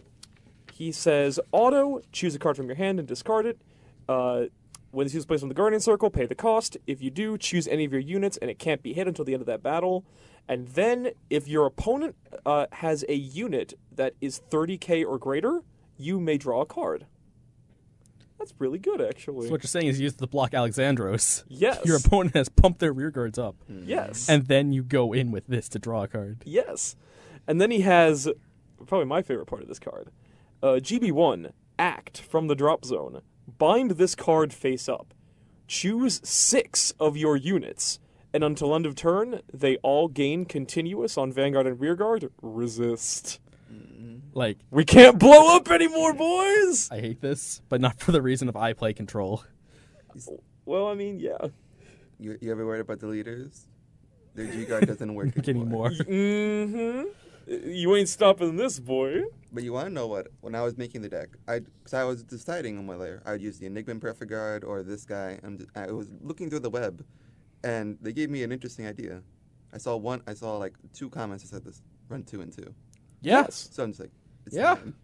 [SPEAKER 3] he says auto. Choose a card from your hand and discard it. Uh, when this is placed on the guardian circle, pay the cost. If you do, choose any of your units, and it can't be hit until the end of that battle. And then, if your opponent uh, has a unit that is 30k or greater, you may draw a card. That's really good, actually.
[SPEAKER 2] So what you're saying is you use the block Alexandros.
[SPEAKER 3] Yes.
[SPEAKER 2] Your opponent has pumped their rear guards up.
[SPEAKER 3] Hmm. yes.
[SPEAKER 2] And then you go in with this to draw a card.
[SPEAKER 3] Yes. And then he has probably my favorite part of this card. Uh, GB1, Act from the drop zone. Bind this card face up. Choose six of your units, and until end of turn, they all gain continuous on Vanguard and Rearguard. Resist.
[SPEAKER 2] Like,
[SPEAKER 3] We can't blow up anymore, boys.
[SPEAKER 2] I hate this, but not for the reason of I play control.
[SPEAKER 3] Well, I mean, yeah.
[SPEAKER 4] You, you ever worried about the leaders? Their G guard doesn't work
[SPEAKER 2] Like
[SPEAKER 4] anymore.
[SPEAKER 2] anymore.
[SPEAKER 3] Mm-hmm. You ain't stopping this, boy.
[SPEAKER 4] But you want to know what? When I was making the deck, I because I was deciding on whether I'd use the Enigma Perfect Guard or this guy. And I was looking through the web, and they gave me an interesting idea. I saw one. I saw like two comments that said this: run two and two.
[SPEAKER 2] Yes.
[SPEAKER 4] So I'm just like, it's
[SPEAKER 2] Yeah.
[SPEAKER 4] time.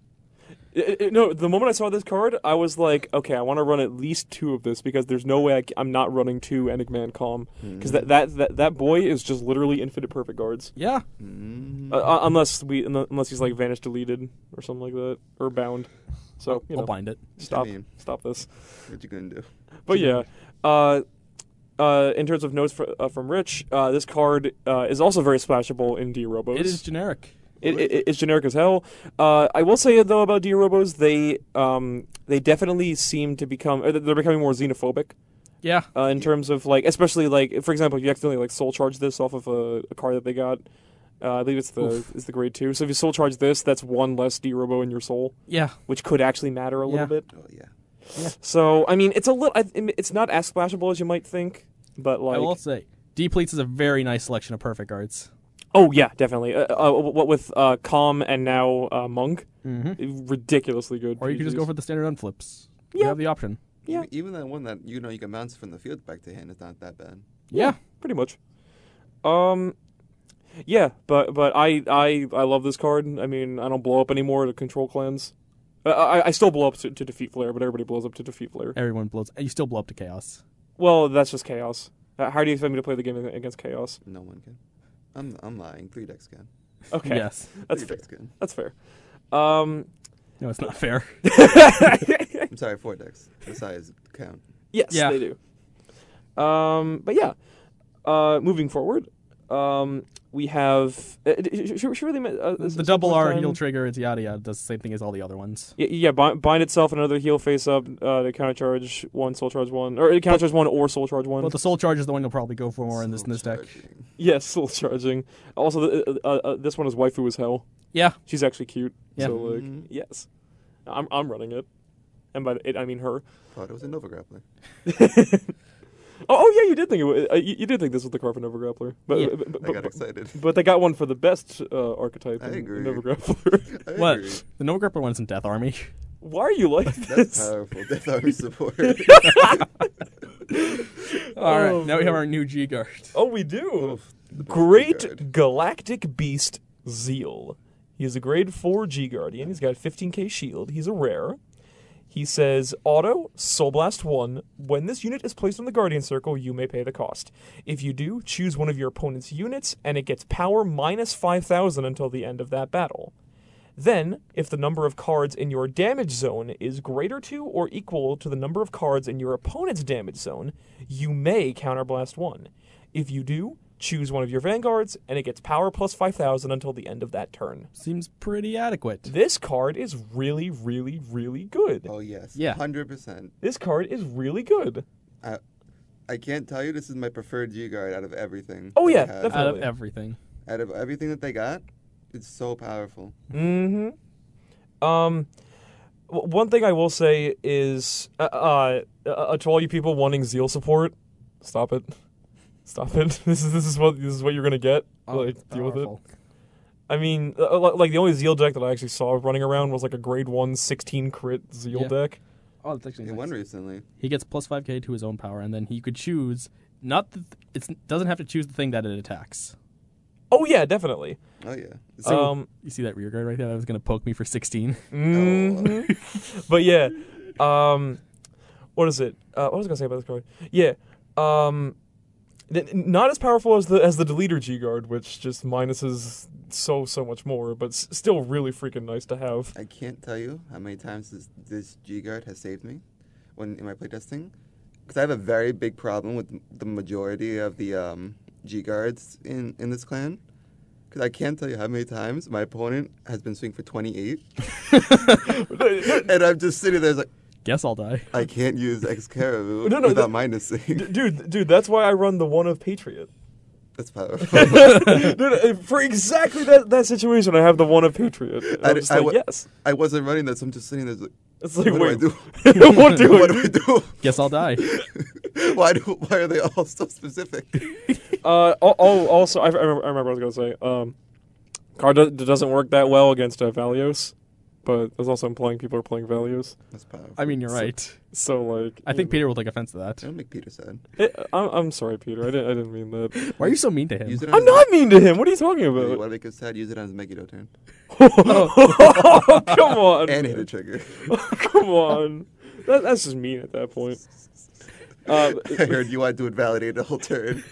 [SPEAKER 3] I- I- no, the moment I saw this card, I was like, okay, I want to run at least two of this because there's no way I c- I'm not running two Enigma and Calm because that, that that that boy is just literally infinite perfect guards.
[SPEAKER 2] Yeah.
[SPEAKER 3] Uh, uh, unless we un- unless he's like vanish deleted or something like that or bound. So you
[SPEAKER 2] I'll
[SPEAKER 3] know,
[SPEAKER 2] bind it.
[SPEAKER 3] stop
[SPEAKER 4] I mean-
[SPEAKER 3] stop this.
[SPEAKER 4] What you gonna do?
[SPEAKER 3] But yeah, uh, uh, in terms of notes fr- uh, from Rich, uh, this card uh, is also very splashable in D Robos.
[SPEAKER 2] It is generic.
[SPEAKER 3] It, it, it's generic as hell. Uh, I will say though about D Robos, they um, they definitely seem to become or they're becoming more xenophobic
[SPEAKER 2] Yeah.
[SPEAKER 3] uh, in terms of like, especially like for example, if you accidentally like soul charge this off of a, a card that they got. Uh, I believe it's the it's the grade two. So if you soul charge this, that's one less D Robo in your soul,
[SPEAKER 2] Yeah.
[SPEAKER 3] which could actually matter a
[SPEAKER 2] Yeah.
[SPEAKER 3] little bit.
[SPEAKER 4] Oh yeah.
[SPEAKER 3] So I mean, it's a little. I, it's not as splashable as you might think, but like,
[SPEAKER 2] I will say, Depletes is a very nice selection of perfect guards.
[SPEAKER 3] oh yeah, definitely. Uh, uh, what with uh, Calm and now uh, Monk, ridiculously good.
[SPEAKER 2] Mm-hmm. Or you could just
[SPEAKER 3] PGs.
[SPEAKER 2] go for the standard unflips. You
[SPEAKER 3] Yeah.
[SPEAKER 2] have the option.
[SPEAKER 3] Yeah.
[SPEAKER 4] Even, even that one that you know you can bounce from the field back to hand is not that bad.
[SPEAKER 2] Yeah.
[SPEAKER 3] pretty much. Um, yeah, but but I I I love this card. I mean, I don't blow up anymore to control cleanse. I I, I still blow up to, to defeat flare, but everybody blows up to defeat flare.
[SPEAKER 2] Everyone blows. You still blow up to chaos.
[SPEAKER 3] Well, that's just chaos. Uh, How do you expect me to play the game against chaos?
[SPEAKER 4] No one can. I'm I'm lying. Three decks can.
[SPEAKER 3] Okay,
[SPEAKER 2] Yes.
[SPEAKER 3] that's
[SPEAKER 4] Three
[SPEAKER 3] fair.
[SPEAKER 4] decks can.
[SPEAKER 3] That's fair. Um,
[SPEAKER 2] No, it's not fair.
[SPEAKER 4] I'm sorry, four decks. Besides count.
[SPEAKER 3] Yes,
[SPEAKER 2] Yeah.
[SPEAKER 3] they do. Um, but yeah, uh, moving forward, um, we have uh, d- should, should we really ma- uh, s-
[SPEAKER 2] the
[SPEAKER 3] spend
[SPEAKER 2] double
[SPEAKER 3] more
[SPEAKER 2] R
[SPEAKER 3] time-
[SPEAKER 2] heel trigger, it's yada yada, does the same thing as all the other ones.
[SPEAKER 3] Y- Yeah, bind, bind itself another heal face up uh, to counter charge one, soul charge one, or counter charge one or soul charge one.
[SPEAKER 2] But the soul charge is the one you'll probably go for more in this
[SPEAKER 4] Oh,
[SPEAKER 2] in this deck.
[SPEAKER 4] Charging.
[SPEAKER 3] yes, soul charging. Also, the, uh, uh, uh, this one is waifu as hell.
[SPEAKER 2] Yeah.
[SPEAKER 3] She's actually cute.
[SPEAKER 2] Yeah.
[SPEAKER 3] So like,
[SPEAKER 4] Mm-hmm.
[SPEAKER 3] yes, I'm I'm running it, and by it I mean her.
[SPEAKER 4] Thought it was a Nova Grappler.
[SPEAKER 3] Oh, oh yeah, you did think it was, uh, you, you did think this was the card for Nova Grappler, but
[SPEAKER 2] Yeah.
[SPEAKER 3] but, but,
[SPEAKER 4] I got
[SPEAKER 3] but-
[SPEAKER 4] excited.
[SPEAKER 3] but they got one for the best uh, archetype.
[SPEAKER 4] I
[SPEAKER 3] in- in
[SPEAKER 4] agree.
[SPEAKER 3] Nova Grappler.
[SPEAKER 4] I
[SPEAKER 2] What?
[SPEAKER 4] agree.
[SPEAKER 2] The no gripper one's in Death Army.
[SPEAKER 3] Why are you like
[SPEAKER 4] That's
[SPEAKER 3] this?
[SPEAKER 4] powerful. Death Army support.
[SPEAKER 2] Alright,
[SPEAKER 3] Oh,
[SPEAKER 2] now we have our new G guard.
[SPEAKER 3] Oh, we do.
[SPEAKER 4] the
[SPEAKER 3] Great
[SPEAKER 4] Guard.
[SPEAKER 3] Galactic Beast Zeal. He is a grade 4 G Guardian. He's got 15k shield. He's a rare. He says auto, Soul Blast 1. When this unit is placed on the Guardian Circle, you may pay the cost. If you do, choose one of your opponent's units, and it gets power minus 5,000 until the end of that battle. Then, if the number of cards in your damage zone is greater to or equal to the number of cards in your opponent's damage zone, you may counterblast one. If you do, choose one of your vanguards, and it gets power plus 5,000 until the end of that turn.
[SPEAKER 2] Seems pretty adequate.
[SPEAKER 3] This card is really, really, really good.
[SPEAKER 4] Oh yes.
[SPEAKER 2] Yeah.
[SPEAKER 4] Hundred percent.
[SPEAKER 3] This card is really good.
[SPEAKER 4] I I can't tell you this is my preferred G guard out of everything.
[SPEAKER 3] Oh,
[SPEAKER 4] that they
[SPEAKER 3] yeah,
[SPEAKER 4] had.
[SPEAKER 3] definitely.
[SPEAKER 2] Out of everything.
[SPEAKER 4] Out of everything that they got, it's so powerful.
[SPEAKER 3] Mm-hmm. Um, w- one thing I will say is, uh, uh, uh, to all you people wanting Zeal support, stop it, stop it. This is this is what this is what you're gonna get.
[SPEAKER 2] Oh,
[SPEAKER 3] like, deal with it.
[SPEAKER 2] Powerful.
[SPEAKER 3] I mean, uh, li- like the only Zeal deck that I actually saw running around was like a grade one 16 crit Zeal
[SPEAKER 2] Yeah.
[SPEAKER 3] deck.
[SPEAKER 2] Oh, that's actually
[SPEAKER 4] They
[SPEAKER 2] nice.
[SPEAKER 4] won recently.
[SPEAKER 2] He gets plus 5k to his own power, and then he could choose, not the, it's doesn't have to choose the thing that it attacks.
[SPEAKER 3] Oh yeah, definitely.
[SPEAKER 4] Oh yeah.
[SPEAKER 2] So-
[SPEAKER 3] um,
[SPEAKER 2] You see that rear guard right there? That was going to poke me for 16.
[SPEAKER 3] mhm. but yeah, um, what is it? Uh, what was I gonna say about this card? Yeah, um, th- not as powerful as the as the deleter G guard, which just minuses so so much more, but s- still really freaking nice to have.
[SPEAKER 4] I can't tell you how many times this, this G guard has saved me when in my playtesting. Because I have a very big problem with m- the majority of the um, G guards in, in this clan. Because I can't tell you how many times my opponent has been swinging for 28. and I'm just sitting there like,
[SPEAKER 2] Guess I'll die.
[SPEAKER 4] I can't use Excalibur
[SPEAKER 3] No, no,
[SPEAKER 4] without
[SPEAKER 3] that-
[SPEAKER 4] minusing.
[SPEAKER 3] D- dude, dude, that's why I run the one of Patriot.
[SPEAKER 4] That's powerful.
[SPEAKER 3] Dude, uh, for exactly that, that situation, I have the one of Patriot. And
[SPEAKER 4] I
[SPEAKER 3] I'm
[SPEAKER 4] d-
[SPEAKER 3] just
[SPEAKER 4] I
[SPEAKER 3] like,
[SPEAKER 4] wa-
[SPEAKER 3] yes.
[SPEAKER 4] I wasn't running that, so I'm just sitting there. Like,
[SPEAKER 3] It's like,
[SPEAKER 4] what
[SPEAKER 3] wait,
[SPEAKER 4] do I do?
[SPEAKER 3] what do
[SPEAKER 4] what
[SPEAKER 3] I
[SPEAKER 4] do I do?
[SPEAKER 2] Guess I'll die.
[SPEAKER 4] why do? Why are they all so specific?
[SPEAKER 3] Uh, oh, oh, also, I, I, remember, I remember what I was going to say. Um, card do- doesn't work that well against uh, Valios, but it's also implying people are playing Valios.
[SPEAKER 4] That's powerful.
[SPEAKER 2] I mean, you're right.
[SPEAKER 3] So, like,
[SPEAKER 2] I think Peter will take offense to that.
[SPEAKER 4] Don't make Peter sad.
[SPEAKER 3] it, I'm, I'm sorry, Peter. I didn't, I didn't mean that.
[SPEAKER 2] Why are you so mean to him?
[SPEAKER 4] Use it on
[SPEAKER 3] I'm
[SPEAKER 4] his-
[SPEAKER 3] not mean to him. What are you talking
[SPEAKER 4] If You
[SPEAKER 3] about?
[SPEAKER 4] want to make him sad? Use it on his Megiddo turn
[SPEAKER 3] oh, come on.
[SPEAKER 4] and hit a trigger.
[SPEAKER 3] Come on. That, that's just mean at that point. Uh,
[SPEAKER 4] I heard you wanted to invalidate the whole turn.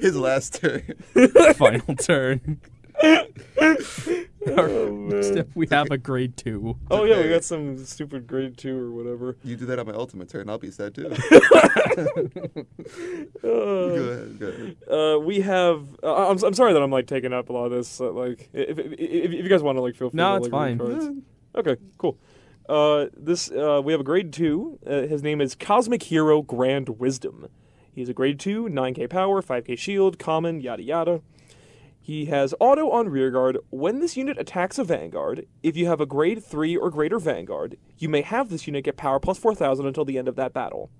[SPEAKER 4] His last turn.
[SPEAKER 2] Final turn. Next up, we have a grade two.
[SPEAKER 3] oh, yeah, we got some stupid grade two or whatever.
[SPEAKER 4] You do that on my ultimate turn. I'll be sad too. go ahead. Go ahead.
[SPEAKER 3] uh, we have. Uh, I'm, I'm sorry that I'm like taking up a lot of this. Uh, like, if, if, if if you guys want to like feel free.
[SPEAKER 2] No,
[SPEAKER 3] to,
[SPEAKER 2] it's
[SPEAKER 3] like, read
[SPEAKER 2] fine.
[SPEAKER 3] cards. Okay, cool. Uh, this uh, we have a grade two. Uh, his name is Cosmic Hero Grand Wisdom. He's a grade two, nine K power, five K shield, common, yada yada. He has auto on rearguard. When this unit attacks a vanguard, if you have a grade 3 or greater vanguard, you may have this unit get power plus 4000 until the end of that battle.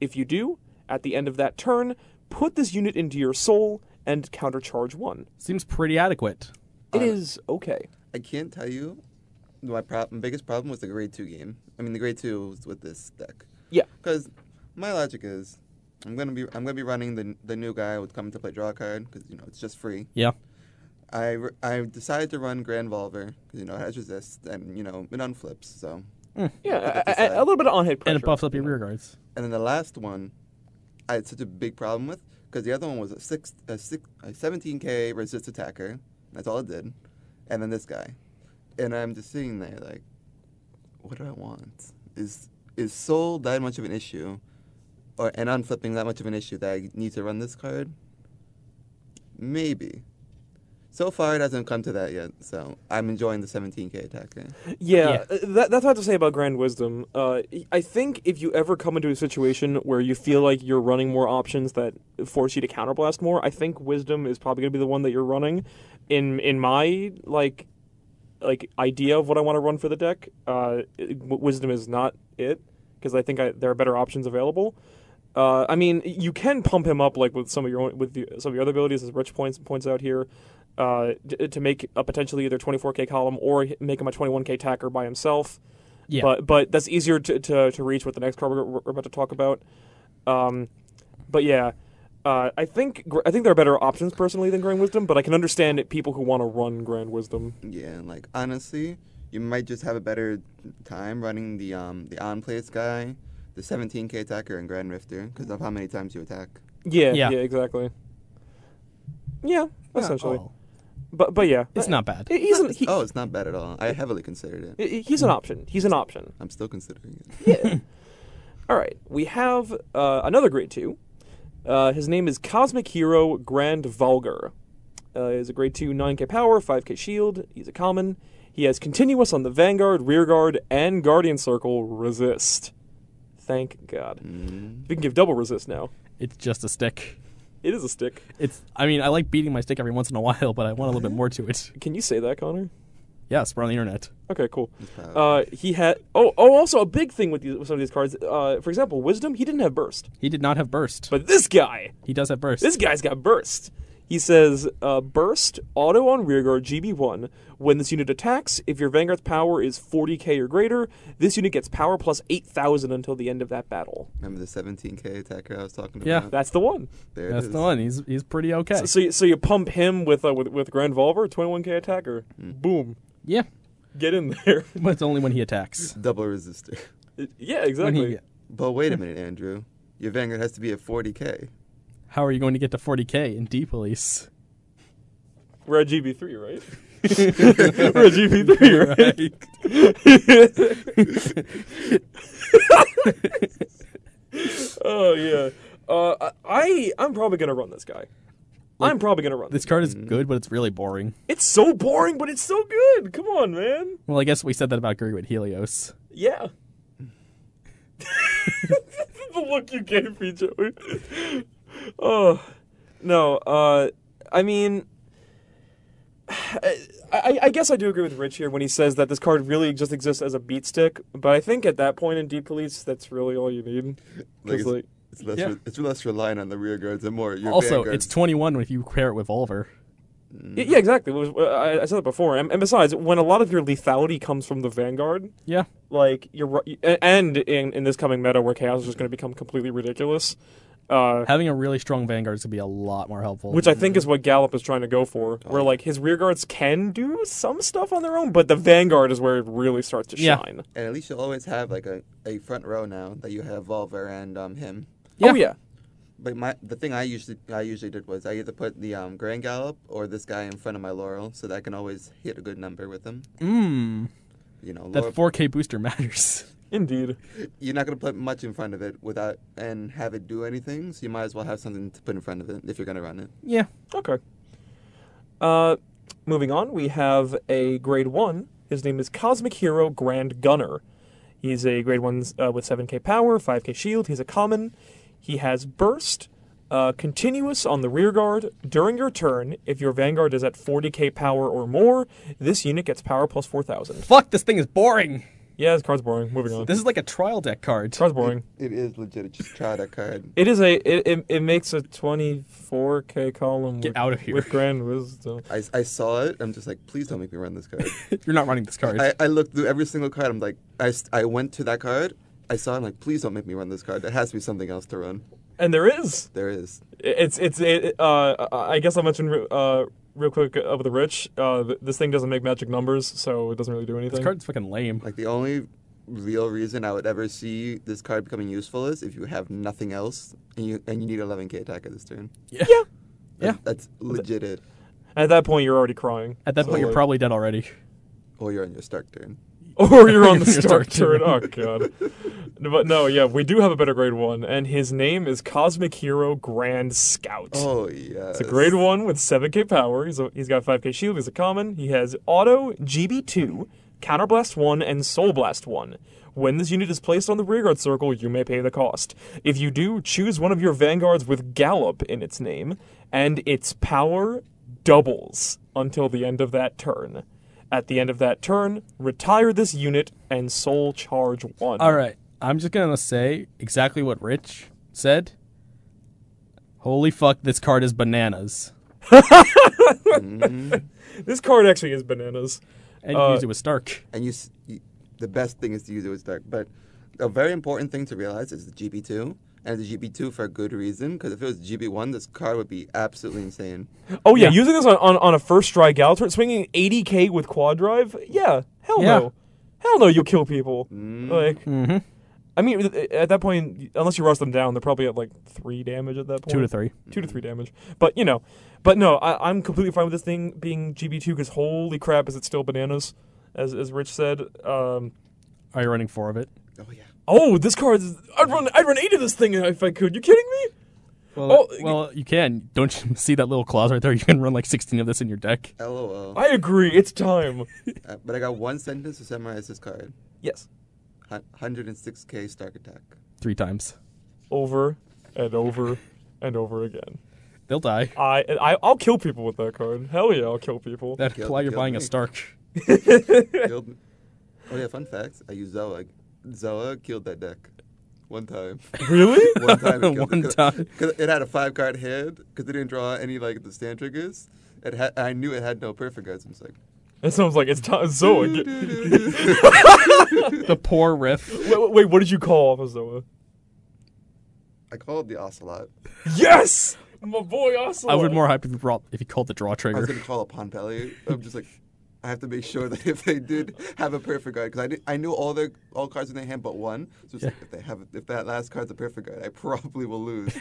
[SPEAKER 3] If you do, at the end of that turn, put this unit into your soul and countercharge Uh, 1.
[SPEAKER 2] Seems pretty adequate.
[SPEAKER 3] It is okay.
[SPEAKER 4] I can't tell you. My prob- my biggest problem was the grade two game. I mean, the grade two was with this deck.
[SPEAKER 3] Yeah.
[SPEAKER 4] Because my logic is, I'm gonna be I'm gonna be running the the new guy with coming to play draw card because you know it's just free.
[SPEAKER 2] Yeah.
[SPEAKER 4] I, r- I decided to run Grand Volver because you know it has resist and you know it unflips. So
[SPEAKER 3] Yeah, a,
[SPEAKER 4] Put this
[SPEAKER 3] a-
[SPEAKER 4] side.
[SPEAKER 3] a little bit of on hit pressure.
[SPEAKER 2] And it buffs up your rear guards.
[SPEAKER 4] and then the last one, I had such a big problem with because the other one was a six a six a 17k resist attacker. That's all it did, and then this guy, and I'm just sitting there like, what do I want? Is is soul that much of an issue, or and unflipping that much of an issue that I need to run this card? Maybe. So far, it hasn't come to that yet. So I'm enjoying the 17k attacker.
[SPEAKER 3] Yeah,
[SPEAKER 2] Yeah.
[SPEAKER 3] uh, That, that's what I have to say about Grand Wisdom. Uh, I think if you ever come into a situation where you feel like you're running more options that force you to counterblast more, I think Wisdom is probably going to be the one that you're running. In in my like like idea of what I want to run for the deck, uh, it- w- Wisdom is not it because I think I, there are better options available. Uh, I mean, you can pump him up like with some of your own, with the, some of your other abilities, as Rich points points out here, uh, d- to make a potentially either 24k column or h- make him a 21k attacker by himself.
[SPEAKER 2] Yeah.
[SPEAKER 3] But but that's easier to, to, to reach with the next card we're, we're about to talk about. Um, but yeah, uh, I think gr- I think there are better options personally than Grand Wisdom, but I can understand it, people who want to run Grand Wisdom.
[SPEAKER 4] Yeah, and like honestly, you might just have a better time running the um the on place guy, the 17k attacker, and Grand Rifter because of how many times you attack.
[SPEAKER 3] Yeah, yeah,
[SPEAKER 2] Yeah.
[SPEAKER 3] exactly. Yeah, essentially.
[SPEAKER 2] Oh,
[SPEAKER 3] But but yeah,
[SPEAKER 2] it's not bad.
[SPEAKER 3] He- He's an, he,
[SPEAKER 4] Oh, it's not bad at all. I heavily considered it.
[SPEAKER 3] he- he's an option. He's an option.
[SPEAKER 4] I'm still considering it.
[SPEAKER 3] Yeah. All right, we have uh, another grade two. Uh, his name is Cosmic Hero Grand Vulgar. Uh, he's a grade two, 9k power, 5k shield. He's a common. He has continuous on the Vanguard, Rearguard, and Guardian Circle resist. Thank God.
[SPEAKER 4] Mm.
[SPEAKER 3] We can give double resist now.
[SPEAKER 2] It's just a stick.
[SPEAKER 3] It is a stick.
[SPEAKER 2] It's. I mean, I like beating my stick every once in a while, but I want a little bit more to it.
[SPEAKER 3] Can you say that, Connor?
[SPEAKER 2] Yes, we're on the internet.
[SPEAKER 3] Okay, cool.
[SPEAKER 4] proud.
[SPEAKER 3] Uh, he had oh oh also a big thing with, these, with some of these cards. Uh, for example, wisdom he didn't have burst,
[SPEAKER 2] He did not have burst.
[SPEAKER 3] but this guy
[SPEAKER 2] he does have burst.
[SPEAKER 3] this guy's got burst. He says uh, burst auto on rearguard GB one. When this unit attacks, if your vanguard's power is 40k or greater, this unit gets power plus 8,000 until the end of that battle.
[SPEAKER 4] Remember the 17k attacker I was talking
[SPEAKER 2] Yeah.
[SPEAKER 4] about?
[SPEAKER 3] That's the one.
[SPEAKER 4] there it
[SPEAKER 2] That's
[SPEAKER 4] is.
[SPEAKER 2] the one. He's he's pretty okay.
[SPEAKER 3] So you, so you pump him with uh, with with Grand Volver, 21k attacker.
[SPEAKER 2] Hmm.
[SPEAKER 3] Boom,
[SPEAKER 2] yeah,
[SPEAKER 3] get in there.
[SPEAKER 2] but it's only when he attacks.
[SPEAKER 4] Double resistor.
[SPEAKER 3] yeah,
[SPEAKER 2] When
[SPEAKER 3] exactly.
[SPEAKER 2] he,
[SPEAKER 4] But wait a minute, Andrew. Your Vanguard has to be at 40k.
[SPEAKER 2] how are you going to get to 40k in D police?
[SPEAKER 3] We're at GB three, right? We're at GB three, right? oh yeah. Uh, I I'm probably gonna run this guy. I'm probably gonna run this.
[SPEAKER 2] This card is good, but it's really boring.
[SPEAKER 3] It's so boring, but it's so good. Come on, man.
[SPEAKER 2] Well, I guess we said that about Greenwood Helios.
[SPEAKER 3] Yeah. the look you gave me, Joey. Oh, No, uh, I mean, I, I, I guess I do agree with Rich here when he says that this card really just exists as a beat stick. But I think at that point in Deep Police, that's really all you need. 'Cause,
[SPEAKER 4] it's,
[SPEAKER 3] like,
[SPEAKER 4] it's less
[SPEAKER 2] yeah.
[SPEAKER 4] re- it's less relying on the rear guards and more your
[SPEAKER 2] also,
[SPEAKER 4] vanguards.
[SPEAKER 2] it's 21 if you pair it with Oliver.
[SPEAKER 3] y- yeah, exactly. It was- I, I said that before. And, and besides, when a lot of your lethality comes from the Vanguard,
[SPEAKER 2] Yeah.
[SPEAKER 3] like you're ri- a- and in, in this coming meta where chaos is just going to become completely ridiculous, uh,
[SPEAKER 2] Having a really strong Vanguard is going to be a lot more helpful.
[SPEAKER 3] which I think is what Gallup is trying to go for, where like his rear guards can do some stuff on their own, but the vanguard is where it really starts to
[SPEAKER 2] Yeah.
[SPEAKER 3] shine.
[SPEAKER 4] and at least you'll always have like a, a front row now that you have Volver and um him.
[SPEAKER 3] Oh yeah,
[SPEAKER 4] But my the thing I usually I usually did was I either put the um, Grand Gallop or this guy in front of my Laurel so that I can always hit a good number with them.
[SPEAKER 2] Mm,
[SPEAKER 4] You know,
[SPEAKER 2] that
[SPEAKER 4] Laurel,
[SPEAKER 2] 4K booster matters.
[SPEAKER 3] indeed.
[SPEAKER 4] you're not gonna put much in front of it without and have it do anything. So you might as well have something to put in front of it if you're gonna run it.
[SPEAKER 2] Yeah.
[SPEAKER 3] Okay. Uh, moving on, we have a grade one. His name is Cosmic Hero Grand Gunner. He's a grade one uh, with 7k power, 5k shield. He's a common. He has burst, uh, continuous on the rear guard. During your turn, if your vanguard is at 40k power or more, this unit gets power plus 4000.
[SPEAKER 2] Fuck, this thing is boring.
[SPEAKER 3] Yeah, this card's boring. Moving on.
[SPEAKER 2] This is like a trial deck card.
[SPEAKER 3] card's boring.
[SPEAKER 4] It is legit. Just try that card.
[SPEAKER 3] It is a it, it, it makes a 24k column
[SPEAKER 2] Get
[SPEAKER 3] with,
[SPEAKER 2] out of here.
[SPEAKER 3] with grand wisdom.
[SPEAKER 4] I, I saw it. I'm just like, please don't make me run this card.
[SPEAKER 2] You're not running this card.
[SPEAKER 4] I, I looked through every single card. I'm like, I, s- I went to that card. I saw it. I'm like, please don't make me run this card. There has to be something else to run.
[SPEAKER 3] And there is
[SPEAKER 4] There is.
[SPEAKER 3] it's it's it, uh I guess I'll mention re- uh real quick of the rich uh th- this thing doesn't make magic numbers so it doesn't really do
[SPEAKER 2] this
[SPEAKER 3] anything.
[SPEAKER 2] card's fucking lame.
[SPEAKER 4] Like the only real reason I would ever see this card becoming useful is if you have nothing else and you and you need 11k attack at this turn.
[SPEAKER 3] yeah.
[SPEAKER 2] Yeah.
[SPEAKER 4] That's legit it.
[SPEAKER 3] At that point you're already crying.
[SPEAKER 2] At that point, you're probably dead already.
[SPEAKER 4] Or Oh, you're on your stark turn.
[SPEAKER 3] or you're on the
[SPEAKER 2] You're
[SPEAKER 3] start
[SPEAKER 2] starting.
[SPEAKER 3] turn. Oh god. But no, yeah, we do have a better grade 1 and his name is Cosmic Hero Grand Scout.
[SPEAKER 4] Oh yeah.
[SPEAKER 3] It's a grade one with 7k power. He's, a, he's got 5k shield. He's a common. He has auto, GB2, counterblast 1, and soul blast 1. When this unit is placed on the rearguard circle, you may pay the cost. If you do, choose one of your vanguards with gallop in its name, and its power doubles until the end of that turn. At the end of that turn, retire this unit and soul charge 1.
[SPEAKER 2] All right. I'm just going to say exactly what Rich said. Holy fuck, this card is bananas.
[SPEAKER 3] This card actually is bananas.
[SPEAKER 2] And you
[SPEAKER 3] Uh,
[SPEAKER 2] use it with Stark.
[SPEAKER 4] And you, s- you, the best thing is to use it with stark. But a very important thing to realize is the GB2. And the GB2 for a good reason, because if it was GB1, this card would be absolutely insane.
[SPEAKER 3] Oh yeah,
[SPEAKER 2] Yeah.
[SPEAKER 3] using this on, on, on a first strike Galtort, swinging 80k with quad drive. Yeah, hell
[SPEAKER 2] Yeah. Mm-hmm.
[SPEAKER 3] no, hell no, you'll kill people. Like, I mean, at that point, unless you rush them down, they're probably at like three damage at that point.
[SPEAKER 2] Two to three.
[SPEAKER 3] Two to three damage. But you know, but no, I, I'm completely fine with this thing being GB2 because holy crap, is it still bananas? As as Rich said. Um,
[SPEAKER 2] Are you running four of it?
[SPEAKER 4] Oh yeah.
[SPEAKER 3] oh, this card is. I'd run. I'd run eight of this thing if I could. You kidding me?
[SPEAKER 2] Well,
[SPEAKER 3] Oh,
[SPEAKER 2] well, you can. Don't you see that little clause right there? You can run like 16 of this in your deck.
[SPEAKER 4] LOL.
[SPEAKER 3] I agree. It's time.
[SPEAKER 4] Uh, but I got one sentence to summarize this card.
[SPEAKER 3] yes.
[SPEAKER 4] Hun- 106k Stark attack.
[SPEAKER 2] Three times.
[SPEAKER 3] Over and over and over again.
[SPEAKER 2] They'll die.
[SPEAKER 3] I, I I'll kill people with that card. Hell yeah, I'll kill people.
[SPEAKER 2] That
[SPEAKER 4] Kill-
[SPEAKER 2] imply you're
[SPEAKER 4] kill
[SPEAKER 2] buying a
[SPEAKER 4] me.
[SPEAKER 2] Stark.
[SPEAKER 4] Killed- oh yeah, fun fact. I used Zoa. Zoa killed that deck one time.
[SPEAKER 3] really?
[SPEAKER 4] One time. It killed
[SPEAKER 2] One
[SPEAKER 4] it, 'cause-
[SPEAKER 2] time.
[SPEAKER 4] 'cause it had a five card head because it didn't draw any like the stand triggers. It had. I knew it had no perfect guards. I'm just like,
[SPEAKER 3] It sounds like it's time. Zoa. Get, wait,
[SPEAKER 2] the poor riff.
[SPEAKER 3] wait, wait, what did you call off of Zoa?
[SPEAKER 4] I called the ocelot.
[SPEAKER 3] Yes, my boy Ocelot.
[SPEAKER 2] I would more hype if you brought if you called the draw
[SPEAKER 4] I was
[SPEAKER 2] trigger.
[SPEAKER 4] gonna call upon Pelly. I'm just like. I have to make sure that if they did have a perfect guard, because I, did- I knew all their all cards in their hand but one. So it's like if they have if that last card's a perfect guard, I probably will lose.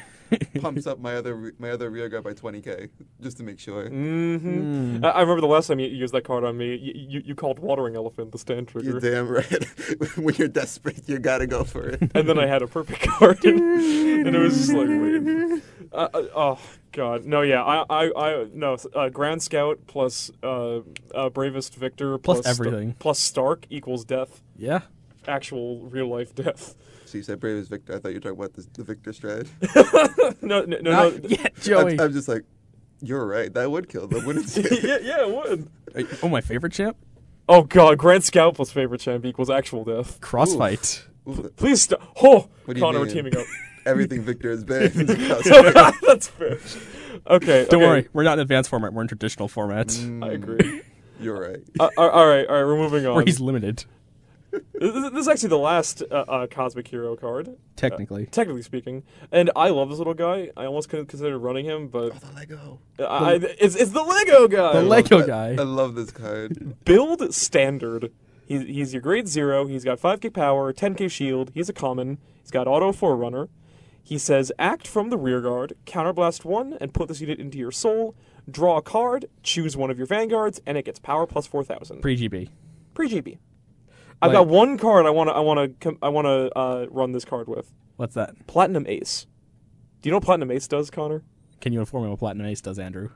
[SPEAKER 4] Pumps up my other re- my other rear guard by 20k just to make sure.
[SPEAKER 3] Mm-hmm. I, I remember the last time you, you used that card on me. You, you, you called Watering Elephant the stand trigger,
[SPEAKER 4] You're damn right. when you're desperate, you gotta go for it.
[SPEAKER 3] and then I had a perfect card, and, and it was just like, wait. Uh, uh, oh God, no, yeah, I, I, I no, uh, Grand Scout plus uh, uh, Bravest Victor
[SPEAKER 2] Plus
[SPEAKER 3] Sta-
[SPEAKER 2] everything.
[SPEAKER 3] plus Stark equals death.
[SPEAKER 2] Yeah.
[SPEAKER 3] actual real life death.
[SPEAKER 4] So you said Brave is Victor. I thought you were talking about the, the Victor Strad.
[SPEAKER 3] No, no, no, no.
[SPEAKER 2] Not yet, Joey.
[SPEAKER 4] I'm, I'm just like, you're right. That would kill them, wouldn't it?
[SPEAKER 3] yeah, yeah, it would.
[SPEAKER 2] oh, my favorite champ?
[SPEAKER 3] Oh god, Grand Scout plus favorite champ equals actual death.
[SPEAKER 2] Crossfight.
[SPEAKER 4] Ooh,
[SPEAKER 3] Please stop. Oh,
[SPEAKER 4] What do you
[SPEAKER 3] Connor, we're
[SPEAKER 4] mean?
[SPEAKER 3] teaming up.
[SPEAKER 4] Everything Victor has been.
[SPEAKER 3] That's fair. Okay,
[SPEAKER 2] Don't
[SPEAKER 3] okay,
[SPEAKER 2] worry, we're not in advanced format. We're in traditional format
[SPEAKER 4] Mm.
[SPEAKER 3] I agree.
[SPEAKER 4] you're right.
[SPEAKER 3] uh, all all right, all right, we're moving on.
[SPEAKER 2] where he's
[SPEAKER 3] This,
[SPEAKER 2] limited,
[SPEAKER 3] Uh, this this is actually the last uh, uh, Cosmic Hero card,
[SPEAKER 2] technically.
[SPEAKER 3] technically speaking. And I love this little guy. I almost couldn't consider running him, but
[SPEAKER 4] The Lego.
[SPEAKER 3] I, I, it's, it's the Lego guy.
[SPEAKER 2] The
[SPEAKER 4] I love
[SPEAKER 2] Lego
[SPEAKER 4] that-
[SPEAKER 2] Oh, guy.
[SPEAKER 4] I love this card.
[SPEAKER 3] build standard. He's, he's your grade zero. He's got 5k power, 10k shield. He's a common. He's got auto forerunner. He says act from the rear guard, counterblast one, and put this unit into your soul. Draw a card, choose one of your vanguards, and it gets power plus 4,000.
[SPEAKER 2] Pre GB.
[SPEAKER 3] Pre GB. I've got
[SPEAKER 2] Like-
[SPEAKER 3] one card I want to I want to I want to uh, run this card with
[SPEAKER 2] What's that?
[SPEAKER 3] Platinum Ace. Do you know what Platinum Ace does, Connor?
[SPEAKER 2] Can you inform me what Platinum Ace does, Andrew?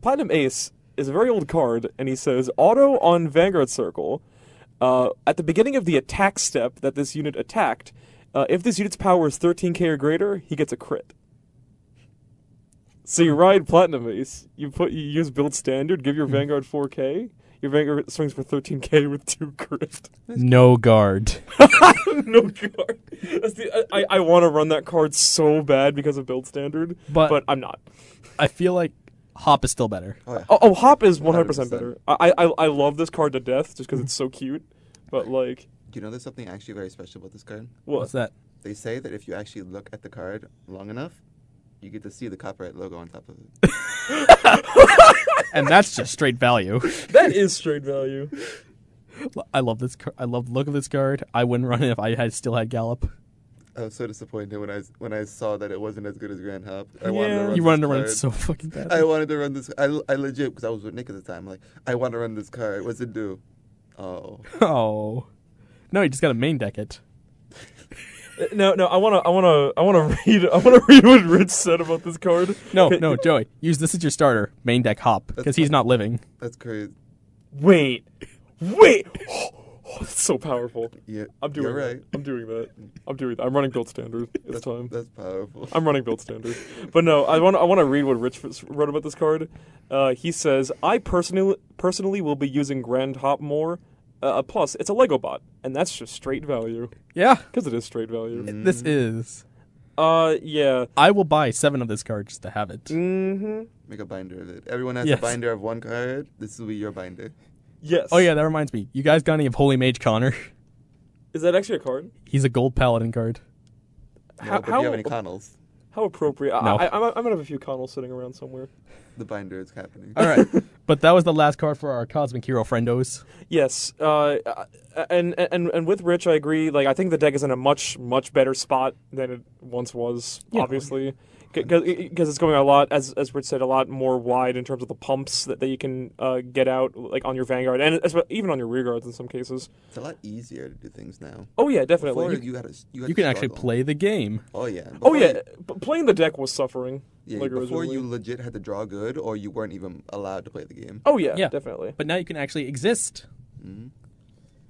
[SPEAKER 3] Platinum Ace is a very old card, and he says auto on Vanguard Circle. Uh, at the beginning of the attack step that this unit attacked, uh, if this unit's power is 13k or greater, he gets a crit. So you ride Platinum Ace. You put you use build standard. Give your Vanguard 4k. Your Vanguard swings for 13k with two crit.
[SPEAKER 2] No guard.
[SPEAKER 3] no card. That's the, I, I- I want to run that card so bad because of build standard,
[SPEAKER 2] But-
[SPEAKER 3] but I'm not.
[SPEAKER 2] I feel like Hop is still better.
[SPEAKER 3] Oh, oh, Hop is 100%
[SPEAKER 4] 100%.
[SPEAKER 3] better. I, I I love this card to death just because it's so cute. But like,
[SPEAKER 4] Do you know there's something actually very special about this card?
[SPEAKER 3] what?
[SPEAKER 2] What's that?
[SPEAKER 4] They say that if you actually look at the card long enough, you get to see the copyright logo on top of it.
[SPEAKER 2] And that's just straight value.
[SPEAKER 3] That is straight value.
[SPEAKER 2] I love this. car- I love the look of this card. I wouldn't run it if I had still had Gallop.
[SPEAKER 4] I was so disappointed when I when I saw that it wasn't as good as Grand Hop. I wanted to
[SPEAKER 3] Yeah.
[SPEAKER 4] run
[SPEAKER 2] You
[SPEAKER 4] this
[SPEAKER 2] wanted to run it
[SPEAKER 4] card.
[SPEAKER 2] so fucking bad.
[SPEAKER 4] I wanted to run this. I, I legit because I was with Nick at the time. Like I want to run this card. What's it do? Oh,
[SPEAKER 2] Oh. No, you just got to main deck it.
[SPEAKER 3] Uh, No, no, I wanna, I wanna, I wanna read, I wanna read what Rich said about this card.
[SPEAKER 2] No, no, Joey. Use this as your starter. Main deck Hop. Because he's not living.
[SPEAKER 4] that's crazy.
[SPEAKER 3] wait, wait. Oh, that's so powerful.
[SPEAKER 4] Yeah,
[SPEAKER 3] I'm doing
[SPEAKER 4] you're
[SPEAKER 3] that.
[SPEAKER 4] right.
[SPEAKER 3] I'm doing that. I'm doing that. I'm running build standard this time.
[SPEAKER 4] That's powerful.
[SPEAKER 3] I'm running build standard. But no, I want I want to read what Rich f- wrote about this card. Uh, he says, "I personally personally will be using Grand Hop more. Uh, plus, it's a Lego bot, and that's just straight value
[SPEAKER 2] Yeah.
[SPEAKER 3] because it is straight value."
[SPEAKER 4] Mm.
[SPEAKER 2] Mm. This is.
[SPEAKER 3] Uh, yeah.
[SPEAKER 2] I will buy seven of this card just to have it.
[SPEAKER 3] Mm-hmm.
[SPEAKER 4] Make a binder of it. Everyone has
[SPEAKER 2] Yes.
[SPEAKER 4] a binder of one card. This will be your binder.
[SPEAKER 3] Yes.
[SPEAKER 2] Oh, yeah, that reminds me. You guys got any of Holy Mage Connor?
[SPEAKER 3] Is that actually a card?
[SPEAKER 2] He's a gold paladin card.
[SPEAKER 4] No,
[SPEAKER 3] How-
[SPEAKER 4] but do you
[SPEAKER 3] how-
[SPEAKER 4] have any connells?
[SPEAKER 3] How appropriate.
[SPEAKER 2] No.
[SPEAKER 3] I, I, I'm, I'm gonna have a few Connells sitting around somewhere.
[SPEAKER 4] The binder is happening.
[SPEAKER 3] Uh,
[SPEAKER 2] All right. but that was the last card for our Cosmic Hero friendos.
[SPEAKER 3] Yes, uh, and and and with Rich, I agree. Like, I think the deck is in a much much better spot than it once was.
[SPEAKER 2] Yeah.
[SPEAKER 3] Obviously, because it's going a lot, as as Rich said, a lot more wide in terms of the pumps that, that you can uh, get out, like on your vanguard and as well- even on your rear guards in some cases.
[SPEAKER 4] It's a lot easier to do things now.
[SPEAKER 3] Oh yeah, definitely.
[SPEAKER 4] Before
[SPEAKER 3] You-
[SPEAKER 4] you, had to, you, had
[SPEAKER 2] You
[SPEAKER 4] to
[SPEAKER 2] can actually
[SPEAKER 4] struggle.
[SPEAKER 2] play the game.
[SPEAKER 4] Oh yeah.
[SPEAKER 3] oh
[SPEAKER 4] Before
[SPEAKER 3] yeah,
[SPEAKER 4] you-
[SPEAKER 3] p- playing the deck was suffering.
[SPEAKER 4] yeah.
[SPEAKER 3] like,
[SPEAKER 4] before
[SPEAKER 3] originally.
[SPEAKER 4] you legit had to draw good, or you weren't even allowed to play the game.
[SPEAKER 3] Oh yeah,
[SPEAKER 2] Yeah.
[SPEAKER 3] definitely.
[SPEAKER 2] But now you can actually exist.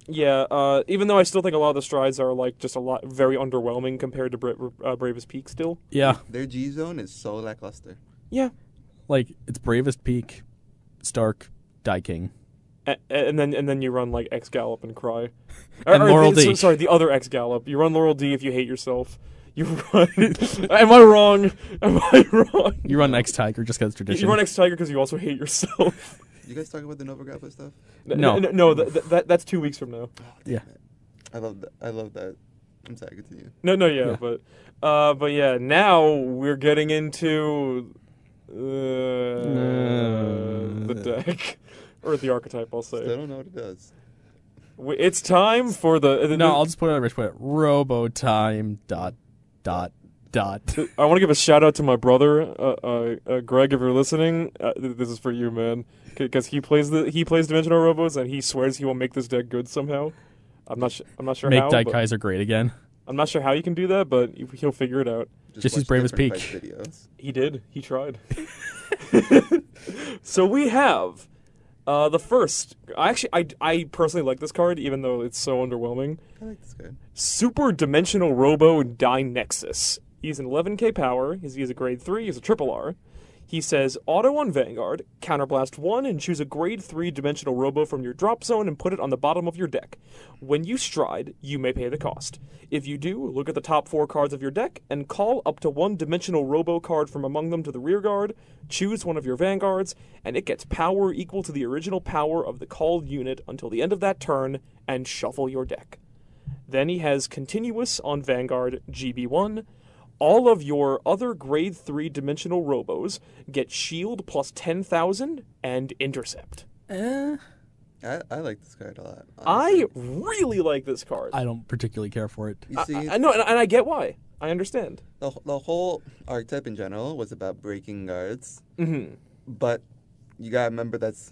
[SPEAKER 3] Yeah, uh, even though I still think a lot of the strides are like just a lot very underwhelming compared to Bra- uh, Bravest Peak still.
[SPEAKER 2] Yeah.
[SPEAKER 4] Their G zone is so lackluster.
[SPEAKER 3] Yeah,
[SPEAKER 2] Like, it's Bravest Peak, Stark, Die King.
[SPEAKER 3] A- and then and then you run like X Gallop and Cry,
[SPEAKER 2] And Laurel
[SPEAKER 3] the-
[SPEAKER 2] D.
[SPEAKER 3] so- sorry, the other X Gallop. You run Laurel D if you hate yourself. You run. am I wrong? Am I wrong?
[SPEAKER 2] You run X Tiger just because it's tradition.
[SPEAKER 3] You run X Tiger because you also hate yourself.
[SPEAKER 4] You guys talking about the Novograppa stuff?
[SPEAKER 3] N-
[SPEAKER 2] No.
[SPEAKER 3] n- no, th- th- that that's two weeks from now.
[SPEAKER 2] yeah.
[SPEAKER 4] I love that. I love that. I'm sorry. Continue.
[SPEAKER 3] No, no, yeah,
[SPEAKER 2] Yeah.
[SPEAKER 3] but uh, but yeah, now we're getting into uh, the deck or the archetype. I'll
[SPEAKER 4] I
[SPEAKER 3] say
[SPEAKER 4] don't know what it does.
[SPEAKER 3] W- it's time for the. the-
[SPEAKER 2] No, I'll just put it on Rich. Put it Robo Time dot dot dot.
[SPEAKER 3] I want to give a shout out to my brother, uh, uh, uh, Greg. If you're listening, uh, th- this is for you, man, because he plays the he plays Dimensional Robos, and he swears he will make this deck good somehow. I'm not sh- I'm not sure
[SPEAKER 2] Make
[SPEAKER 3] how.
[SPEAKER 2] Die
[SPEAKER 3] but-
[SPEAKER 2] Kaiser great again.
[SPEAKER 3] I'm not sure how you can do that, but he'll figure it out.
[SPEAKER 2] Just as
[SPEAKER 4] watch
[SPEAKER 2] brave as
[SPEAKER 4] different
[SPEAKER 2] Peak.
[SPEAKER 4] fight Videos.
[SPEAKER 3] He did. He tried. so we have Uh, the first, actually, I, I personally like this card, even though it's so underwhelming.
[SPEAKER 4] I like this card.
[SPEAKER 3] Super Dimensional Robo Dynexus. He's an 11k power. He's, he's a grade 3. He's a triple R. He says auto on Vanguard, counterblast 1, and choose a grade 3 dimensional robo from your drop zone and put it on the bottom of your deck. When you stride, you may pay the cost. If you do, look at the top 4 cards of your deck and call up to one dimensional robo card from among them to the rear guard, choose one of your vanguards, and it gets power equal to the original power of the called unit until the end of that turn, and shuffle your deck. Then he has Continuous on Vanguard GB1. All of your other grade 3 dimensional robos get shield plus 10,000 and intercept.
[SPEAKER 4] I, I like this card a lot. Um,
[SPEAKER 3] I really like this card. I,
[SPEAKER 2] I don't particularly care for it.
[SPEAKER 4] You see,
[SPEAKER 3] I know, and, and I get why. I understand.
[SPEAKER 4] the, the whole archetype in general was about breaking guards. Mm-hmm. But you gotta remember that's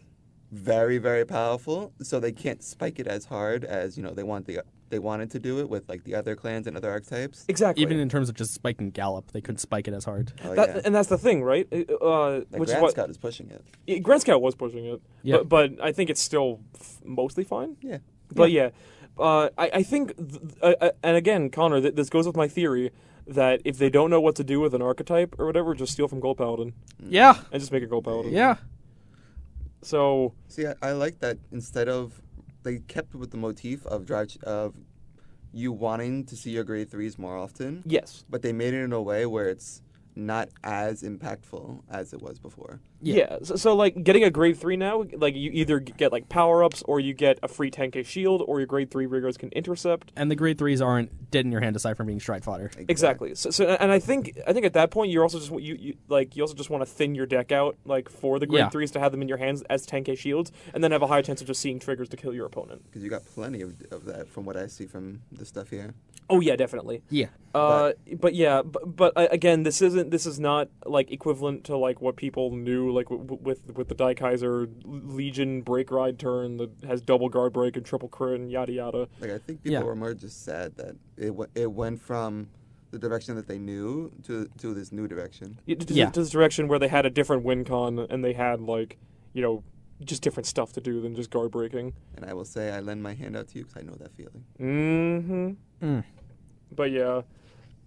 [SPEAKER 4] very, very powerful. So they can't spike it as hard as you know they want the they wanted to do it with like the other clans and other archetypes.
[SPEAKER 3] Exactly.
[SPEAKER 2] Even in terms of just spike and gallop, they couldn't spike it as hard.
[SPEAKER 4] Oh,
[SPEAKER 3] that,
[SPEAKER 4] yeah.
[SPEAKER 3] And that's the thing, right? Uh,
[SPEAKER 4] Like
[SPEAKER 3] which
[SPEAKER 4] Grand
[SPEAKER 3] is what,
[SPEAKER 4] Scout is pushing it.
[SPEAKER 3] Yeah, Grand Scout was pushing it,
[SPEAKER 2] Yeah.
[SPEAKER 3] but, but I think it's still f- mostly fine.
[SPEAKER 4] Yeah.
[SPEAKER 3] But yeah, uh, I, I think, th- uh, uh, and again, Connor, th- this goes with my theory that if they don't know what to do with an archetype or whatever, just steal from Gold Paladin
[SPEAKER 2] Yeah,
[SPEAKER 3] and just make a Gold Paladin.
[SPEAKER 2] yeah.
[SPEAKER 3] So
[SPEAKER 4] See, I, I like that instead of they kept with the motif of drive of you wanting to see your grade threes more often.
[SPEAKER 3] yes,
[SPEAKER 4] But they made it in a way where it's not as impactful as it was before.
[SPEAKER 3] yeah. So, so like getting a grade three now, like you either g- get like power ups or you get a free 10k shield or your grade three rigors can intercept.
[SPEAKER 2] And the grade threes aren't dead in your hand aside from being stride fodder.
[SPEAKER 3] Exactly. So, so and I think I think at that point you're also just you, you like you also just want to thin your deck out like for the grade
[SPEAKER 2] Yeah.
[SPEAKER 3] threes to have them in your hands as 10k shields and then have a higher chance of just seeing triggers to kill your opponent.
[SPEAKER 4] Because you got plenty of, of that from what I see from the stuff here.
[SPEAKER 3] Oh yeah, definitely.
[SPEAKER 2] Yeah.
[SPEAKER 3] Uh, but yeah, but, but uh, again, this isn't this is not like equivalent to like what people knew like w- w- with with the Die Kaiser Legion break ride turn that has double guard break and triple crit and yada yada.
[SPEAKER 4] Like I think people
[SPEAKER 2] Yeah.
[SPEAKER 4] were more just sad that it w- it went from the direction that they knew to to this new direction.
[SPEAKER 3] Y- To, to-
[SPEAKER 2] Yeah.
[SPEAKER 3] to this direction where they had a different win con and they had like you know just different stuff to do than just guard breaking.
[SPEAKER 4] And I will say I lend my hand out to you because I know that feeling.
[SPEAKER 3] Mm-hmm. But yeah.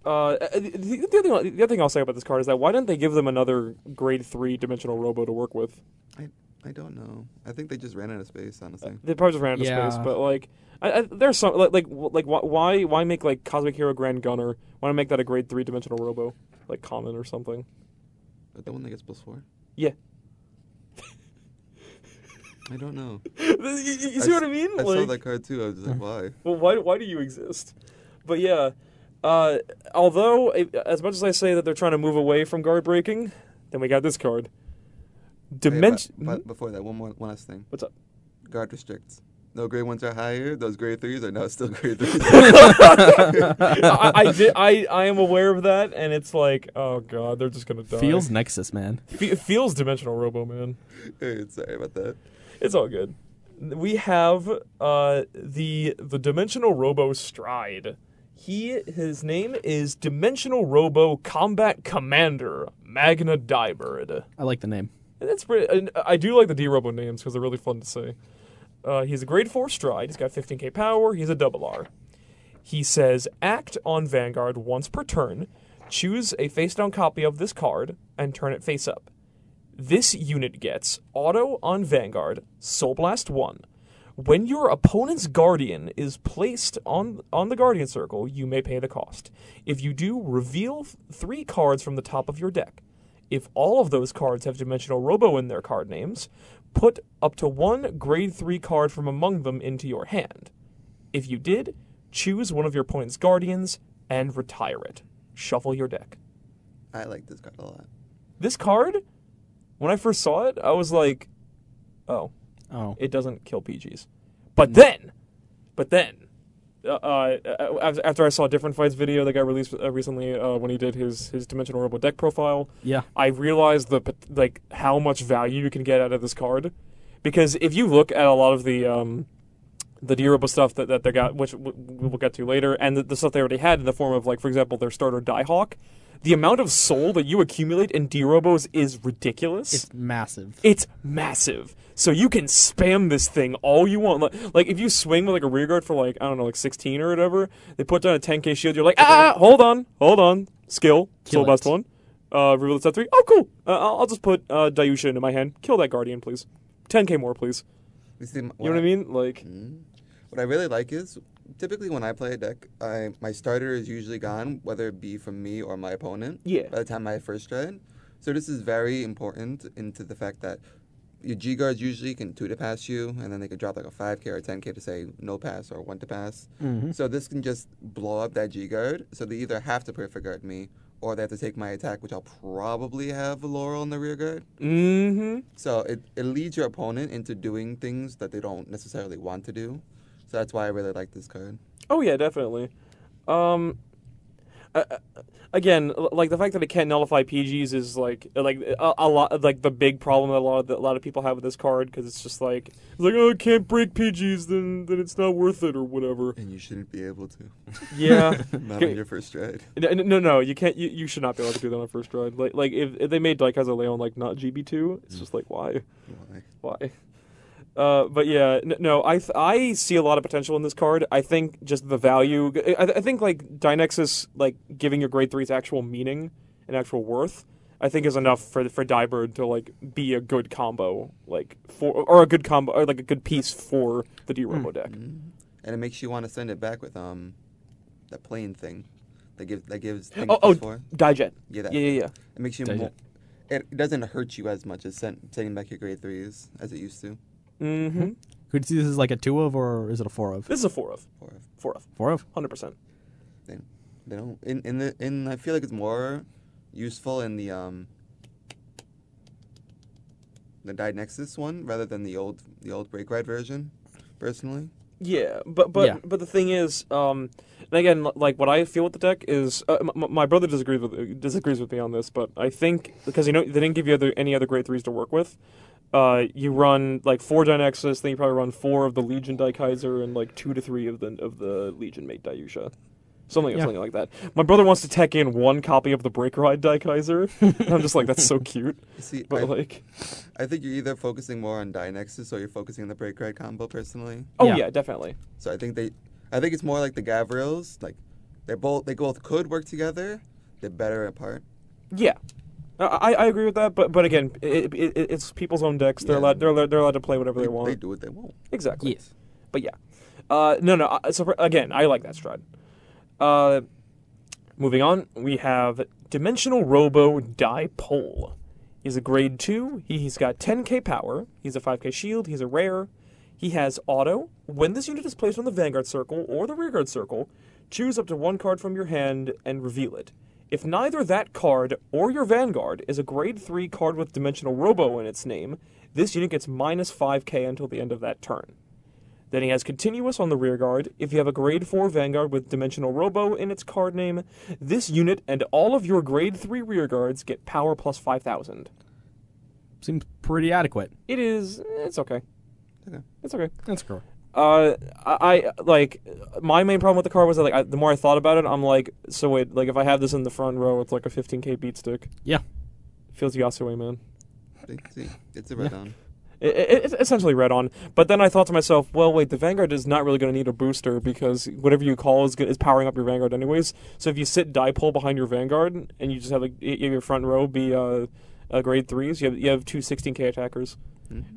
[SPEAKER 3] Uh, the, the, the, other, thing- the other thing I'll say about this card is that why didn't they give them another grade three dimensional robo to work with?
[SPEAKER 4] I I don't know. I think they just ran out of space, honestly.
[SPEAKER 3] They probably just ran out of
[SPEAKER 2] Yeah.
[SPEAKER 3] space, but like, I, I, there's some like like w- like wh- why why make like Cosmic Hero Grand Gunner? Why not make that a grade three dimensional robo, like common or something?
[SPEAKER 4] But the one that gets plus four,
[SPEAKER 3] Yeah,
[SPEAKER 4] I don't know.
[SPEAKER 3] you, you- you see what I
[SPEAKER 4] s-
[SPEAKER 3] mean?
[SPEAKER 4] I
[SPEAKER 3] like,
[SPEAKER 4] saw that card too. I was just like, why?
[SPEAKER 3] well, why why do you exist? But yeah, uh, although i as much as I say that they're trying to move away from guard breaking, then we got this card.
[SPEAKER 4] Hey,
[SPEAKER 3] Dimension. Hmm?
[SPEAKER 4] but, but before that, one more one last thing.
[SPEAKER 3] What's up?
[SPEAKER 4] Guard restricts. No grade ones are higher. Those grade threes are now still grade threes.
[SPEAKER 3] I, I, did, I I am aware of that, and it's like, oh god, they're just gonna die.
[SPEAKER 2] Feels Nexus, man.
[SPEAKER 3] Fe- feels dimensional robo man.
[SPEAKER 4] Hey, Sorry about that.
[SPEAKER 3] It's all good. We have uh, the the Dimensional Robo Stride. He his name is Dimensional Robo Combat Commander Magna Dybird.
[SPEAKER 2] I like the name.
[SPEAKER 3] And that's pretty. And I do like the D Robo names because they're really fun to say. Uh, he's a grade four stride. He's got 15k power. He's a double R. He says, act on Vanguard once per turn. Choose a face down copy of this card and turn it face up. This unit gets auto on Vanguard, Soul Blast 1. When your opponent's guardian is placed on, on the guardian circle, you may pay the cost. If you do, reveal f- three cards from the top of your deck. If all of those cards have Dimensional Robo in their card names, put up to one grade 3 card from among them into your hand. If you did, choose one of your opponent's guardians and retire it. Shuffle your deck
[SPEAKER 4] I like this card a lot.
[SPEAKER 3] this card, when I first saw it, I was like, oh,
[SPEAKER 2] Oh.
[SPEAKER 3] it doesn't kill PGs. But then, but then, uh, uh, uh, af- after I saw a different fights video that got released uh, recently uh, when he did his his dimensional robo deck profile,
[SPEAKER 2] Yeah.
[SPEAKER 3] I realized the pot- like how much value you can get out of this card, because if you look at a lot of the um, the durable stuff that, that they got, which w- we will get to later, and the, the stuff they already had in the form of like, for example, their starter Diehawk, the amount of soul that you accumulate in D-Robos is ridiculous.
[SPEAKER 2] It's massive.
[SPEAKER 3] It's massive. So you can spam this thing all you want. Like, like if you swing with like a rear guard for like I don't know, like 16 or whatever, they put down a 10k shield. You're like, ah, hold on, hold on, skill,
[SPEAKER 2] Kill
[SPEAKER 3] still best
[SPEAKER 2] it.
[SPEAKER 3] one. Uh, reveal the set three. Oh, cool. Uh, I'll, I'll just put uh, Dayusha into my hand. Kill that guardian, please. 10k more, please.
[SPEAKER 4] You, see,
[SPEAKER 3] You know what I mean? Like,
[SPEAKER 4] What I really like is typically when I play a deck, I my starter is usually gone, whether it be from me or my opponent.
[SPEAKER 3] Yeah.
[SPEAKER 4] By the time I first try it, so this is very important into the fact that your G guards usually can two to pass you, and then they can drop like a five k or ten k to say no pass or one to pass. So this can just blow up that G guard. So they either have to perfect guard me. Or they have to take my attack, which I'll probably have Laurel in the rear guard.
[SPEAKER 3] mm-hmm.
[SPEAKER 4] So it, it leads your opponent into doing things that they don't necessarily want to do. So that's why I really like this card.
[SPEAKER 3] Oh yeah, definitely. Um, uh, again, l- like the fact that it can't nullify PGs is like like a, a lot like the big problem that a lot of a lot of people have with this card because it's just like it's like oh it can't break PGs then then it's not worth it or whatever.
[SPEAKER 4] And you shouldn't be able to.
[SPEAKER 3] Yeah.
[SPEAKER 4] Not
[SPEAKER 3] Okay.
[SPEAKER 4] on your first stride.
[SPEAKER 3] N- No, no, you can't. You, you should not be able to do that on first ride. Like, like if, if they made Daikaza Leon like not GB two,
[SPEAKER 4] Mm.
[SPEAKER 3] it's just like why?
[SPEAKER 4] Why?
[SPEAKER 3] why. Uh, but yeah, n- no, I th- I see a lot of potential in this card. I think just the value. I, I think like Dynexus like giving your grade threes actual meaning and actual worth. I think is enough for for Dybird to like be a good combo, like for or a good combo or like a good piece for the D
[SPEAKER 4] Hmm.
[SPEAKER 3] Robo deck.
[SPEAKER 4] Mm-hmm. And it makes you want to send it back with um, that plane thing. That gives that gives. things
[SPEAKER 3] Oh, oh,
[SPEAKER 4] plus four.
[SPEAKER 3] Digen.
[SPEAKER 4] Yeah, that
[SPEAKER 3] yeah, yeah, yeah.
[SPEAKER 4] It makes you.
[SPEAKER 2] Does
[SPEAKER 4] More,
[SPEAKER 2] it?
[SPEAKER 4] it doesn't hurt you as much as send, sending back your grade threes as it used to.
[SPEAKER 3] Mm-hmm.
[SPEAKER 2] Could see this as like a two of or is it a four of?
[SPEAKER 3] This is a four of
[SPEAKER 4] Or if
[SPEAKER 3] four of
[SPEAKER 2] Four of.
[SPEAKER 3] hundred percent.
[SPEAKER 4] they, they don't. In in the in, I feel like it's more useful in the um. The Died Nexus one rather than the old the old Break Ride version, personally.
[SPEAKER 3] Yeah, but but
[SPEAKER 2] Yeah.
[SPEAKER 3] but the thing is, um, and again, l- like what I feel with the deck is, uh, m- m- my brother disagrees with disagrees with me on this, but I think because you know they didn't give you other, any other grade threes to work with, uh, you run like four Dynexus, then you probably run four of the Legion Daikaiser and like two to three of the of the Legion mate Dayusha. Something,
[SPEAKER 2] Yeah.
[SPEAKER 3] something like that. My brother wants to tech in one copy of the Break Ride Daikaiser. and I'm just like, that's so cute.
[SPEAKER 4] See,
[SPEAKER 3] But
[SPEAKER 4] I-
[SPEAKER 3] like,
[SPEAKER 4] I think you're either focusing more on Dynexus or you're focusing on the break ride combo personally.
[SPEAKER 3] oh
[SPEAKER 2] Yeah.
[SPEAKER 3] yeah definitely.
[SPEAKER 4] So I think they I think it's more like the Gavrils, like they both they both could work together. They're better apart.
[SPEAKER 3] Yeah, I, I- I agree with that. But but again, it, it, it- it's people's own decks. They're
[SPEAKER 4] Yeah.
[SPEAKER 3] allowed they're allowed, they're allowed to play whatever they, want.
[SPEAKER 4] They do what they want.
[SPEAKER 3] Exactly. But yeah, uh, no no. I- So for- again, I like that stride. Uh, moving on, we have Dimensional Robo Dipole. He's a grade two. He, he's got 10k power. He's a 5k shield. He's a rare. He has auto. When this unit is placed on the vanguard circle or the rearguard circle, choose up to one card from your hand and reveal it. If neither that card or your vanguard is a grade 3 card with Dimensional Robo in its name, this unit gets minus 5k until the end of that turn. Then he has Continuous on the rearguard. If you have a grade 4 vanguard with Dimensional Robo in its card name, this unit and all of your grade 3 rearguards get power plus 5000.
[SPEAKER 2] Seems pretty adequate.
[SPEAKER 3] It is. It's okay.
[SPEAKER 4] Okay.
[SPEAKER 3] It's okay.
[SPEAKER 2] That's cool.
[SPEAKER 3] Uh, I I- like my main problem with the card was that like I, the more I thought about it, I'm like, so wait, like if I have this in the front row, it's like a 15k beat stick.
[SPEAKER 2] Yeah.
[SPEAKER 3] Feels Yasui, man.
[SPEAKER 4] They, see, it's a red on.
[SPEAKER 3] It, it, it's essentially red on. But then I thought to myself, well, wait, the Vanguard is not really going to need a booster because whatever you call is, go- is powering up your Vanguard anyways. So if you sit dipole behind your Vanguard and you just have like, y- your front row be uh, uh, grade threes, you have you have two 16k attackers.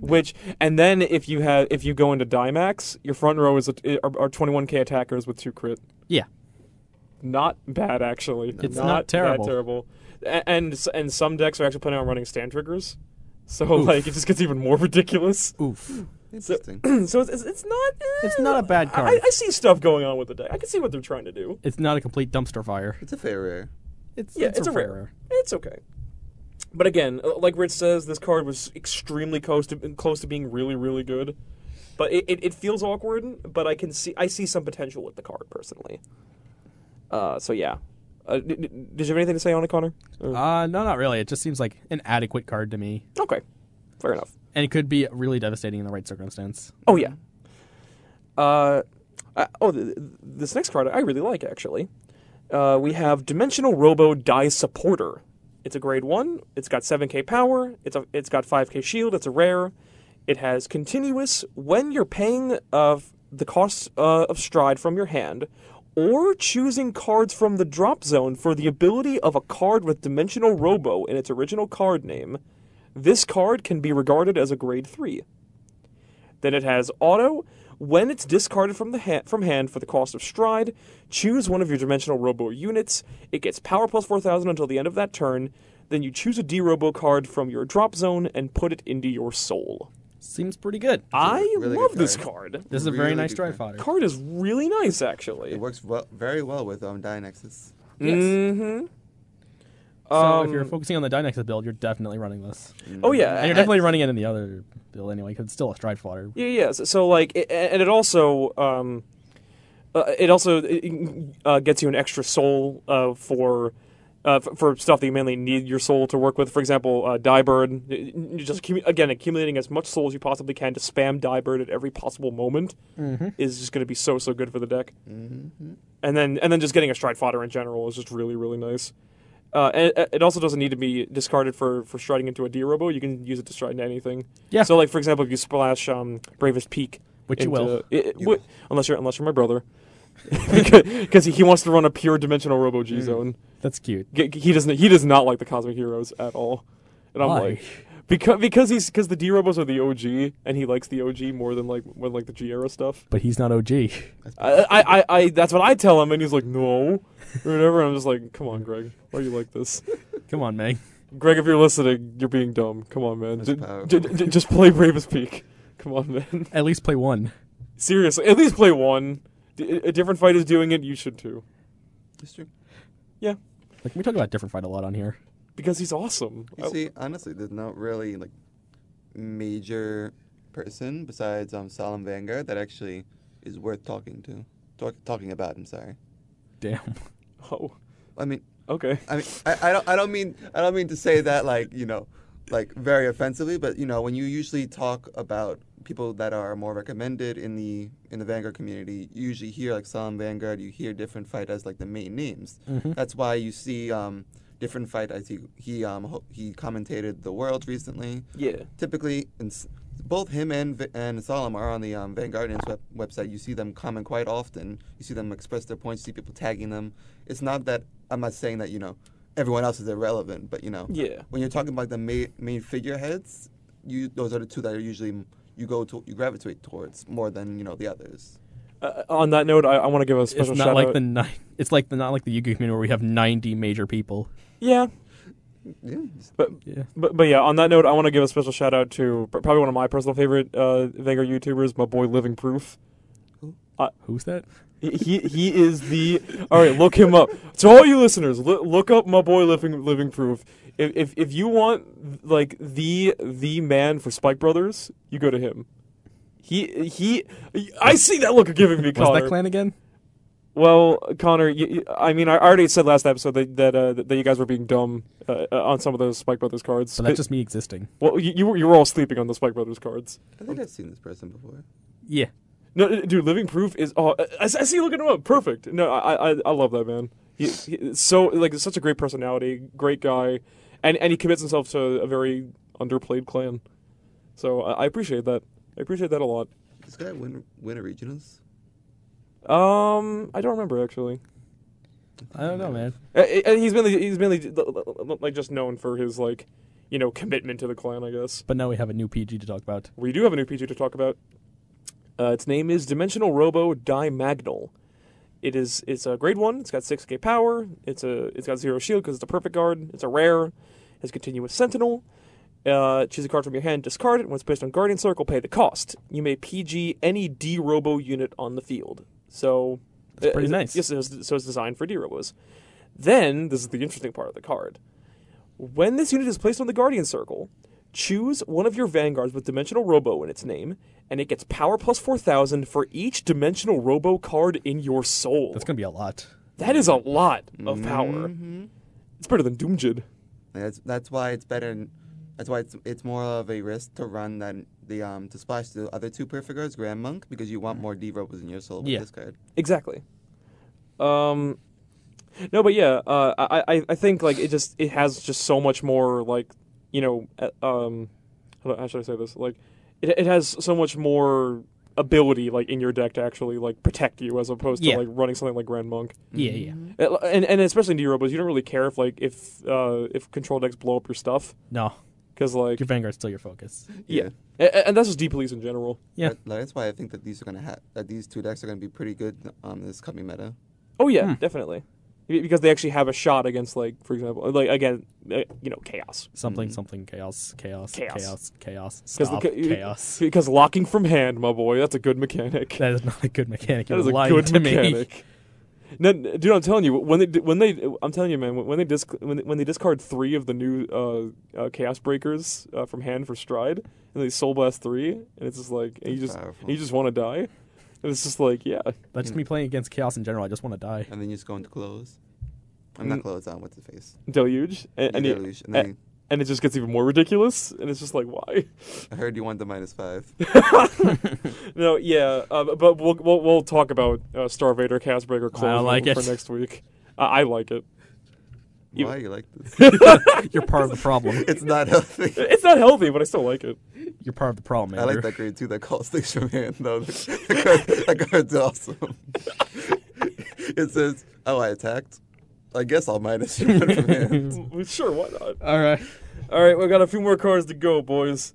[SPEAKER 3] Which and then if you have if you go into Dimax, your front row is a, are, are 21k attackers with two crit.
[SPEAKER 2] Yeah.
[SPEAKER 3] Not bad actually.
[SPEAKER 2] It's
[SPEAKER 3] not,
[SPEAKER 2] not
[SPEAKER 3] that
[SPEAKER 2] terrible.
[SPEAKER 3] terrible. A- And s- and some decks are actually planning on running stand triggers. So like it just gets even more ridiculous.
[SPEAKER 2] Oof.
[SPEAKER 4] Interesting.
[SPEAKER 3] So it's, it's, it's not. eh,
[SPEAKER 2] It's not a bad card.
[SPEAKER 3] I, I see stuff going on with the deck. I can see what they're trying to do.
[SPEAKER 2] It's not a complete dumpster fire.
[SPEAKER 4] it's a fair rare.
[SPEAKER 2] It's
[SPEAKER 3] Yeah, it's, a rare. It's okay. But again, uh, like Rich says, this card was extremely close to close to being really, really good. But it, it, it feels awkward. But I can see I see some potential with the card personally. Uh, so yeah. Uh, d- d- did you have anything to say on it, Connor? Or-
[SPEAKER 2] Uh, no, not really. It just seems like an adequate card to me,
[SPEAKER 3] okay, fair enough.
[SPEAKER 2] and it could be really devastating in the right circumstance.
[SPEAKER 3] Oh yeah. Uh, I, oh, th- th- this next card I really like actually. Uh, we have Dimensional Robo Die Supporter. It's a grade one. It's got 7k power. It's a, it's got 5k shield. It's a rare. It has continuous when you're paying uh, the cost uh, of stride from your hand, or choosing cards from the drop zone for the ability of a card with Dimensional Robo in its original card name. This card can be regarded as a grade 3. Then it has auto. When it's discarded from the ha- from hand for the cost of stride, choose one of your dimensional robo units. It gets power plus 4000 until the end of that turn. Then you choose a D robo card from your drop zone and put it into your soul.
[SPEAKER 2] Seems pretty good.
[SPEAKER 3] I
[SPEAKER 4] really
[SPEAKER 3] love
[SPEAKER 4] good
[SPEAKER 3] this
[SPEAKER 4] card.
[SPEAKER 3] card.
[SPEAKER 2] This is a very
[SPEAKER 4] Really
[SPEAKER 2] nice
[SPEAKER 4] good
[SPEAKER 2] dry
[SPEAKER 4] plan.
[SPEAKER 2] fodder.
[SPEAKER 3] Card is really nice actually.
[SPEAKER 4] It works well, very well with um, Dianexus.
[SPEAKER 2] Yes.
[SPEAKER 3] Mhm.
[SPEAKER 2] So
[SPEAKER 3] Um,
[SPEAKER 2] if you're focusing on the Dynexus build, you're definitely running this.
[SPEAKER 3] Oh yeah,
[SPEAKER 2] And you're
[SPEAKER 3] and-
[SPEAKER 2] definitely running it in the other build anyway, because it's still a stride fodder.
[SPEAKER 3] Yeah, yeah. So, so, like, it, and it also, um, uh, it also uh, gets you an extra soul uh, for. Uh, f- for stuff that you mainly need your soul to work with, for example, uh, Diebird, Y- y- you just accumu- again accumulating as much soul as you possibly can to spam Diebird at every possible moment is just going to be so so good for the deck. And then and then just getting a stride fodder in general is just really really nice. Uh, and it- it also doesn't need to be discarded for for striding into a D robo. You can use it to stride into anything.
[SPEAKER 2] Yeah.
[SPEAKER 3] So like for example, if you splash um, Bravest Peak,
[SPEAKER 2] Which you will.
[SPEAKER 3] into- it- it- wi- unless you're unless you're my brother, because he wants to run a pure dimensional robo
[SPEAKER 2] Mm.
[SPEAKER 3] G zone.
[SPEAKER 2] That's cute.
[SPEAKER 3] G- He doesn't he does not like the cosmic heroes at all, and I'm
[SPEAKER 2] Why?
[SPEAKER 3] like. Because because he's because the D robos are the OG and he likes the OG more than like when like the G era stuff.
[SPEAKER 2] But he's not OG.
[SPEAKER 3] I, I, I, I that's what I tell him, and he's like, no, or whatever. And I'm just like, come on, Greg, why are you like this?
[SPEAKER 2] Come on, Meg.
[SPEAKER 3] Greg, if you're listening, you're being dumb. Come on, man, J-
[SPEAKER 4] powerful.
[SPEAKER 3] j- j- just play Bravest Peak. Come on, man.
[SPEAKER 2] At least play one.
[SPEAKER 3] Seriously, at least play one. D- a different fight is doing it. You should too,
[SPEAKER 4] It's true.
[SPEAKER 3] yeah,
[SPEAKER 2] Like we talk about different fight a lot on here.
[SPEAKER 3] because he's awesome.
[SPEAKER 4] You see, honestly, there's not really like major person besides um Solemn Vanguard that actually is worth talking to, talk, talking about. I'm sorry.
[SPEAKER 2] Damn.
[SPEAKER 3] oh,
[SPEAKER 4] I mean,
[SPEAKER 3] okay.
[SPEAKER 4] I mean, I, I don't, I don't mean, I don't mean to say that like you know, like very offensively, but you know, when you usually talk about people that are more recommended in the in the Vanguard community, you usually hear like Solemn Vanguard, you hear different fight as like the main names. That's why you see um different fight as he he um ho- he commentated the world recently.
[SPEAKER 3] Yeah.
[SPEAKER 4] Typically, in, s- both him and V- and Solemn are on the um, Vanguardian's web, website. You see them comment quite often. You see them express their points. You see people tagging them. It's not that I'm not saying that you know everyone else is irrelevant, but you know
[SPEAKER 3] Yeah.
[SPEAKER 4] when you're talking about the main main figureheads, you those are the two that are usually m- you go to you gravitate towards more than you know the others.
[SPEAKER 3] Uh, on that note, I, I want to give a
[SPEAKER 2] It's
[SPEAKER 3] special
[SPEAKER 2] not
[SPEAKER 3] shout
[SPEAKER 2] like
[SPEAKER 3] out.
[SPEAKER 2] the nine. It's like the not like the Yu-Gi-Oh community where we have 90 major people.
[SPEAKER 3] yeah,
[SPEAKER 4] Yeah,
[SPEAKER 3] but
[SPEAKER 2] Yeah.
[SPEAKER 3] But, but yeah, on that note, I want to give a special shout out to pr- probably one of my personal favorite uh, Vanguard YouTubers, my boy Living Proof.
[SPEAKER 2] Who's that?
[SPEAKER 3] He he is the all right. Look him up to all you listeners. L- look up my boy Living Living Proof. If, if if you want like the the man for Spike Brothers, you go to him. He he. I see that look you're giving me,
[SPEAKER 2] What's
[SPEAKER 3] Connor.
[SPEAKER 2] that clan again?
[SPEAKER 3] Well, Connor, you, you- I mean, I already said last episode that that, uh, that you guys were being dumb uh, uh, on some of those Spike Brothers cards.
[SPEAKER 2] So that's just me existing.
[SPEAKER 3] well, you, you were you were all sleeping on the Spike Brothers cards.
[SPEAKER 4] I think I've seen this person before.
[SPEAKER 2] Yeah.
[SPEAKER 3] No, uh, dude, Living Proof is. Oh, I, I see you looking him up. Perfect. No, I, I, I love that man. He, he so like such a great personality, great guy, and and he commits himself to a very underplayed clan. So I, I appreciate that. I appreciate that a lot.
[SPEAKER 4] This guy win win a regionals.
[SPEAKER 3] Um, I don't remember actually.
[SPEAKER 2] I don't know, man.
[SPEAKER 3] Uh, uh, he's mainly he's mainly uh, like just known for his like, you know, commitment to the clan. I guess
[SPEAKER 2] But now we have a new PG to talk about.
[SPEAKER 3] we do have a new PG to talk about. Uh, its name is Dimensional Robo Dimagnal. It is it's a grade one. It's got six K power. It's a it's got zero shield because it's a perfect guard. It's a rare. Has continuous sentinel. Uh, choose a card from your hand, discard it. When it's placed on Guardian Circle, pay the cost. You may PG any D Robo unit on the field. So
[SPEAKER 2] That's pretty
[SPEAKER 3] uh,
[SPEAKER 2] nice.
[SPEAKER 3] Yes, it was- so it's designed for D Robos. Then this is the interesting part of the card. When this unit is placed on the Guardian Circle, choose one of your vanguards with Dimensional Robo in its name, and it gets power plus 4,000 for each Dimensional Robo card in your soul.
[SPEAKER 2] That's gonna be a lot.
[SPEAKER 3] That is a lot of power. It's better than Doomjid.
[SPEAKER 4] That's that's why it's better. n- That's why it's it's more of a risk to run than the um to splash the other two perfigures, Grand Monk, because you want more D robos in your soul with
[SPEAKER 2] Mm. Yeah.
[SPEAKER 4] this card.
[SPEAKER 3] Exactly. Um, no, but yeah, uh, I, I I think like it just it has just so much more like you know uh, um, how do- how should I say this like it, it has so much more ability like in your deck to actually like protect you as opposed
[SPEAKER 2] Yeah.
[SPEAKER 3] to like running something like Grand Monk.
[SPEAKER 2] Yeah, yeah.
[SPEAKER 3] Uh, And and especially in Europa, you don't really care if like if uh if control decks blow up your stuff
[SPEAKER 2] No,
[SPEAKER 3] because like
[SPEAKER 2] your Vanguard's still your focus.
[SPEAKER 3] yeah. A- And that's just deep police in general.
[SPEAKER 2] Yeah.
[SPEAKER 4] That- that's why I think that these are gonna ha- that these two decks are gonna be pretty good on this coming meta.
[SPEAKER 3] Oh yeah,
[SPEAKER 2] Hmm.
[SPEAKER 3] definitely. Be- Because they actually have a shot against, like, for example, like again, uh, you know, chaos.
[SPEAKER 2] Something, something, chaos, chaos,
[SPEAKER 3] Mm-hmm. Chaos.
[SPEAKER 2] chaos, chaos.
[SPEAKER 3] Because
[SPEAKER 2] Stop, chaos.
[SPEAKER 3] Because locking from hand, my boy, that's a good mechanic.
[SPEAKER 2] That is not a good mechanic.
[SPEAKER 3] that
[SPEAKER 2] You're
[SPEAKER 3] is a
[SPEAKER 2] lying
[SPEAKER 3] good
[SPEAKER 2] to me.
[SPEAKER 3] mechanic. No, n- dude, I'm telling you, when they d- when they, I'm telling you, man, when they disc, when they, when they discard three of the new uh, uh, chaos breakers uh, from hand for stride, and they soul blast three, and it's just like, and you
[SPEAKER 4] That's
[SPEAKER 3] just
[SPEAKER 4] powerful.
[SPEAKER 3] and you just want to die, and it's just like, yeah,
[SPEAKER 2] That's just me playing against chaos in general. I just want to die.
[SPEAKER 4] And then you just go into close. I'm
[SPEAKER 2] Mm.
[SPEAKER 4] not close on what's the face.
[SPEAKER 3] deluge, and and,
[SPEAKER 4] You
[SPEAKER 3] it-
[SPEAKER 4] deluge, and then
[SPEAKER 3] a-
[SPEAKER 4] you-
[SPEAKER 3] and it just gets even more ridiculous, and it's just like, why?
[SPEAKER 4] I heard you want the minus five.
[SPEAKER 3] No, yeah, uh, but we'll, we'll we'll talk about uh, Starvader, Casbreaker,
[SPEAKER 2] I
[SPEAKER 3] Clone
[SPEAKER 2] don't like
[SPEAKER 3] for
[SPEAKER 2] it.
[SPEAKER 3] next week. I I like it. You-
[SPEAKER 4] Why you like this?
[SPEAKER 2] You're part of the problem.
[SPEAKER 4] it's not healthy.
[SPEAKER 3] It's not healthy, but I still like it.
[SPEAKER 2] You're part of the problem,
[SPEAKER 4] I
[SPEAKER 2] Andrew.
[SPEAKER 4] like that grade too. That calls things from hand though. That card- that card's awesome. it says, "Oh, I attacked. I guess I'll minus you one from hand."
[SPEAKER 3] Well, Sure, why not?
[SPEAKER 2] All right.
[SPEAKER 3] All right, we got a few more cards to go, boys.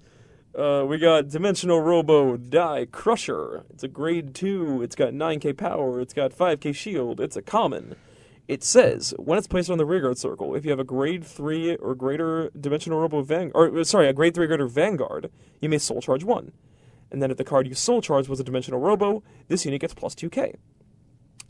[SPEAKER 3] Uh, we got Dimensional Robo Die Crusher. It's a grade 2. It's got 9k power. It's got 5k shield. It's a common. It says, when it's placed on the rearguard circle, if you have a grade 3 or greater Dimensional Robo Vanguard, or uh, sorry, a grade 3 or greater Vanguard, you may soul charge 1. And then if the card you soul charge was a Dimensional Robo, this unit gets plus 2k.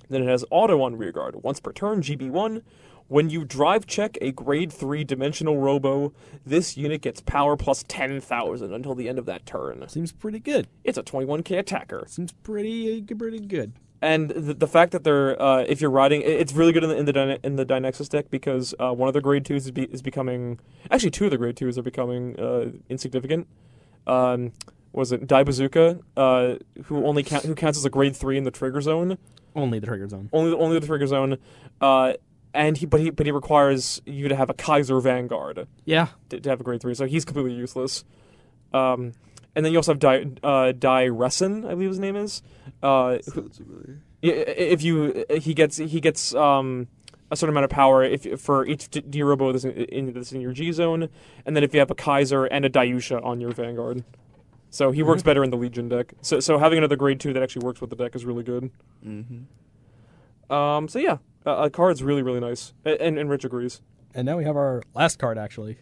[SPEAKER 3] Then it has auto on rearguard. Once per turn, GB1. When you drive check a grade 3 dimensional robo, this unit gets power plus 10,000 until the end of that turn.
[SPEAKER 2] Seems pretty good.
[SPEAKER 3] It's a 21k attacker.
[SPEAKER 2] Seems pretty pretty good.
[SPEAKER 3] And the, the fact that they're, uh, if you're riding, i- it's really good in the in the, Dyne- in the Dynexus deck because uh, one of the grade 2s is, be, is becoming, actually, two of the grade 2s are becoming uh, insignificant. Um, was it Dai Bazooka, uh, who only count, who counts as a grade 3 in the trigger zone?
[SPEAKER 2] Only the trigger zone.
[SPEAKER 3] only only the trigger zone, uh, and he but he but he requires you to have a Kaiser Vanguard
[SPEAKER 2] Yeah.
[SPEAKER 3] to, to have a grade three, so he's completely useless. Um, and then you also have Di uh, Di Ressin, I believe his name is. Uh, who-
[SPEAKER 4] Sounds familiar.
[SPEAKER 3] i- i- if you uh, he gets he gets um, a certain amount of power if for each D- D-Robo that's in, in, that's in your G zone, and then if you have a Kaiser and a Diusha on your Vanguard. So he works better in the Legion deck. So so having another grade two that actually works with the deck is really good.
[SPEAKER 4] Mm-hmm.
[SPEAKER 3] Um, so yeah, a, a card's really really nice, A- and and Rich agrees.
[SPEAKER 2] And now we have our last card, actually.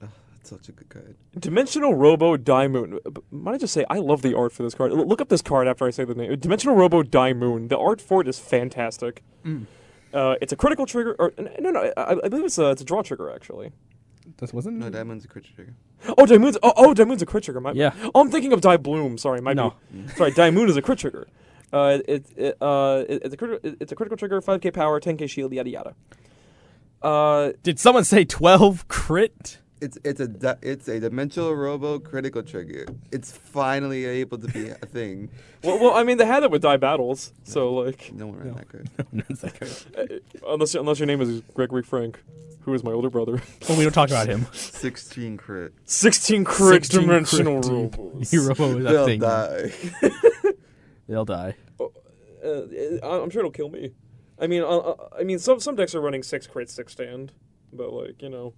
[SPEAKER 4] That's such a good card.
[SPEAKER 3] Dimensional Robo Daimoon. B- Might I just say I love the art for this card. L- Look up this card after I say the name. Dimensional Robo Daimoon. The art for it is fantastic.
[SPEAKER 2] Mm.
[SPEAKER 3] Uh, it's a critical trigger, or n- no, no, I, I believe it's a, it's a draw trigger actually.
[SPEAKER 2] This wasn't.
[SPEAKER 4] No, diamond's a creature trigger.
[SPEAKER 3] Oh, Daimoon's oh, oh Daimoon's a crit trigger. My,
[SPEAKER 2] Yeah.
[SPEAKER 3] Oh, I'm thinking of Die Bloom. Sorry, my
[SPEAKER 2] No.
[SPEAKER 3] sorry, Daimoon is a crit trigger. Uh, it, it, uh, it, it's a criti- it- it's a critical trigger, 5k power, 10k shield, yada yada. Uh,
[SPEAKER 2] Did someone say 12 crit?
[SPEAKER 4] It's it's a di- it's a dimensional robo critical trigger. It's finally able to be a thing.
[SPEAKER 3] well, well, I mean they had it with Die Battles, so like.
[SPEAKER 4] No one ran that card.
[SPEAKER 2] That's like-
[SPEAKER 3] Unless, unless your name is Gregory Frank, who is my older brother.
[SPEAKER 2] well, we don't talk about him.
[SPEAKER 4] Sixteen crit.
[SPEAKER 3] 16 crit
[SPEAKER 2] 16
[SPEAKER 3] dimensional
[SPEAKER 2] crit deep.
[SPEAKER 3] robots.
[SPEAKER 2] Your robo is that
[SPEAKER 4] They'll
[SPEAKER 2] thing.
[SPEAKER 4] die.
[SPEAKER 2] They'll die.
[SPEAKER 3] Uh, I- I'm sure it'll kill me. I mean, uh, uh, I mean, some some decks are running six crit, six stand, but like you know,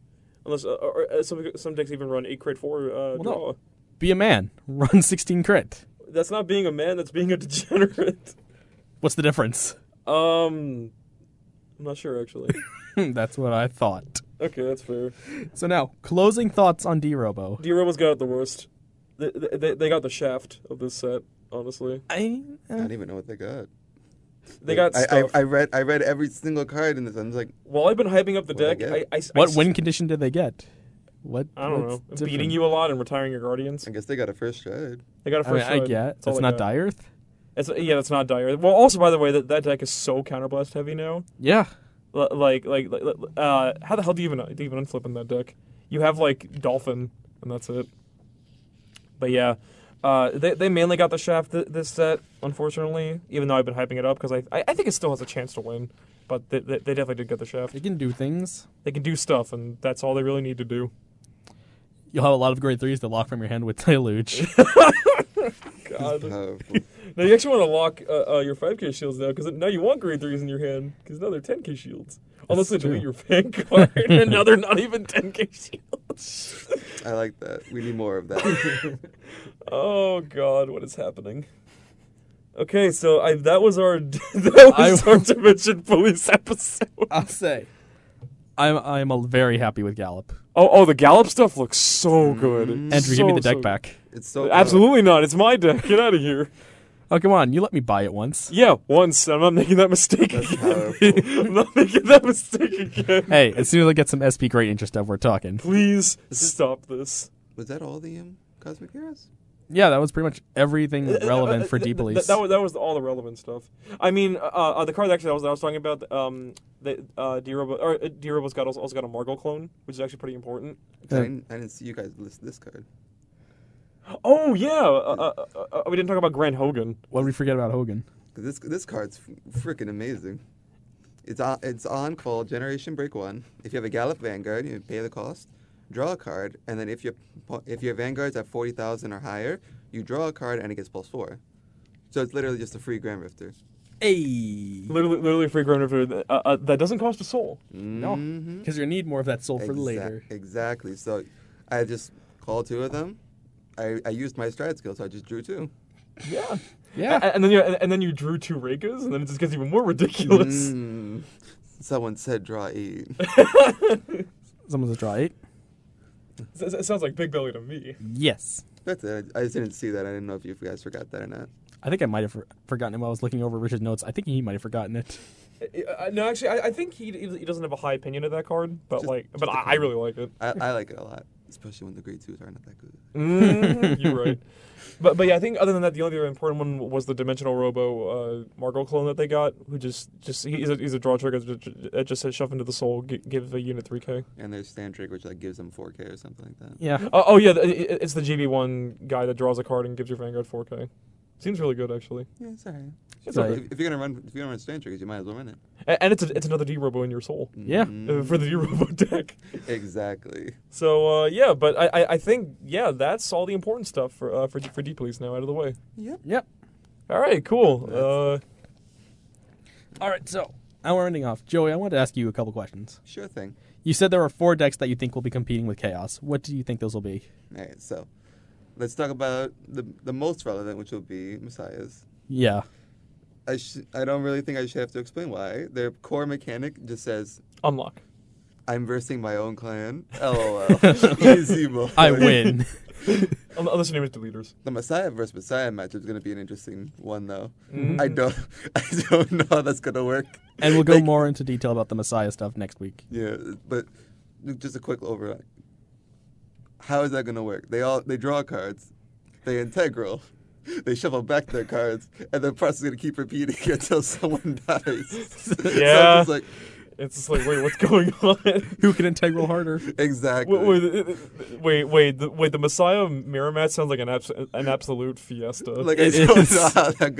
[SPEAKER 3] unless uh, or, uh, some some decks even run eight crit four
[SPEAKER 2] Well,
[SPEAKER 3] uh,
[SPEAKER 2] no.
[SPEAKER 3] draw.
[SPEAKER 2] Be a man. Run 16 crit.
[SPEAKER 3] That's not being a man. That's being a degenerate.
[SPEAKER 2] What's the difference?
[SPEAKER 3] Um, I'm not sure actually.
[SPEAKER 2] That's what I thought.
[SPEAKER 3] okay, that's fair.
[SPEAKER 2] So now, closing thoughts on D-Robo.
[SPEAKER 3] D robots got it the worst. They, they they got the shaft of this set. Honestly,
[SPEAKER 2] I, uh,
[SPEAKER 4] I don't even know what they got.
[SPEAKER 3] they got
[SPEAKER 4] I, I,
[SPEAKER 3] stuff.
[SPEAKER 4] I read I read every single card in this. I'm just like,
[SPEAKER 3] While I've been hyping up the
[SPEAKER 4] What'd
[SPEAKER 3] deck,
[SPEAKER 4] I
[SPEAKER 3] I,
[SPEAKER 4] get?
[SPEAKER 3] I, I
[SPEAKER 2] what win condition did they get? What?
[SPEAKER 3] I don't know.
[SPEAKER 2] what's different?
[SPEAKER 3] Beating you a lot and retiring your guardians.
[SPEAKER 4] I guess they got a first stride.
[SPEAKER 3] They got a
[SPEAKER 2] I mean,
[SPEAKER 3] first
[SPEAKER 2] I
[SPEAKER 3] shot.
[SPEAKER 2] get.
[SPEAKER 3] That's all
[SPEAKER 2] It's
[SPEAKER 3] I
[SPEAKER 2] not
[SPEAKER 3] got.
[SPEAKER 2] Dire.
[SPEAKER 3] It's, yeah, that's not dire. Well, also by the way, that, that deck is so counterblast heavy now.
[SPEAKER 2] Yeah.
[SPEAKER 3] L- like, like, like, uh, how the hell do you even do you even unflip in that deck? You have like dolphin, and that's it. But yeah, uh, they they mainly got the shaft th- this set, unfortunately. Even though I've been hyping it up because I, I I think it still has a chance to win, but they, they, they definitely did get the shaft.
[SPEAKER 2] It can do things.
[SPEAKER 3] They can do stuff, and that's all they really need to do.
[SPEAKER 2] You'll have a lot of grade threes to lock from your hand with Deluge.
[SPEAKER 3] God.
[SPEAKER 4] Powerful.
[SPEAKER 3] Now you actually want to lock uh, uh, your 5k shields now because now you want grade threes in your hand because now they're 10k shields. Unless they delete your Vanguard and now they're not even 10k shields.
[SPEAKER 4] I like that. We need more of that.
[SPEAKER 3] Oh God, what is happening? Okay, so I, that was our that was
[SPEAKER 2] I-
[SPEAKER 3] our Dimension Police episode.
[SPEAKER 2] I'll say. I'm I'm a very happy with Gallop.
[SPEAKER 3] Oh, oh, the Gallop stuff looks so good.
[SPEAKER 2] Mm. Andrew, give me the deck back.
[SPEAKER 4] It's so
[SPEAKER 3] Absolutely not. It's my deck. Get out of here.
[SPEAKER 2] Oh come on, you let me buy it once.
[SPEAKER 3] Yeah, once. I'm not making that mistake again.
[SPEAKER 4] powerful.
[SPEAKER 3] I'm not making that mistake again.
[SPEAKER 2] Hey, as soon as I get some SP great interest stuff, we're talking.
[SPEAKER 3] Please stop this.
[SPEAKER 4] Was that all the um, Cosmic Heroes?
[SPEAKER 2] Yeah, that was pretty much everything relevant for Deep
[SPEAKER 3] Th- th-
[SPEAKER 2] Police.
[SPEAKER 3] that, was, that was all the relevant stuff. I mean, uh, uh, the card actually that was, that I was talking about, um, the uh, D-Robo, or uh, D-Robo's got also, also got a Margle clone, which is actually pretty important.
[SPEAKER 4] 'Cause I, didn't, I didn't see you guys list this card.
[SPEAKER 3] Oh yeah, uh, uh, uh, uh, we didn't talk about Grand Hogan.
[SPEAKER 2] What did we forget about Hogan?
[SPEAKER 4] 'Cause This this card's freaking amazing. It's on, it's on called Generation Break One. If you have a Gallop Vanguard, you pay the cost, draw a card, and then if your po- if your Vanguard's at forty thousand or higher, you draw a card and it gets plus four. So it's literally just a free Grand Rifter.
[SPEAKER 2] Hey,
[SPEAKER 3] Literally, literally free Grand River uh, uh, that doesn't cost a soul.
[SPEAKER 2] no, because you need more of that soul for
[SPEAKER 4] Exac-
[SPEAKER 2] later.
[SPEAKER 4] Exactly. So I just called two of them. I, I used my stride skill, so I just drew two.
[SPEAKER 3] Yeah.
[SPEAKER 2] Yeah.
[SPEAKER 3] A- And then you and and then you drew two Regas, and then it just gets even more ridiculous.
[SPEAKER 4] Mm. Someone said draw eight.
[SPEAKER 2] Someone's a draw eight.
[SPEAKER 3] S- s- It sounds like Big Belly to me.
[SPEAKER 2] Yes,
[SPEAKER 4] That's it. I I just didn't see that. I didn't know if you guys forgot that or not.
[SPEAKER 2] I think I might have for- forgotten it while I was looking over Richard's notes. I think he might have forgotten it.
[SPEAKER 3] I- I- no, actually, I, I think he he doesn't have a high opinion of that card, but
[SPEAKER 4] Just-
[SPEAKER 3] like,
[SPEAKER 4] just
[SPEAKER 3] but
[SPEAKER 4] a
[SPEAKER 3] I, I
[SPEAKER 4] card.
[SPEAKER 3] really like it.
[SPEAKER 4] I, I like it a lot, especially when the grade twos are not that good.
[SPEAKER 3] Mm, you're right. But but yeah, I think other than that, the only other important one was the Dimensional Robo uh, Margot clone that they got, who just just he's a, he's a draw trigger that ju- that just says shove into the soul, g- give a unit three k.
[SPEAKER 4] And there's stand trick, which like gives them 4K or something like that.
[SPEAKER 2] Yeah,
[SPEAKER 3] Oh oh yeah, the- i- i- it's the GB one guy that draws a card and gives your Vanguard four k. Seems really good actually,
[SPEAKER 4] Yeah, it's alright.
[SPEAKER 3] It's
[SPEAKER 2] alright.
[SPEAKER 4] If, if you're gonna run, if you're gonna run stand triggers, you might as well run it.
[SPEAKER 3] A- and it's a, it's another D Robo in your soul
[SPEAKER 2] Yeah.
[SPEAKER 3] uh, for the D Robo deck.
[SPEAKER 4] Exactly.
[SPEAKER 3] So uh, yeah, but I, I I think yeah that's all the important stuff for uh, for for D Police now out of the way.
[SPEAKER 4] Yep.
[SPEAKER 2] Yep.
[SPEAKER 3] All right, cool. Uh,
[SPEAKER 2] All right, so now we're ending off. Joey, I wanted to ask you a couple questions.
[SPEAKER 4] Sure thing.
[SPEAKER 2] You said there are four decks that you think will be competing with Chaos. What do you think those will be?
[SPEAKER 4] All right. So, let's talk about the the most relevant, which will be Messiahs.
[SPEAKER 2] Yeah.
[SPEAKER 4] I sh- I don't really think I should have to explain why. Their core mechanic just says,
[SPEAKER 3] unlock.
[SPEAKER 4] "I'm versing my own clan." LOL. Easy mode.
[SPEAKER 2] I win.
[SPEAKER 3] Un- Unless your name is Deleters.
[SPEAKER 4] The Messiah versus Messiah matchup is going to be an interesting one, though. I don't, I don't know how that's going to work.
[SPEAKER 2] and we'll go
[SPEAKER 4] Like,
[SPEAKER 2] more into detail about the Messiah stuff next week.
[SPEAKER 4] Yeah, but just a quick override. How is that going to work? They all they draw cards, they integral, they shuffle back their cards, and the process is going to keep repeating until someone dies.
[SPEAKER 3] Yeah.
[SPEAKER 4] so I'm just like
[SPEAKER 3] It's just like, wait, what's going on?
[SPEAKER 2] Who can integral harder?
[SPEAKER 4] exactly.
[SPEAKER 3] wait, wait, wait, wait, the, wait, the Messiah mirror match sounds like an abs- an absolute fiesta.
[SPEAKER 4] Like
[SPEAKER 2] It
[SPEAKER 4] I don't
[SPEAKER 2] is.
[SPEAKER 4] know how that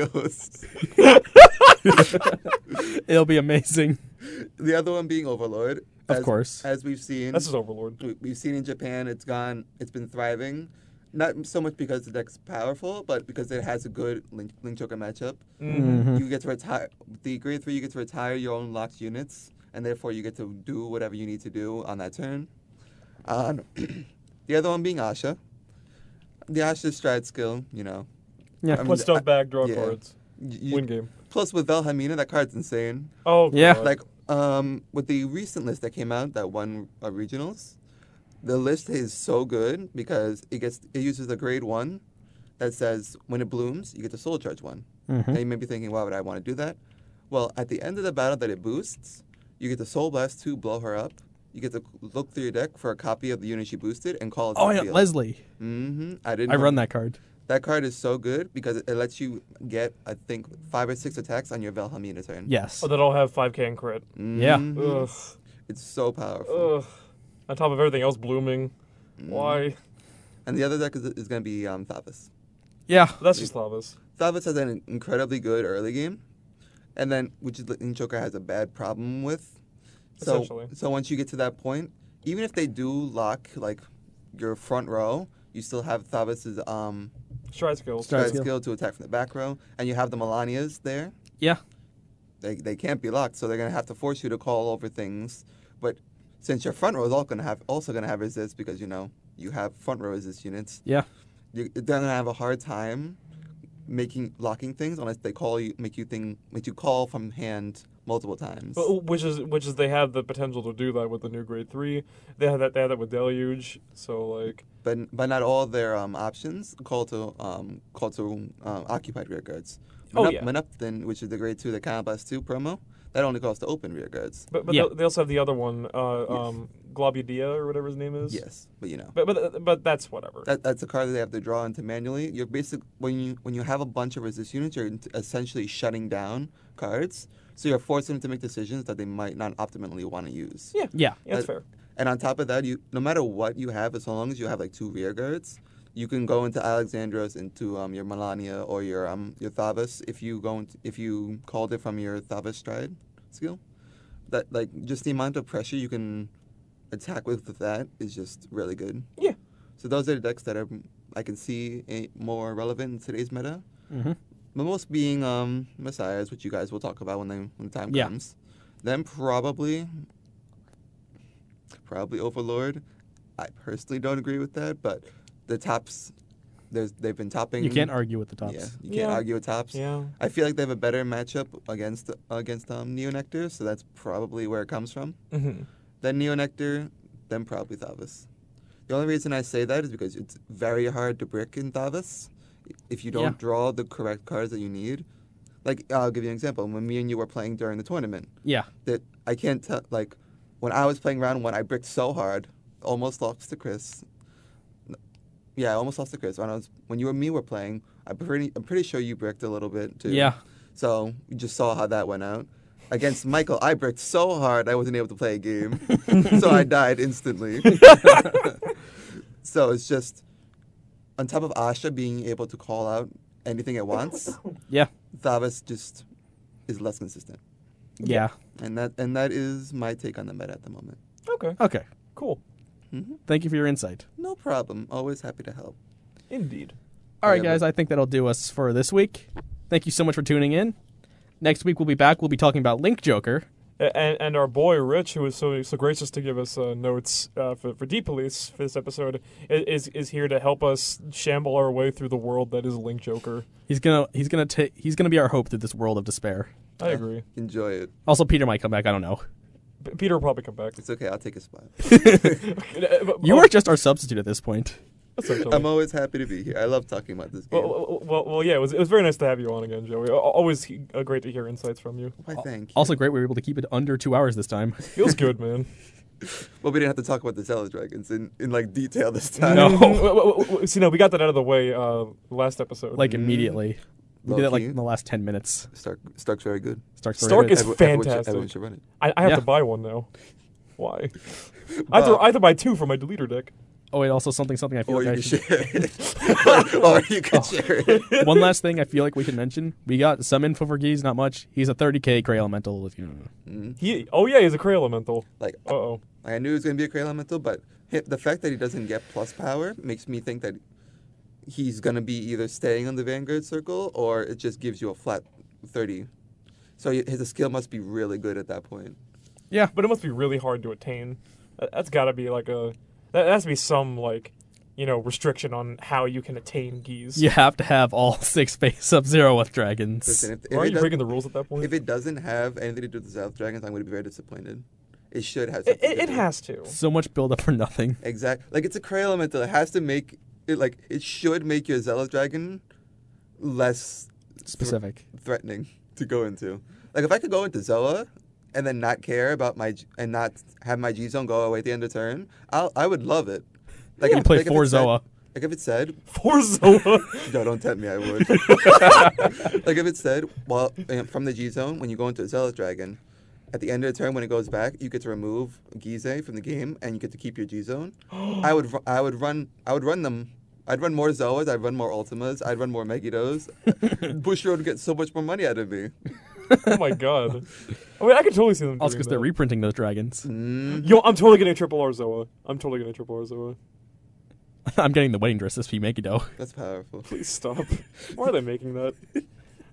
[SPEAKER 4] goes.
[SPEAKER 2] It'll be amazing.
[SPEAKER 4] The other one being Overlord.
[SPEAKER 2] Of
[SPEAKER 4] as-
[SPEAKER 2] course.
[SPEAKER 4] as we've seen.
[SPEAKER 3] that's just Overlord.
[SPEAKER 4] we- we've seen in Japan, it's gone, it's been thriving. Not so much because the deck's powerful, but because it has a good Link, Link Joker matchup. You get to retire the grade three. You get to retire your own locked units, and therefore you get to do whatever you need to do on that turn. Um, the other one being Asha. The Asha stride skill, you know.
[SPEAKER 2] Yeah.
[SPEAKER 4] I mean,
[SPEAKER 3] Put
[SPEAKER 4] I-
[SPEAKER 3] stuff back, draw
[SPEAKER 4] yeah.
[SPEAKER 3] cards,
[SPEAKER 4] y- you-
[SPEAKER 3] win game.
[SPEAKER 4] Plus with Velhamina, that card's insane.
[SPEAKER 3] Oh, God.
[SPEAKER 2] Yeah.
[SPEAKER 4] Like um, with the recent list that came out that won uh, regionals, the list is so good because it gets it uses a grade one that says when it blooms you get the soul charge one.
[SPEAKER 2] Mm-hmm.
[SPEAKER 4] Now you may be thinking, why would I want to do that? Well, at the end of the battle that it boosts, you get the soul blast two, blow her up. You get to look through your deck for a copy of the unit she boosted and call it.
[SPEAKER 2] Oh, yeah, Leslie.
[SPEAKER 4] Mm-hmm. I didn't.
[SPEAKER 2] I
[SPEAKER 4] know-
[SPEAKER 2] run that card.
[SPEAKER 4] That card is so good because it, it lets you get I think five or six attacks on your Velhamina turn.
[SPEAKER 2] Yes.
[SPEAKER 3] Oh, that all have 5k and crit.
[SPEAKER 2] Yeah.
[SPEAKER 4] Mhm.
[SPEAKER 3] Ugh.
[SPEAKER 4] It's so powerful.
[SPEAKER 3] Ugh. On top of everything else, blooming.
[SPEAKER 4] Mm-hmm.
[SPEAKER 3] Why?
[SPEAKER 4] And the other deck is, is going to be um, Thavis.
[SPEAKER 2] Yeah.
[SPEAKER 3] That's just Lavas.
[SPEAKER 4] Thavis has an incredibly good early game, and then which is in Joker has a bad problem with. So
[SPEAKER 3] Essentially.
[SPEAKER 4] so once you get to that point, even if they do lock like your front row. You still have Thabas's um
[SPEAKER 3] Strides skills.
[SPEAKER 2] Stride
[SPEAKER 4] stride
[SPEAKER 2] skill.
[SPEAKER 4] skill to attack from the back row, and you have the Melanias there.
[SPEAKER 2] Yeah.
[SPEAKER 4] They they can't be locked, so they're gonna have to force you to call over things. But since your front row is all gonna have also gonna have resist because you know you have front row resist units,
[SPEAKER 2] Yeah.
[SPEAKER 4] you, they're gonna have a hard time making locking things unless they call you make you think make you call from hand multiple times.
[SPEAKER 3] But- Which is which is they have the potential to do that with the new grade three. They had that they had that with deluge. So like
[SPEAKER 4] but but not all their um, options call to um, call to um, occupied rear guards.
[SPEAKER 3] Oh,
[SPEAKER 4] Menup-
[SPEAKER 3] yeah.
[SPEAKER 4] Menupton, which is the grade two, the Combust two promo, that only calls to open rear guards.
[SPEAKER 3] But, but
[SPEAKER 2] Yeah.
[SPEAKER 3] they- they also have the other one, uh, um, Globudia or whatever his name is.
[SPEAKER 4] Yes, but you know
[SPEAKER 3] But but but that's whatever.
[SPEAKER 4] that, that's a card that they have to draw into manually. You're basic when you when you have a bunch of resist units, you're essentially shutting down cards. So you're forcing them to make decisions that they might not optimally want to use.
[SPEAKER 3] yeah.
[SPEAKER 2] Yeah.
[SPEAKER 3] Yeah, that's
[SPEAKER 4] But-
[SPEAKER 3] fair.
[SPEAKER 4] And on top of that, you no matter what you have, as long as you have like two rear guards, you can go into Alexandros into um, your Melania or your um your Thavas if you go into, if you called it from your Thavas stride skill. That like just the amount of pressure you can attack with that is just really good.
[SPEAKER 3] Yeah.
[SPEAKER 4] So those are the decks that are, I can see eh, more relevant in today's meta.
[SPEAKER 2] Mm-hmm.
[SPEAKER 4] But most being um, messiahs, which you guys will talk about when, they, when the time
[SPEAKER 2] Yeah.
[SPEAKER 4] comes. Then probably, probably overlord. I personally don't agree with that, but the tops, there's they've been topping.
[SPEAKER 2] You can't argue with the tops.
[SPEAKER 4] Yeah, you can't
[SPEAKER 3] Yeah.
[SPEAKER 4] argue with tops.
[SPEAKER 3] Yeah.
[SPEAKER 4] I feel like they have a better matchup against against um, Neonectar, so that's probably where it comes from.
[SPEAKER 3] Mm-hmm.
[SPEAKER 4] Then Neonectar, then probably Thavas. The only reason I say that is because it's very hard to brick in Thavas if you don't
[SPEAKER 2] Yeah.
[SPEAKER 4] draw the correct cards that you need. Like, I'll give you an example. When me and you were playing during the tournament,
[SPEAKER 2] Yeah.
[SPEAKER 4] that I can't tell, like, when I was playing round one, I bricked so hard, almost lost to Chris. Yeah, I almost lost to Chris. When, I was, when you and me were playing, I'm pretty, I'm pretty sure you bricked a little bit too.
[SPEAKER 2] Yeah.
[SPEAKER 4] So you just saw how that went out. Against Michael, I bricked so hard I wasn't able to play a game. so I died instantly. so it's just on top of Asha being able to call out anything at once,
[SPEAKER 2] Yeah.
[SPEAKER 4] Thavas just is less consistent.
[SPEAKER 2] Yeah.
[SPEAKER 4] And that and that is my take on the meta at the moment.
[SPEAKER 3] Okay.
[SPEAKER 2] Okay.
[SPEAKER 3] Cool.
[SPEAKER 2] Thank you for your insight.
[SPEAKER 4] No problem. Always happy to help.
[SPEAKER 3] Indeed.
[SPEAKER 2] All right,
[SPEAKER 4] Yeah,
[SPEAKER 2] guys, I think that'll do us for this week. Thank you so much for tuning in. Next week we'll be back. We'll be talking about Link Joker.
[SPEAKER 3] A- And, and our boy Rich, who was so so gracious to give us uh, notes uh, for for Deep Police for this episode, i- is is here to help us shamble our way through the world that is Link Joker.
[SPEAKER 2] He's gonna he's gonna take he's gonna be our hope through this world of despair.
[SPEAKER 3] I agree.
[SPEAKER 4] Enjoy it.
[SPEAKER 2] Also, Peter might come back. I don't know.
[SPEAKER 3] P- Peter will probably come back. Uh,
[SPEAKER 4] It's okay, I'll take a spot. Oh.
[SPEAKER 2] You are just our substitute at this point.
[SPEAKER 3] Essentially.
[SPEAKER 4] I'm always happy to be here. I love talking about this game.
[SPEAKER 3] Well, well, well, yeah, it was, it was very nice to have you on again, Joey. Al- Always he- uh, great to hear insights from you.
[SPEAKER 4] Why thank you.
[SPEAKER 2] Also, great we were able to keep it under two hours this time.
[SPEAKER 3] Feels good, man.
[SPEAKER 4] Well, we didn't have to talk about the Zelda Dragons in, in like detail this time.
[SPEAKER 2] No.
[SPEAKER 3] Mhm. W- w- w- w- See, no, we got that out of the way uh, last episode.
[SPEAKER 4] Mm.
[SPEAKER 2] Like immediately, we did it like
[SPEAKER 4] Low-key.
[SPEAKER 2] in the last ten minutes.
[SPEAKER 4] Stark, Stark's very good.
[SPEAKER 2] Stark,
[SPEAKER 3] Stark is- It's
[SPEAKER 4] everyone should-
[SPEAKER 3] fantastic.
[SPEAKER 4] Everyone should, run it.
[SPEAKER 3] I, I have
[SPEAKER 2] Yeah.
[SPEAKER 3] to buy one now. Why? I have, to, I have to buy two for my deleter deck.
[SPEAKER 2] Oh, and also something something I feel
[SPEAKER 4] Or
[SPEAKER 2] like
[SPEAKER 4] you
[SPEAKER 2] I
[SPEAKER 4] could
[SPEAKER 2] should,
[SPEAKER 4] share it. or you could share it.
[SPEAKER 2] one last thing I feel like we should mention. We got some info for Geese, not much. He's a 30k Gray Elemental. If you don't know.
[SPEAKER 4] Mm.
[SPEAKER 3] He, oh yeah, he's a Cray Elemental.
[SPEAKER 4] Like,
[SPEAKER 3] Uh oh.
[SPEAKER 4] I knew it was going to be a Cray Elemental, but hi- the fact that he doesn't get plus power makes me think that he's going to be either staying on the Vanguard Circle or it just gives you a flat 30. So y- his skill must be really good at that point.
[SPEAKER 2] Yeah,
[SPEAKER 3] But it must be really hard to attain. That, that's got to be like a. That, that has to be some like, you know, restriction on how you can attain geese.
[SPEAKER 2] you have to have all six face Sub Zero with dragons.
[SPEAKER 4] Listen, if, if
[SPEAKER 3] Why are
[SPEAKER 4] it
[SPEAKER 3] you
[SPEAKER 4] does-
[SPEAKER 3] breaking the rules at that point?
[SPEAKER 4] if it doesn't have anything to do with the Zelda Dragons, I'm going to be very disappointed. It should have
[SPEAKER 3] it,
[SPEAKER 4] something
[SPEAKER 3] it,
[SPEAKER 4] to
[SPEAKER 3] it
[SPEAKER 4] do.
[SPEAKER 3] has to.
[SPEAKER 2] so much build up for nothing.
[SPEAKER 4] Exactly. Like it's a cray elemental. It has to make it like it should make your Zealous Dragon less
[SPEAKER 2] Specific.
[SPEAKER 4] threatening to go into. Like if I could go into Zoa and then not care about my G- and not have my G zone go away at the end of turn, I'll, I would love it. Like
[SPEAKER 2] You play four
[SPEAKER 4] it said-
[SPEAKER 2] Zoa.
[SPEAKER 4] like if it said,
[SPEAKER 3] Forzoa.
[SPEAKER 4] "Yo, don't tempt me," I would. like if it said, "Well, uh, from the G zone, when you go into a Zealous Dragon, at the end of the turn when it goes back, you get to remove Gize from the game and you get to keep your G zone." I would, ru- I would run, I would run them. I'd run more Zoas, I'd run more Ultimas, I'd run more Megidos. Bushiro would get so much more money out of me.
[SPEAKER 3] oh my god. I mean, I could totally see them.
[SPEAKER 2] Also,
[SPEAKER 3] doing
[SPEAKER 2] because they're
[SPEAKER 3] that.
[SPEAKER 4] Mm.
[SPEAKER 2] reprinting those dragons.
[SPEAKER 3] Yo, I'm totally gonna triple Arzoa. I'm totally gonna triple Arzoa.
[SPEAKER 2] I'm getting the wedding dress this Fimekido.
[SPEAKER 4] That's powerful.
[SPEAKER 3] Please stop. Why are they making that?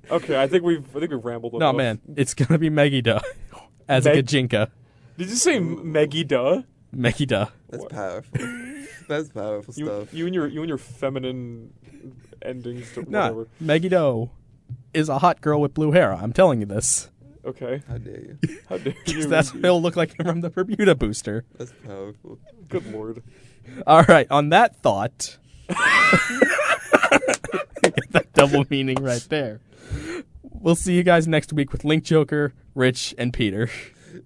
[SPEAKER 3] Okay, I think we've I think we've rambled.
[SPEAKER 2] No
[SPEAKER 3] enough.
[SPEAKER 2] man, it's gonna be Megida as a
[SPEAKER 3] Meg-
[SPEAKER 2] Gajinka.
[SPEAKER 3] Did you say
[SPEAKER 4] Mm.
[SPEAKER 3] Meggy Duh?
[SPEAKER 2] Megida.
[SPEAKER 4] That's
[SPEAKER 3] What?
[SPEAKER 4] powerful. That's powerful
[SPEAKER 3] You,
[SPEAKER 4] stuff.
[SPEAKER 3] you and your you and your feminine endings. To
[SPEAKER 2] No,
[SPEAKER 3] whatever.
[SPEAKER 2] Megiddo is a hot girl with blue hair. I'm telling you this.
[SPEAKER 3] Okay.
[SPEAKER 4] How dare you?
[SPEAKER 3] How dare
[SPEAKER 2] 'Cause
[SPEAKER 3] you?
[SPEAKER 2] That's what he'll look like from the Bermuda Booster.
[SPEAKER 4] That's powerful.
[SPEAKER 3] Good lord.
[SPEAKER 2] All right, on that thought, Get that double meaning right there. We'll see you guys next week with Link Joker, Rich, and Peter.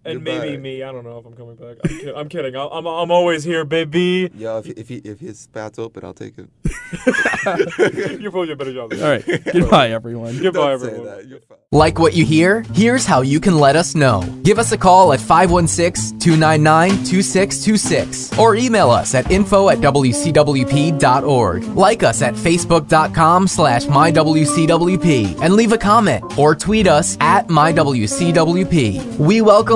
[SPEAKER 3] And
[SPEAKER 4] Goodbye.
[SPEAKER 3] maybe me. I don't know if I'm coming back. I'm, kid- I'm kidding. I'm, I'm I'm always here, baby.
[SPEAKER 4] Yo, if, if he if his spout's open, I'll take it.
[SPEAKER 3] You're probably a better job. Than
[SPEAKER 2] All right, goodbye, everyone.
[SPEAKER 3] Goodbye,
[SPEAKER 4] Don't say
[SPEAKER 3] everyone.
[SPEAKER 4] that. You're fine.
[SPEAKER 1] Like what you hear? Here's how you can let us know. Give us a call at 516 299 2626 or email us at info at wcwp.org. Like us at facebook.com slash mywcwp and leave a comment or tweet us at mywcwp. We welcome